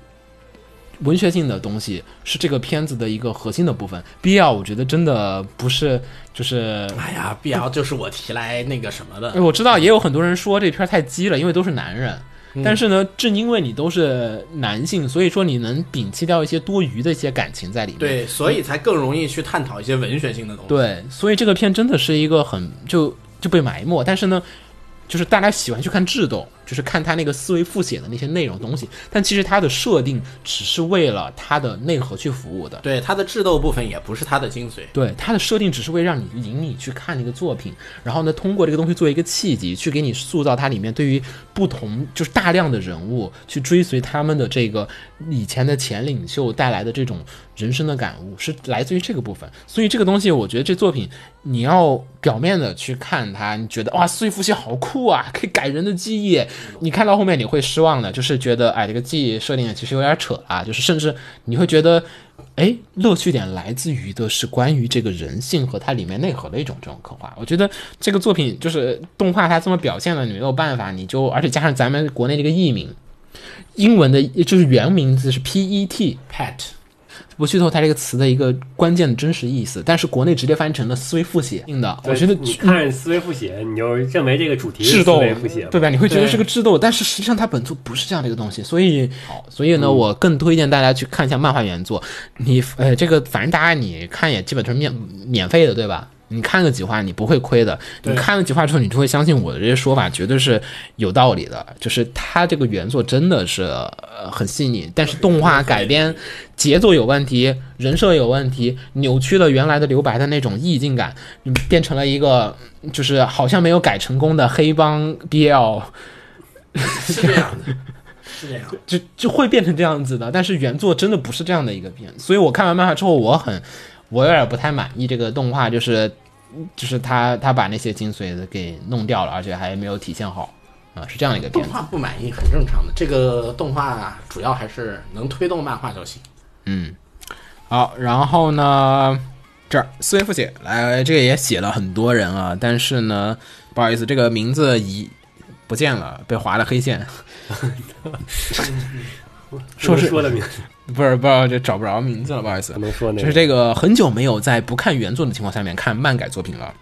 S3: 文学性的东西是这个片子的一个核心的部分。BL 我觉得真的不是就是
S5: 哎呀，B L 就是我提来那个什么的，
S3: 哎我知道也有很多人说这片儿太鸡了，因为都是男人。但是呢，正因为你都是男性，所以说你能摒弃掉一些多余的一些感情在里面。
S5: 对，所以才更容易去探讨一些文学性的东西。
S3: 对，所以这个片真的是一个很就就被埋没。但是呢，就是大家喜欢去看智斗，就是看他那个思维复写的那些内容东西。但其实它的设定只是为了它的内核去服务的。
S5: 对，它的智斗部分也不是它的精髓。
S3: 对它的设定只是为让你引你去看一个作品，然后呢，通过这个东西做一个契机，去给你塑造它里面对于不同就是大量的人物去追随他们的这个以前的前领袖带来的这种人生的感悟，是来自于这个部分。所以这个东西，我觉得这作品你要表面的去看它，你觉得哇，思维复写好酷啊， 可以改人的记忆。你看到后面你会失望的，就是觉得哎，这个记忆设定其实有点扯啊，就是甚至你会觉得。哎，乐趣点来自于的是关于这个人性和它里面内核的一种这种刻画。我觉得这个作品就是动画，它这么表现了，你没有办法，你就而且加上咱们国内这个译名，英文的就是原名字是 PET Pet，不剧透它这个词的一个关键的真实意思，但是国内直接翻译成了思维复写硬的，我觉得嗯
S2: 你看思维复写，你就认为这个主题是
S3: 智
S2: 思
S3: 斗
S2: 维复写嘛，
S3: 对吧？你会觉得是个智斗，但是实际上它本作不是这样的一个东西，所以，所以呢，我更推荐大家去看一下漫画原作。你呃，这个反正大家你看也基本上是免免费的，对吧？你看个几话，你不会亏的。你看了几话之后，你就会相信我的这些说法绝对是有道理的。就是它这个原作真的是呃很细腻，但是动画改编节奏有问题，人设有问题，扭曲了原来的留白的那种意境感，嗯变成了一个就是好像没有改成功的黑帮 BL，
S5: 是这样的，是这样的。
S3: 就就会变成这样子的。但是原作真的不是这样的一个片，所以我看完漫画之后，我很我有点不太满意这个动画，就是就是他他把那些精髓的给弄掉了，而且还没有体现好啊、是这样的一个
S5: 动
S3: 片子。
S5: 画不满意很正常的，这个动画主要还是能推动漫画就行。
S3: 好，然后呢，这儿思维复写来，这个也写了很多人啊，但是呢，不好意思，这个名字已不见了，被划了黑线。说
S2: 能
S3: 是
S2: 说的名，
S3: 不是，不知道这找不着名字了，不好意思。
S2: 能说那
S3: 就是
S2: 个，
S3: 这个很久没有在不看原作的情况下面看漫改作品了。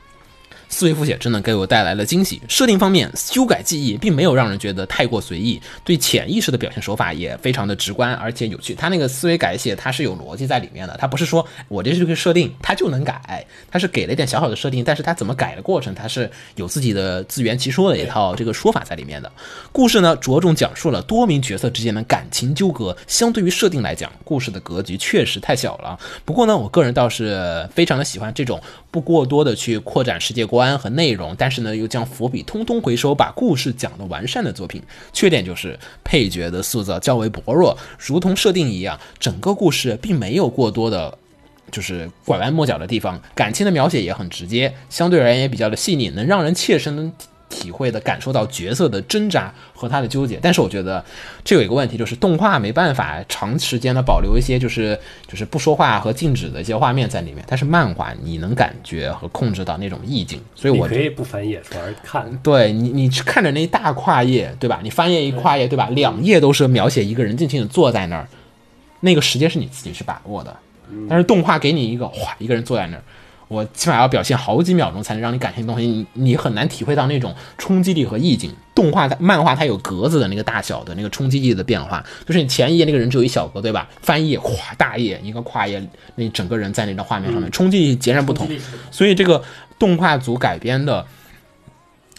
S3: 思维复写真的给我带来了惊喜。设定方面，修改记忆并没有让人觉得太过随意，对潜意识的表现手法也非常的直观，而且有趣。它那个思维改写，它是有逻辑在里面的，它不是说我这是个设定，它就能改，它是给了一点小小的设定，但是它怎么改的过程，它是有自己的自圆其说的一套这个说法在里面的。故事呢，着重讲述了多名角色之间的感情纠葛。相对于设定来讲，故事的格局确实太小了。不过呢，我个人倒是非常的喜欢这种不过多的去扩展世界观和内容，但是呢又将伏笔通通回收，把故事讲得完善的作品。缺点就是配角的塑造较为薄弱，如同设定一样，整个故事并没有过多的就是拐弯抹角的地方，感情的描写也很直接，相对而言也比较的细腻，能让人切身体体会的感受到角色的挣扎和他的纠结。但是我觉得这有一个问题，就是动画没办法长时间的保留一些就是就是不说话和静止的一些画面在里面，但是漫画你能感觉和控制到那种意境，所以
S2: 你
S3: 我
S2: 可以不翻页，反而看。
S3: 对你，你去看着那一大跨页，对吧？你翻页一跨页，对嗯吧？两页都是描写一个人静静的坐在那儿，那个时间是你自己去把握的。但是动画给你一个哗，一个人坐在那儿，我起码要表现好几秒钟才能让你感兴趣的东西，你你很难体会到那种冲击力和意境。动画它漫画它有格子的那个大小的那个冲击力的变化，就是你前一页那个人只有一小格，对吧？翻页咵大页一个跨页，那整个人在那张画面上面，嗯冲击力截然不同。所以这个动画组改编的。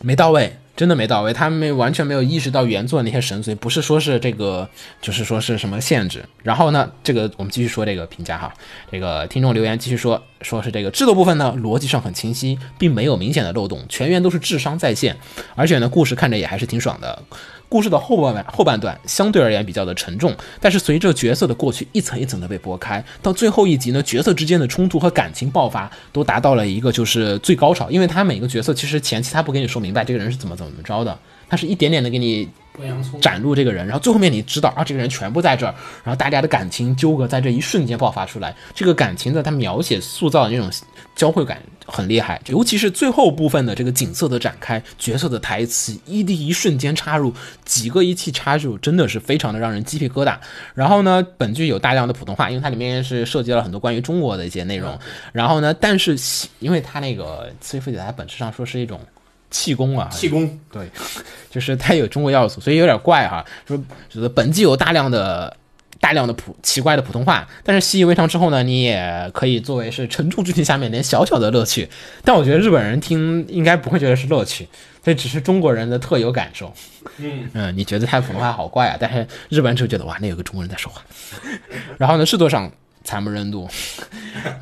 S3: 没到位，真的没到位，他们没完全没有意识到原作那些神髓，不是说是这个，就是说是什么限制。然后呢，这个我们继续说这个评价哈，这个听众留言继续说，说是这个制作部分呢，逻辑上很清晰，并没有明显的漏洞，全员都是智商在线，而且呢，故事看着也还是挺爽的。故事的后半后半段相对而言比较的沉重，但是随着角色的过去一层一层的被剥开，到最后一集呢，角色之间的冲突和感情爆发都达到了一个就是最高潮，因为他每个角色其实前期他不给你说明白这个人是怎么怎么着的，他是一点点的给你
S8: 剥洋葱，
S3: 展露这个人，然后最后面你知道啊，这个人全部在这儿，然后大家的感情纠葛在这一瞬间爆发出来，这个感情的他描写塑造的那种交汇感很厉害，尤其是最后部分的这个景色的展开，角色的台词一滴一瞬间插入，几个一气插入，真的是非常的让人鸡皮疙瘩。然后呢，本剧有大量的普通话，因为它里面是涉及了很多关于中国的一些内容。然后呢，但是因为它那个《刺激父子》，它本质上说是一种。气功啊，
S5: 气功
S3: 对，就是它有中国要素，所以有点怪哈、就是就是本季有大量的大量的普奇怪的普通话，但是习以为常之后呢，你也可以作为是沉重剧情下面点小小的乐趣。但我觉得日本人听应该不会觉得是乐趣，这只是中国人的特有感受。嗯你觉得他普通话好怪啊，但是日本人只会觉得哇，那有个中国人在说话。 然后呢，制作上惨不忍睹，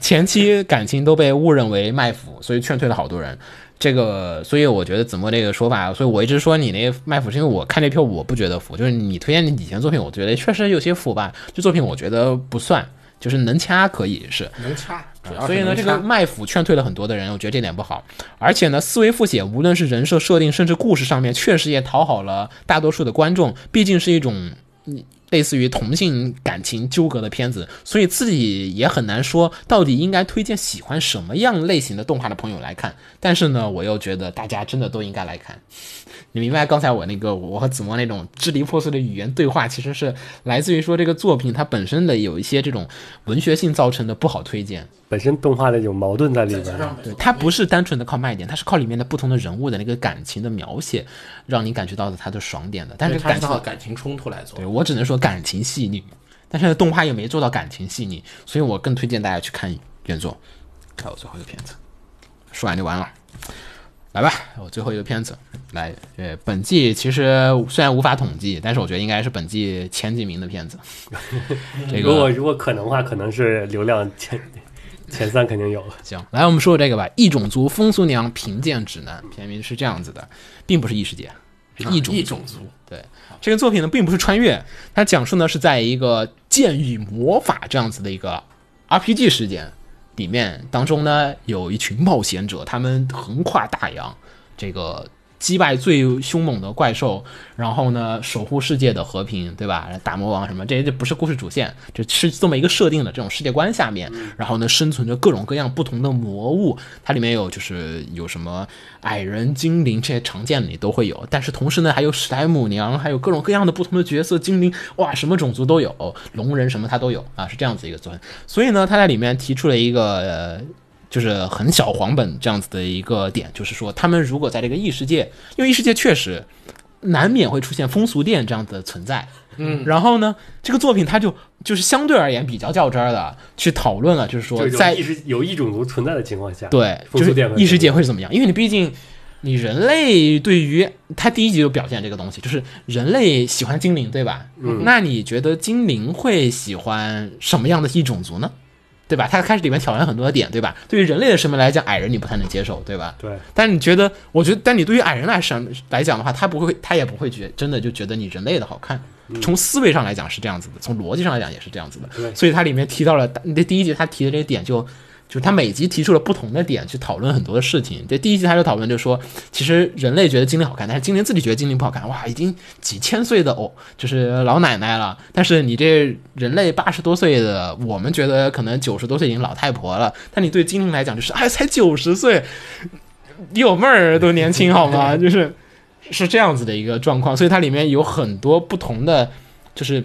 S3: 前期感情都被误认为卖腐，所以劝退了好多人。这个，所以我觉得子墨这个说法，所以我一直说你那卖腐是因为我看这票我不觉得腐，就是你推荐的以前作品，我觉得确实有些腐吧，这作品我觉得不算，就是能掐可以是，
S5: 能掐，主要是
S3: 啊所以呢，
S5: 能
S3: 这个
S5: 掐
S3: 卖腐劝退了很多的人，我觉得这点不好。而且呢，思维复写，无论是人设设定，甚至故事上面，确实也讨好了大多数的观众。毕竟是一种嗯类似于同性感情纠葛的片子，所以自己也很难说到底应该推荐喜欢什么样类型的动画的朋友来看。但是呢，我又觉得大家真的都应该来看。 你明白刚才我那个我和子墨那种支离破碎的语言对话，其实是来自于说这个作品它本身的有一些这种文学性造成的不好推荐。
S2: 本身动画的有矛盾在里边儿。
S3: 对，它不是单纯的靠卖点，它是靠里面的不同的人物的那个感情的描写，让你感觉到了它的爽点的。但是
S5: 他
S3: 感
S5: 是靠
S3: 情，
S5: 感情冲突来做
S3: 对，我只能说感情细腻，但是动画也没做到感情细腻，所以我更推荐大家去看原作。看我最后一个片子，说完就完了。来吧，我最后一个片子，来，呃，本季其实虽然无法统计，但是我觉得应该是本季前几名的片子。 这个
S2: 如果如果可能的话，可能是流量前前三肯定有。
S3: 行，来我们说说这个吧，《异种族风俗娘评鉴指南》，片名是这样子的，并不是异世界，是异种
S5: 异
S3: 族。
S5: 种族，
S3: 对，啊这个作品呢并不是穿越，它讲述呢是在一个剑与魔法这样子的一个 RPG 事件里面当中呢，有一群冒险者，他们横跨大洋，这个击败最凶猛的怪兽，然后呢守护世界的和平，对吧？打魔王什么，这这不是故事主线，这是这么一个设定的这种世界观下面，然后呢生存着各种各样不同的魔物，它里面有就是有什么矮人、精灵这些常见的你都会有，但是同时呢还有史莱姆娘，还有各种各样的不同的角色精灵，哇，什么种族都有，龙人什么它都有啊，是这样子一个作品。所以呢，他在里面提出了一个。呃就是很小黄本这样子的一个点，就是说他们如果在这个异世界，因为异世界确实难免会出现风俗店这样的存在。嗯，然后呢，这个作品它就就是相对而言比较较真儿的去讨论了，就是
S2: 就
S3: 说
S2: 是
S3: 在
S2: 有异世有异种族存在的情况下，
S3: 对，就
S2: 风俗
S3: 是
S2: 店和
S3: 异世界会是怎么样？因为你毕竟你人类对于它第一集就表现这个东西，就是人类喜欢精灵，对吧？嗯，那你觉得精灵会喜欢什么样的异种族呢？对吧？它开始里面挑战很多的点，对吧？对于人类的审美来讲，矮人你不太能接受，对吧？
S2: 对
S3: 但你觉得，我觉得，但你对于矮人来上来讲的话，他不会，他也不会觉真的就觉得你人类的好看。从思维上来讲是这样子的，从逻辑上来讲也是这样子的。
S2: 对
S3: 所以它里面提到了，那第一集他提的这个点就，就是他每集提出了不同的点去讨论很多的事情。这第一集他就讨论就说，其实人类觉得精灵好看，但是精灵自己觉得精灵不好看。哇，已经几千岁的哦，就是老奶奶了。但是你这人类八十多岁的，我们觉得可能九十多岁已经老太婆了，但你对精灵来讲就是，哎，才九十岁，比我妹儿都年轻好 吗？就是是这样子的一个状况，所以它里面有很多不同的，就是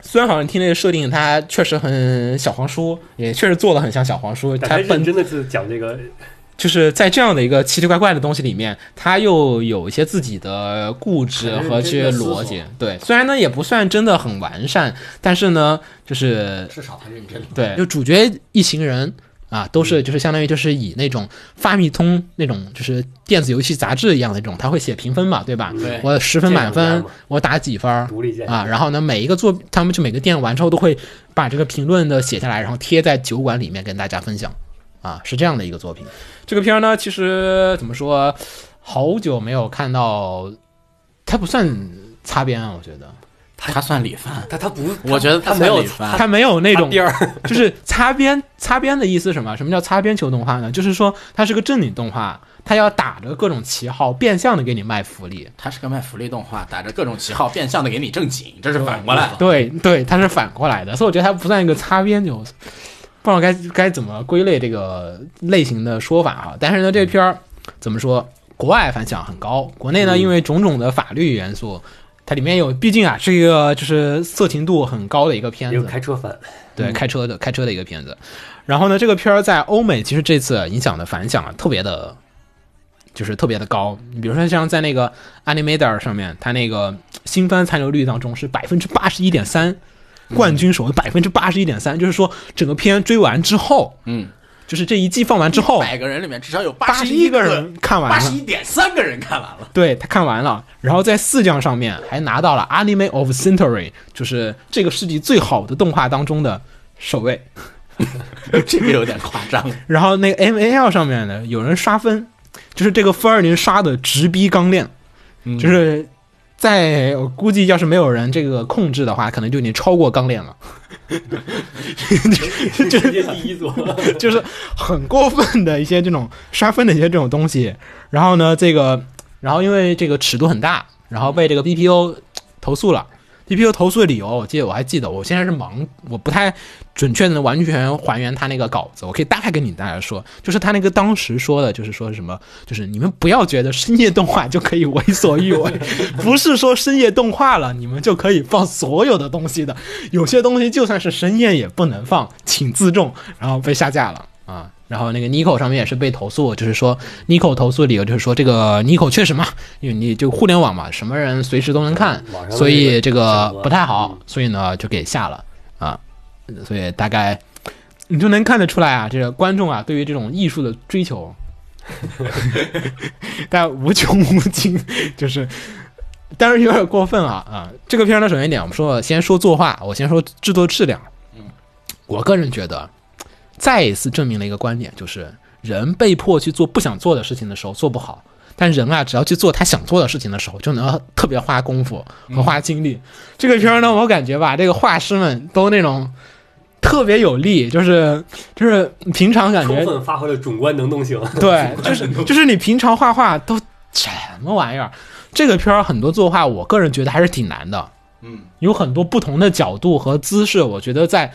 S3: 虽然好像听那个设定，它确实很小黄书，也确实做的很像小黄书，
S2: 但
S3: 它
S2: 他
S3: 本
S2: 认真的是讲这个，
S3: 就是在这样的一个奇奇怪怪的东西里面，他又有一些自己的固执和这些逻辑。对，虽然呢也不算真的很完善，但是呢，就是
S8: 至少他认真了。嗯
S3: 对，就主角一行人啊，都是就是相当于就是以那种发密通那种就是电子游戏杂志一样的那种，他会写评分嘛，对吧？
S5: 对
S3: 我十分满
S2: 这
S3: 分
S2: 样嘛，
S3: 我打几分儿
S2: 独立建筑
S3: 啊？然后呢，每一个作他们去每个店完之后都会把这个评论的写下来，然后贴在酒馆里面跟大家分享。啊，是这样的一个作品。这个片儿呢，其实怎么说，好久没有看到，它不算擦边啊，我觉得。
S7: 他算李范，
S2: 他他不，
S7: 我觉得
S2: 他
S7: 他
S2: 没有
S7: 算李帆
S2: 他
S3: 它没有那种
S2: 边儿，
S3: 就是擦边擦边的意思是什么？什么叫擦边球动画呢？就是说它是个正经动画，它要打着各种旗号变相的给你卖福利。
S7: 他是个卖福利动画，打着各种旗号，变相的给你正经，这是反过来了。
S3: 对对，它是反过来的，所以我觉得它不算一个擦边球，不知道该该怎么归类这个类型的说法哈。但是呢，这片儿怎么说？国外反响很高，国内呢，因为种种的法律元素，它里面有，毕竟啊，是一个就是色情度很高的一个片
S2: 有
S3: 子，
S2: 开车翻，
S7: 嗯
S3: 对，开车的开车的一个片子。然后呢，这个片儿在欧美其实这次影响的反响啊，特别的，就是特别的高。你比如说像在那个 Animator 上面，它那个新番残留率当中是百分之八十一点三，
S7: 嗯
S3: 冠军手为百分之八十一点三，就是说整个片追完之后，
S7: 嗯，
S3: 就是这一季放完之后，
S7: 百个人里面至少有
S3: 哦八
S7: 十
S3: 十
S7: 一
S3: 一个人看完
S7: 八十
S3: 了，
S7: 一点三个人看完 了。
S3: 对他看完了，然后在四将上面还拿到了 Anime of Century，就是这个世纪最好的动画当中的首位。
S7: 这个有点夸张，
S3: 然后那个 M A L 上面呢，有人刷分，就是这个分儿您刷的直逼刚练，
S2: 嗯
S3: 就是在我估计要是没有人这个控制的话，可能就已经超过刚练了，
S2: 直接第一座，
S3: 就是很过分的一些这种刷分的一些这种东西。然后呢，这个然后因为这个尺度很大，然后被这个 B P O 投诉了。B P O 投诉的理由，我记得我还记得，我现在是盲，我不太准确的能完全还原他那个稿子，我可以大概跟你大家说，就是他那个当时说的，就是说什么，就是你们不要觉得深夜动画就可以为所欲为， 不是说深夜动画了你们就可以放所有的东西的， 有些东西就算是深夜也不能放，请自重，然后被下架了啊。然后那个 Nico 上面也是被投诉，就是说 Nico 投诉的理由就是说这个 Nico 确实嘛，因为你就互联网嘛，什么人随时都能看
S2: 网上，的
S3: 所以这
S2: 审
S3: 个
S2: 核
S3: 不太好，
S2: 嗯
S3: 所以呢就给下了啊。所以大概你就能看得出来啊，这个观众啊对于这种艺术的追求，但无穷无尽，就是但是有点过分啊啊！这个片儿呢，首先一点，我们说先说作画，我先说制作质量。我个人觉得，再一次证明了一个观点，就是人被迫去做不想做的事情的时候做不好，但人啊，只要去做他想做的事情的时候，就能特别花功夫和花精力。这个片儿呢，我感觉吧，这个画师们都那种特别有力，就是就是平常感觉
S2: 充分发挥了主观能动性。
S3: 对，就是就是你平常画画都什么玩意儿？这个片儿很多作画，我个人觉得还是挺难的。嗯，有很多不同的角度和姿势，我觉得在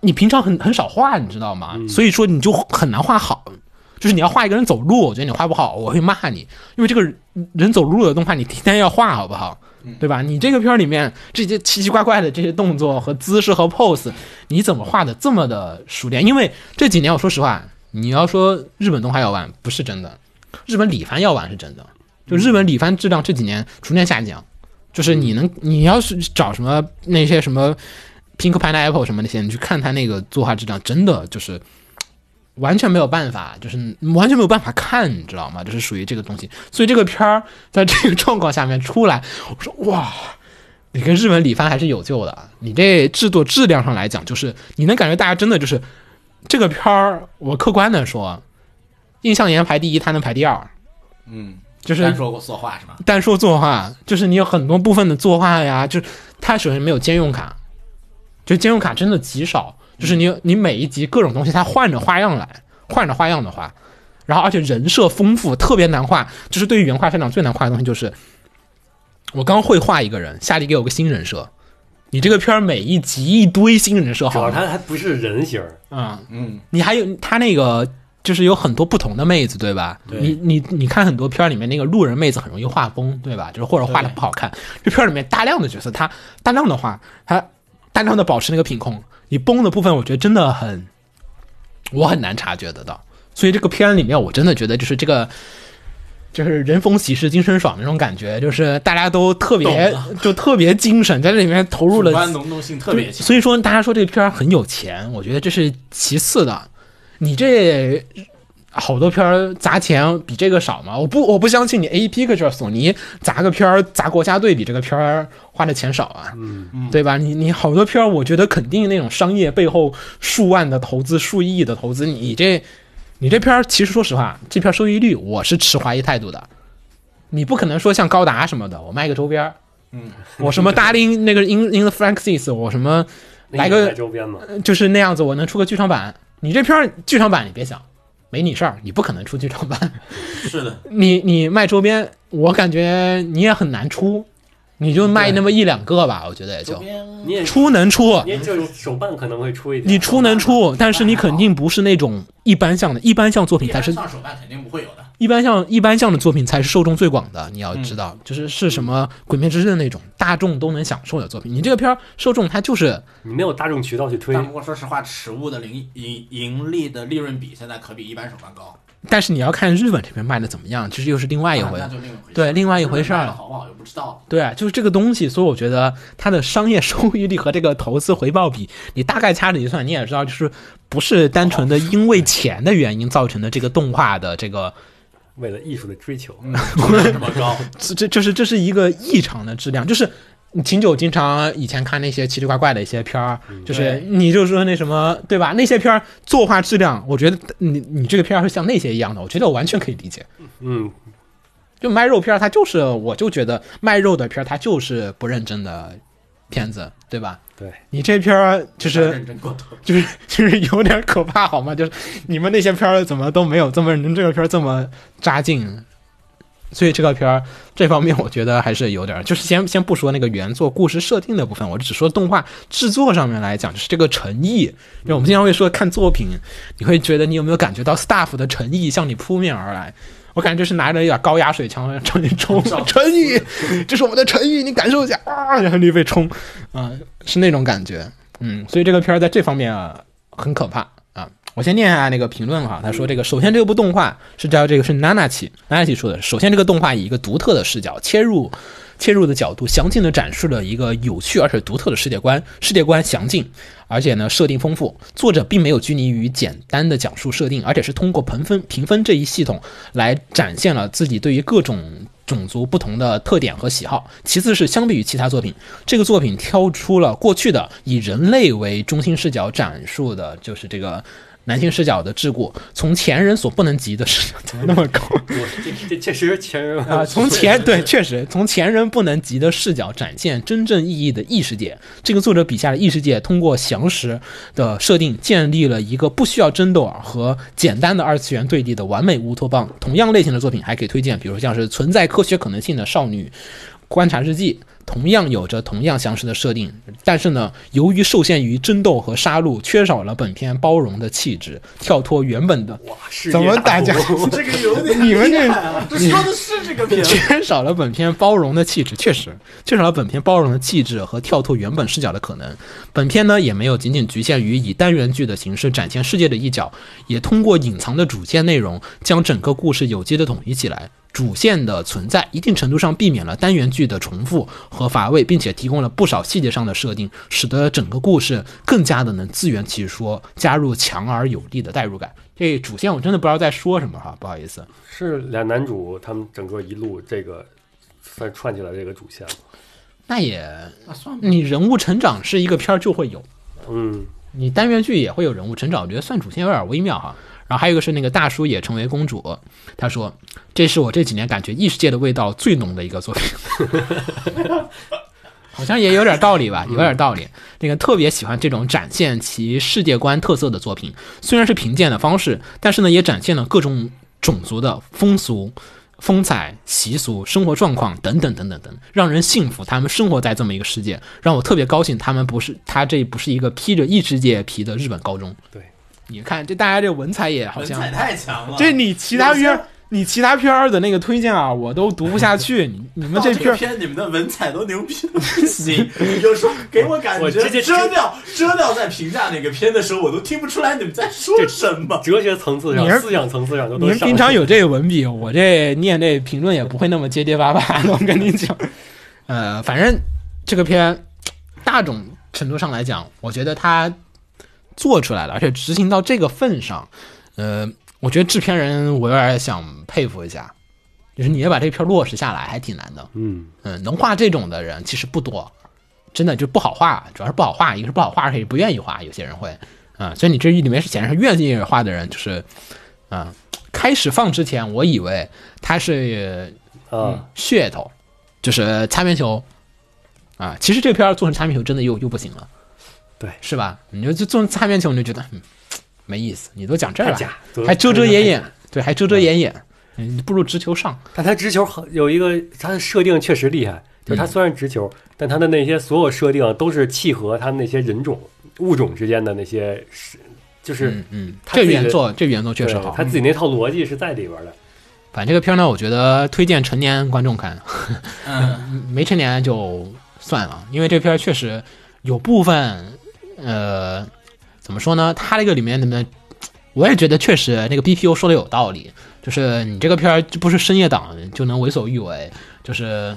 S3: 你平常很很少画，你知道吗？所以说你就很难画好。就是你要画一个人走路，我觉得你画不好，我会骂你，因为这个人人走路的动画你天天要画，好不好？对吧？你这个片儿里面这些奇奇怪怪的这些动作和姿势和 pose，你怎么画的这么的熟练？因为这几年我说实话，你要说日本动画要晚，不是真的，日本里番要晚是真的。就日本里番质量这几年逐渐下降，就是你能你要是找什么那些什么 Pink Pineapple 什么那些，你去看它那个作画质量，真的就是完全没有办法，就是完全没有办法看，你知道吗？就是属于这个东西。所以这个片儿在这个状况下面出来，我说哇。你跟日本里番还是有救的，啊你这制作质量上来讲，就是你能感觉大家真的就是这个片儿，我客观的说，印象岩排第一，它能排第二，
S7: 嗯，
S3: 就是
S7: 单说过作画是吧？
S3: 单说作画，就是你有很多部分的作画呀，就是它首先没有兼用卡，就兼用卡真的极少，就是你你每一集各种东西它换着花样来，换着花样的画，然后而且人设丰富，特别难画，就是对于原画擅长最难画的东西就是，我刚会画一个人，下集给我个新人设，你这个片儿每一集一堆新人设
S2: 主
S3: 好
S2: 要
S3: 吗，
S2: 他还不是人形儿，
S3: 嗯，
S7: 嗯，
S3: 你还有他那个就是有很多不同的妹子，对吧？你你你看很多片儿里面那个路人妹子很容易画崩，对吧？就是或者画的不好看。这片儿里面大量的角色，他大量的画，他大量的保持那个品控。你崩的部分，我觉得真的很，我很难察觉得到。所以这个片里面，我真的觉得就是这个。就是人逢喜事精神爽那种感觉，就是大家都特别就特别精神，在这里面投入了
S5: 主观能动性特别强。
S3: 所以说，大家说这个片儿很有钱，我觉得这是其次的。你这好多片儿砸钱比这个少吗？我不，我不相信你 A Picture 索尼砸个片儿砸国家队比这个片儿花的钱少啊，嗯，对吧？你你好多片儿，我觉得肯定那种商业背后数万的投资、数亿的投资，你这你这片儿其实说实话，这片儿收益率我是持怀疑态度的。你不可能说像高达什么的，我卖个周边儿，我什么 Darling 那个 In In the Franxis，我什么来个呃
S2: 周边嘛，
S3: 就是那样子，我能出个剧场版。你这片儿剧场版你别想，没你事儿，你不可能出剧场版。
S7: 是的，
S3: 你你卖周边，我感觉你也很难出，你就卖那么一两个吧，我觉得也就
S2: 你也
S3: 出能出，
S2: 你也就是手办可能会出一点，
S3: 你出能出，但是你肯定不是那种一般向的，一般向作品才是
S7: 上手办肯定不会有的。
S3: 一般像一般像的作品才是受众最广的，你要知道，就是是什么《鬼灭之刃》那种大众都能享受的作品。你这个片儿受众他就是
S2: 你没有大众渠道去推，
S7: 但不过说实话，实物的盈盈盈利的利润比现在可比一般手办高，
S3: 但是你要看日本这边卖的怎么样，这又是另外一回
S7: 啊那。就另一回事。
S3: 对另外一回事儿
S7: 日本卖得好不好就不知道了。
S3: 对啊，就是这个东西，所以我觉得它的商业 收益率和这个投资回报比，你大概掐指一算，你也知道，就是不是单纯的因为钱的原因造成的这个动画的这个，
S2: 为了艺术的追求，
S3: 嗯
S7: 这么高，
S3: 这这就是这是一个异常的质量，就是。秦九经常以前看那些奇奇怪怪的一些片儿，就是你就说那什么，对吧？那些片儿作画质量，我觉得你你这个片儿是像那些一样的，我觉得我完全可以理解。
S2: 嗯，
S3: 就卖肉片儿，它就是我就觉得卖肉的片儿，它就是不认真的片子，对吧？
S2: 对，
S3: 你这片儿就是
S7: 认真过头。
S3: 就是就是有点可怕，好吗？就是你们那些片儿怎么都没有这么认真，这个片儿这么扎劲。所以这个片儿这方面，我觉得还是有点儿，就是先 先不说那个原作故事设定的部分，我只说动画制作上面来讲，就是这个诚意。因为我们经常会说看作品，你会觉得你有没有感觉到 staff 的诚意向你扑面而来？我感觉就是拿着一点高压水枪 朝你冲，诚意，这是我们的诚意，你感受一下啊！然后你被冲，啊、是那种感觉。嗯，所以这个片儿在这方面啊很可怕啊。我先念一下那个评论哈，他说这个首先这部动画是叫这个是娜娜奇娜娜奇说的，首先这个动画以一个独特的视角切入。切入的角度详尽地展示了一个有趣而且独特的世界观，世界观详尽，而且呢设定丰富。作者并没有拘泥于简单的讲述设定，而且是通过评分评分这一系统来展现了自己对于各种种族不同的特点和喜好。其次是相比于其他作品，这个作品挑出了过去的以人类为中心视角展述的，就是这个男性视角的桎梏，从前人所不能及的视角，怎么那么高？
S2: 我这这确实前人
S3: 啊，从前对，确实从前人不能及的视角展现真正意义的异世界。这个作者笔下的异世界，通过详实的设定，建立了一个不需要争斗和简单的二次元对立的完美乌托邦。同样类型的作品还可以推荐，比如像是《存在科学可能性的少女》观察日记同样有着同样详实的设定，但是呢，由于受限于争斗和杀戮，缺少了本片包容的气质，跳脱原本的
S2: 哇，世界
S3: 怎么
S2: 大
S3: 大家
S2: 同
S7: 这个有点
S3: 你们这
S7: 厉害啊这说的是这个片子。
S3: 缺少了本片包容的气质，确实缺少了本片包容的气质和跳脱原本视角的可能。本片呢也没有仅仅局限于以单元剧的形式展现世界的一角，也通过隐藏的主线内容将整个故事有机的统一起来。主线的存在一定程度上避免了单元剧的重复和乏味，并且提供了不少细节上的设定，使得整个故事更加的能自圆其说，加入强而有力的代入感。这主线我真的不知道在说什么哈，不好意思。
S2: 是俩男主他们整个一路这个算串起来这个主线嘛，
S3: 那也你人物成长是一个片儿就会有，
S2: 嗯，
S3: 你单元剧也会有人物成长，我觉得算主线有点微妙哈。然后还有一个是那个大叔也成为公主，他说这是我这几年感觉异世界的味道最浓的一个作品，好像也有点道理吧，有点道理。那个特别喜欢这种展现其世界观特色的作品，虽然是评鉴的方式，但是呢也展现了各种种族的风俗。风采、习俗、生活状况等等等等等，让人信服他们生活在这么一个世界，让我特别高兴。他们不是他这不是一个披着异世界皮的日本高中。
S2: 对，
S3: 你看这大家这文采也好像，
S7: 太强了
S3: 这你其他片儿你其他片儿的那个推荐啊，我都读不下去。你你们这
S7: 这
S3: 片儿
S7: 片你们的文采都牛逼的不行，有时候给我感
S2: 我
S7: 觉
S2: 直接
S7: 遮掉遮掉在评价哪个片的时候，我都听不出来你们在说什么。
S2: 哲学层次
S3: 你是
S2: 上、思想层次上都
S3: 你
S2: 都
S3: 们
S2: 上
S3: 平常有这个文笔，我这念这评论也不会那么结结巴巴的。我跟你讲，呃，反正这个片大种程度上来讲，我觉得它做出来了，而且执行到这个份上，呃，我觉得制片人我有点想佩服一下，就是你要把这片落实下来，还挺难的。
S2: 嗯，
S3: 嗯，能画这种的人其实不多，真的就不好画，主要是不好画，一个是不好画，而且不愿意画，有些人会，啊、所以你这里面是显然是愿意画的人，就是，啊、开始放之前，我以为他是
S2: 啊，
S3: 嗯噱头，就是擦边球，啊。其实这个片儿做成擦边球真的又又不行了，
S2: 对
S3: 是吧？你就就做成擦边球，你就觉得嗯没意思，你都讲这儿
S2: 太假
S3: 了，还遮遮掩掩，对，还遮遮掩掩，嗯，你不如直球上。
S2: 但他直球很有一个，他的设定确实厉害，
S3: 嗯
S2: 就是他虽然直球，但他的那些所有设定啊都是契合他那些人种物种之间的那些是，就是
S3: 嗯嗯，
S2: 他
S3: 这
S2: 自己
S3: 原
S2: 的
S3: 作这原作确实
S2: 对
S3: 好
S2: 他。自己那套逻辑是在里边的。
S3: 反正这个片儿呢，我觉得推荐成年观众看， 没成年就算了，因为这片儿确实有部分，呃，怎么说呢？它这个里面的，我也觉得确实那个 BPO 说的有道理，就是你这个片儿就不是深夜档就能为所欲为，就是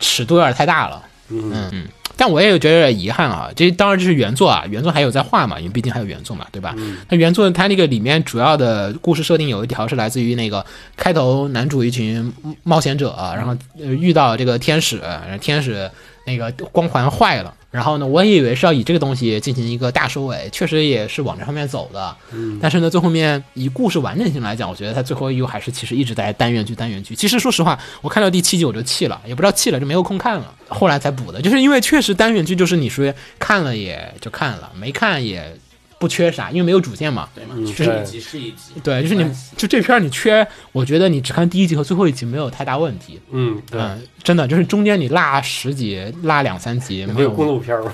S3: 尺度有点太大了。
S2: 嗯，
S3: 嗯，但我也有觉得有点遗憾啊。这当然这是原作啊，原作还有在画嘛，因为毕竟还有原作嘛，对吧？那、原作它那个里面主要的故事设定有一条是来自于那个开头男主一群冒险者啊、然后呃遇到这个天使，然后天使那个光环坏了。然后呢，我也以为是要以这个东西进行一个大收尾，确实也是往这方面走的。但是呢，最后面以故事完整性来讲，我觉得它最后又还是其实一直在单元剧单元剧。其实说实话，我看到第七集我就气了，也不知道气了就没有空看了，后来才补的，就是因为确实单元剧就是你属于看了也就看了，没看也不缺啥，因为没有主线嘛。
S5: 对吗？
S2: 嗯
S5: 缺一
S2: 对
S5: 集是一集，
S3: 对，就是你就这片儿你缺，我觉得你只看第一集和最后一集没有太大问题。
S2: 嗯，对，
S3: 嗯，真的就是中间你落十集、落两三集，
S2: 没
S3: 没
S2: 有
S3: 有
S2: 公路片儿吗？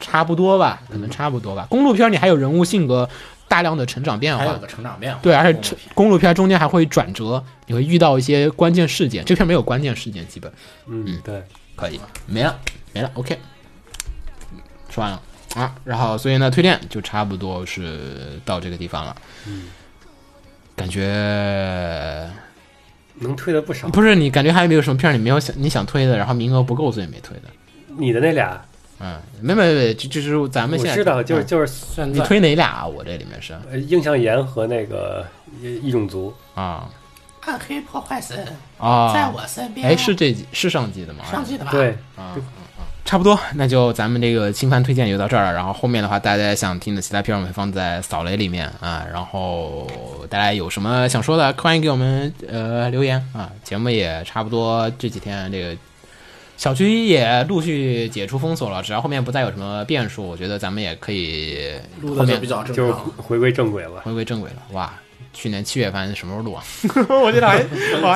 S3: 差不多吧，可能差不多吧。公路片儿你还有人物性格大量的成长变
S5: 还有
S3: 化
S5: 个，成长变化。
S3: 对，而且这公路片中间还会转折，你会遇到一些关键事件。这片没有关键事件，基本
S2: 嗯，对，
S3: 可以没了，没了。OK，说完了啊。然后，所以呢，推荐就差不多是到这个地方了。感觉
S2: 能推的不少。
S3: 不是你，感觉还有没有什么片儿你没有想你想推的，然后名额不够，所以没推的。
S2: 你的那俩
S3: 嗯，没没没，就就是咱们
S2: 我
S3: 现在
S2: 知道，就是
S3: 嗯
S2: 就是
S5: 现
S3: 你
S5: 在
S3: 推哪俩啊？我这里面是
S2: 呃印象岩和那个一一种族，
S3: 啊
S5: 暗黑破坏神
S3: 啊，
S5: 在我身边，
S3: 哎是哎这集是上集的吗？
S5: 上季的吧？
S2: 对，
S3: 差不多，那就咱们这个新番推荐就到这儿了。然后后面的话，大家想听的其他片儿我们放在扫雷里面啊。然后大家有什么想说的，欢迎给我们呃留言啊。节目也差不多这几天这个小区也陆续解除封锁了，只要后面不再有什么变数，我觉得咱们也可以
S5: 录
S3: 后
S5: 的
S3: 面
S5: 就比较正
S2: 就是
S5: 常。
S2: 回归正轨了。
S3: 回归正轨了。哇，去年七月份什么时候录啊？ 我觉得 还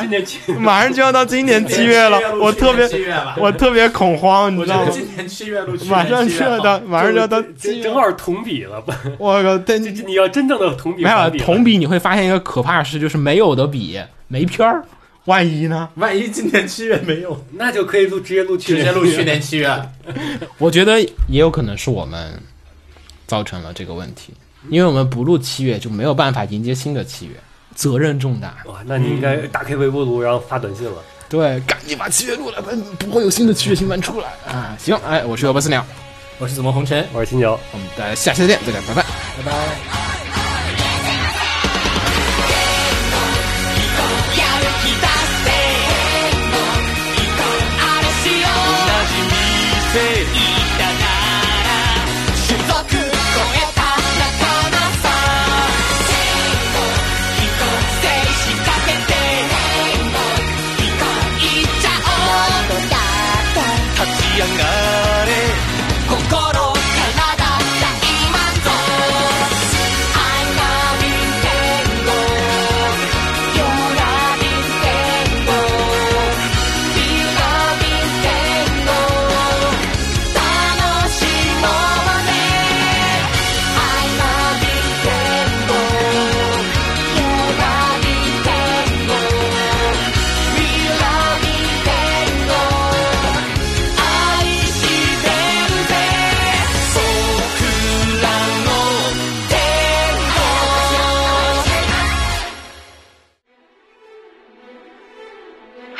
S2: 今年 去
S3: 马上就要到今年七
S5: 月了我特别七月吧
S3: 我特别恐慌，你
S5: 我觉得今年七月录，去年七月好。
S3: 马
S2: 正正好同比了吧？
S3: 我靠，但
S2: 这你要真正的同比，
S3: 没有
S2: 反比了
S3: 同比，你会发现一个可怕的事，就是没有的比没片儿，万一呢？
S5: 万一今年七月没有，
S2: 那就可以录直接录去
S5: 直
S2: 年
S5: 接录去年七月。
S3: 我觉得也有可能是我们造成了这个问题，因为我们不录七月就没有办法迎接新的七月，责任重大。
S2: 哇，那你应该打开微波炉，然后发短信了。
S3: 对，赶紧把七月录了，不不会有新的七月新番出来啊！行，哎，我是幺八四两，
S5: 我是怎么红尘？
S2: 我是新瑶。
S3: 我们大家下期再见，再见，拜拜。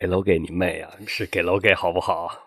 S2: 给楼给你妹啊，是给楼给好不好？